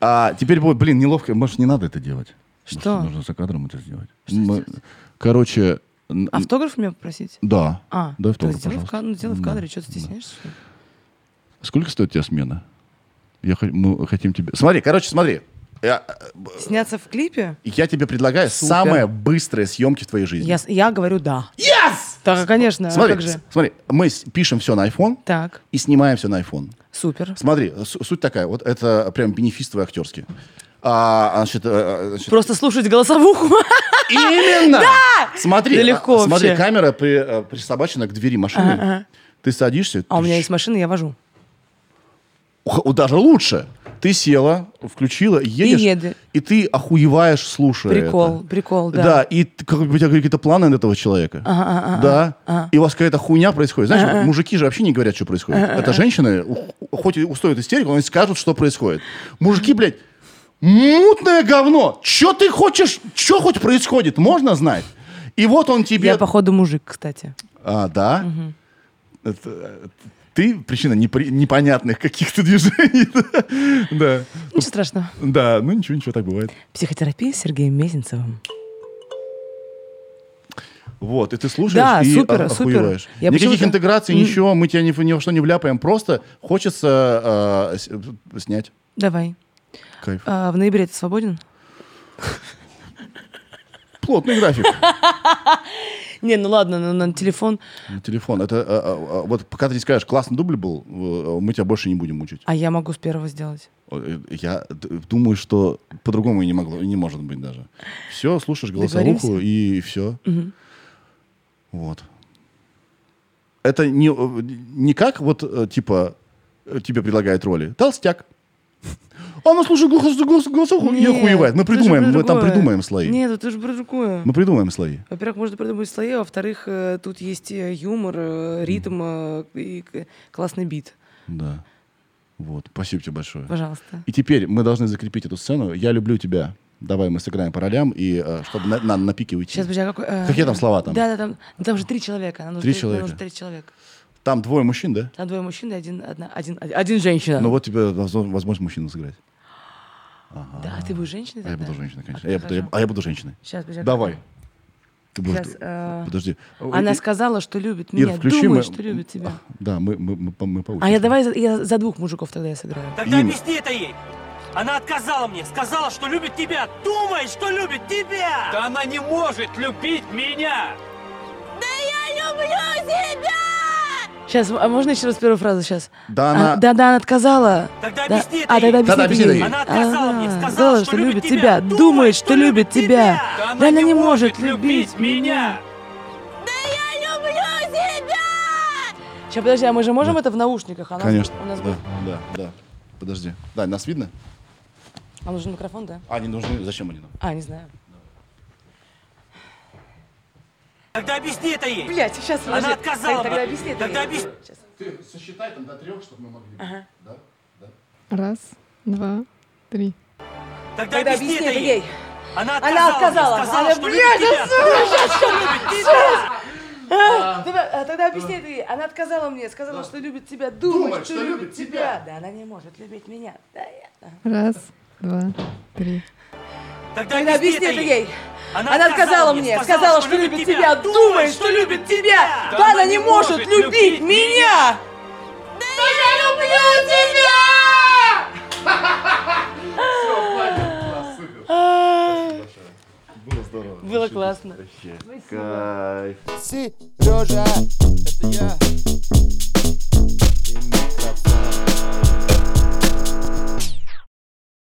А теперь будет, блин, неловко, может, не надо это делать? Может,
Что?
нужно за кадром это сделать. Мы- короче, н-
а, Автограф меня попросить?
да.
А,
Дай
то
автограф,
сделай в, ка-
пожалуйста.
ну, сделай в
Да,
кадре, что ты
да.
стесняешься? что ли?
Сколько стоит тебе смена? Я, хо- мы хотим тебе... Смотри, короче, смотри. Я,
Сняться в клипе?
я тебе предлагаю
Супер.
самые быстрые съемки в твоей жизни.
Я, с- я говорю да. Yes! Так, конечно, а
Смотри,
как же?
с- смотри, мы с- пишем все на iPhone
Так,
и снимаем все на iPhone.
супер.
Смотри, с- суть такая, вот это прям бенефис твой актерский. А, значит, э, э, значит,
Просто слушать голосовуху.
Именно! Да! Смотри,
Да легко
а, смотри,
вообще.
камера при, э, присобачена к двери машины. Ты садишься.
А у
ты
меня
щ-
есть машина, я вожу.
Х- о, Даже лучше. Ты села, включила, едешь.
еду.
и ты охуеваешь, слушая
Прикол,
это.
прикол, да.
и ты- как бы у тебя какие-то планы на этого человека. да. И у вас какая-то хуйня происходит. Знаешь, мужики же вообще не говорят, что происходит. Это женщины, у- хоть и устроят истерику, но они скажут, что происходит. Мужики, блядь, мутное говно. Че ты хочешь? Че хоть происходит? Можно знать? И вот он тебе...
Я, походу, мужик, кстати.
А, да? Это, э, ты причина непри- непонятных каких-то движений. да.
Ничего страшного.
Да, ну ничего, ничего, так бывает.
Психотерапия с Сергеем Мезенцевым.
Вот, и ты слушаешь
Да,
и
супер,
о-
супер.
охуеваешь.
Я
Никаких
почему-то-
интеграций, ничего, мы тебя ни, в- ни во что не вляпаем, просто хочется э, с- э, снять.
Давай.
Кайф.
А, в ноябре ты свободен?
Плотный график
Не, ну ладно, ну, на телефон.
на телефон. Это э, э, э, вот пока ты не скажешь, классный дубль был, э, мы тебя больше не будем мучить.
А я могу с первого сделать.
Э, Я д- думаю, что по-другому и не могло, и не может быть даже. Все, слушаешь голосовуху
Договоримся?
и все. Вот. Это не, э, не как вот э, типа э, тебе предлагают роли. Толстяк. Она слушает глухо, глухо, голосовуху и
Нет,
охуевает. Ну, Мы
это же
придумаем,
про
мы там
другое.
придумаем слои.
Нет, это же про другое.
Мы придумаем слои.
Во-первых, можно придумать слои, а во-вторых, э, тут есть э, юмор, э, ритм э, и к- классный бит.
Да. Вот. Спасибо тебе большое.
Пожалуйста.
И теперь мы должны закрепить эту сцену. Я люблю тебя. Давай мы сыграем по ролям, и э, чтобы на, на- на пике уйти.
Сейчас, подожди, а какой... э,
Какие там слова там?
Да, да, там, ну, там же три человека. нам нужно
Три
нам
человека.
нужно три человека.
Там двое мужчин, да?
Там двое мужчин и один, одна, один, один, один женщина.
Ну вот тебе возможно- возможность мужчину сыграть.
да, ты будешь женщиной
А я
тогда?
буду женщиной, конечно.
А,
А я буду- я-
хорошо.
А я буду женщиной.
Сейчас, подожди. а
Давай.
как
Ты будешь-
Сейчас, э,
Подожди.
там? Она
И-
сказала, что любит
Ир,
меня.
включи
Думает,
мы-
что любит тебя.
Да, мы, мы, мы, по- мы поучимся.
А я давай за, я за двух мужиков тогда я сыграю.
Тогда
Ин.
объясни это ей. Она отказала мне, сказала, что любит тебя. Думай, что любит тебя. Да она не может любить меня.
Сейчас, а можно еще раз первую фразу сейчас?
Да,
А,
она...
да, да, она отказала.
Тогда
Да.
объясни это
А,
ей.
тогда
Тогда
объясни
объясни
это ей.
это
Она отказала мне,
Она
сказала,
сказала, А, что любит тебя, думает, что любит тебя. Да она не может любить меня. Сейчас, подожди, а мы же можем это в наушниках? А нас-
Конечно.
У нас
да,
будет-
да, да. Подожди. Да, нас видно?
А нужен микрофон, да?
А, не нужны. Зачем они нам?
А, не знаю.
Тогда объясни это ей.
Блять, сейчас
Она отказала
Тогда
мне.
объясни это
Тогда
ей.
объясни.
Ты сосчитай там до трех, чтобы мы могли.
Раз, два, три.
Тогда
Тогда
объясни это ей. Она
Она отказала.
отказала. мне,
Она,
Сказала, что любит
блядь,
тебя.
Давай, а, Тогда объясни это ей. Она отказала мне, сказала, что любит тебя, думает, что любит тебя. Да, она не может любить меня. Да, я- да.
Раз, два, три.
Тогда объясни это ей.
Она,
Она отказала мне, сказала, что любит тебя, думает, что любит тебя. Да, она не может любить меня.
Было здорово.
Было классно.
Кайф.
Сережа, это я.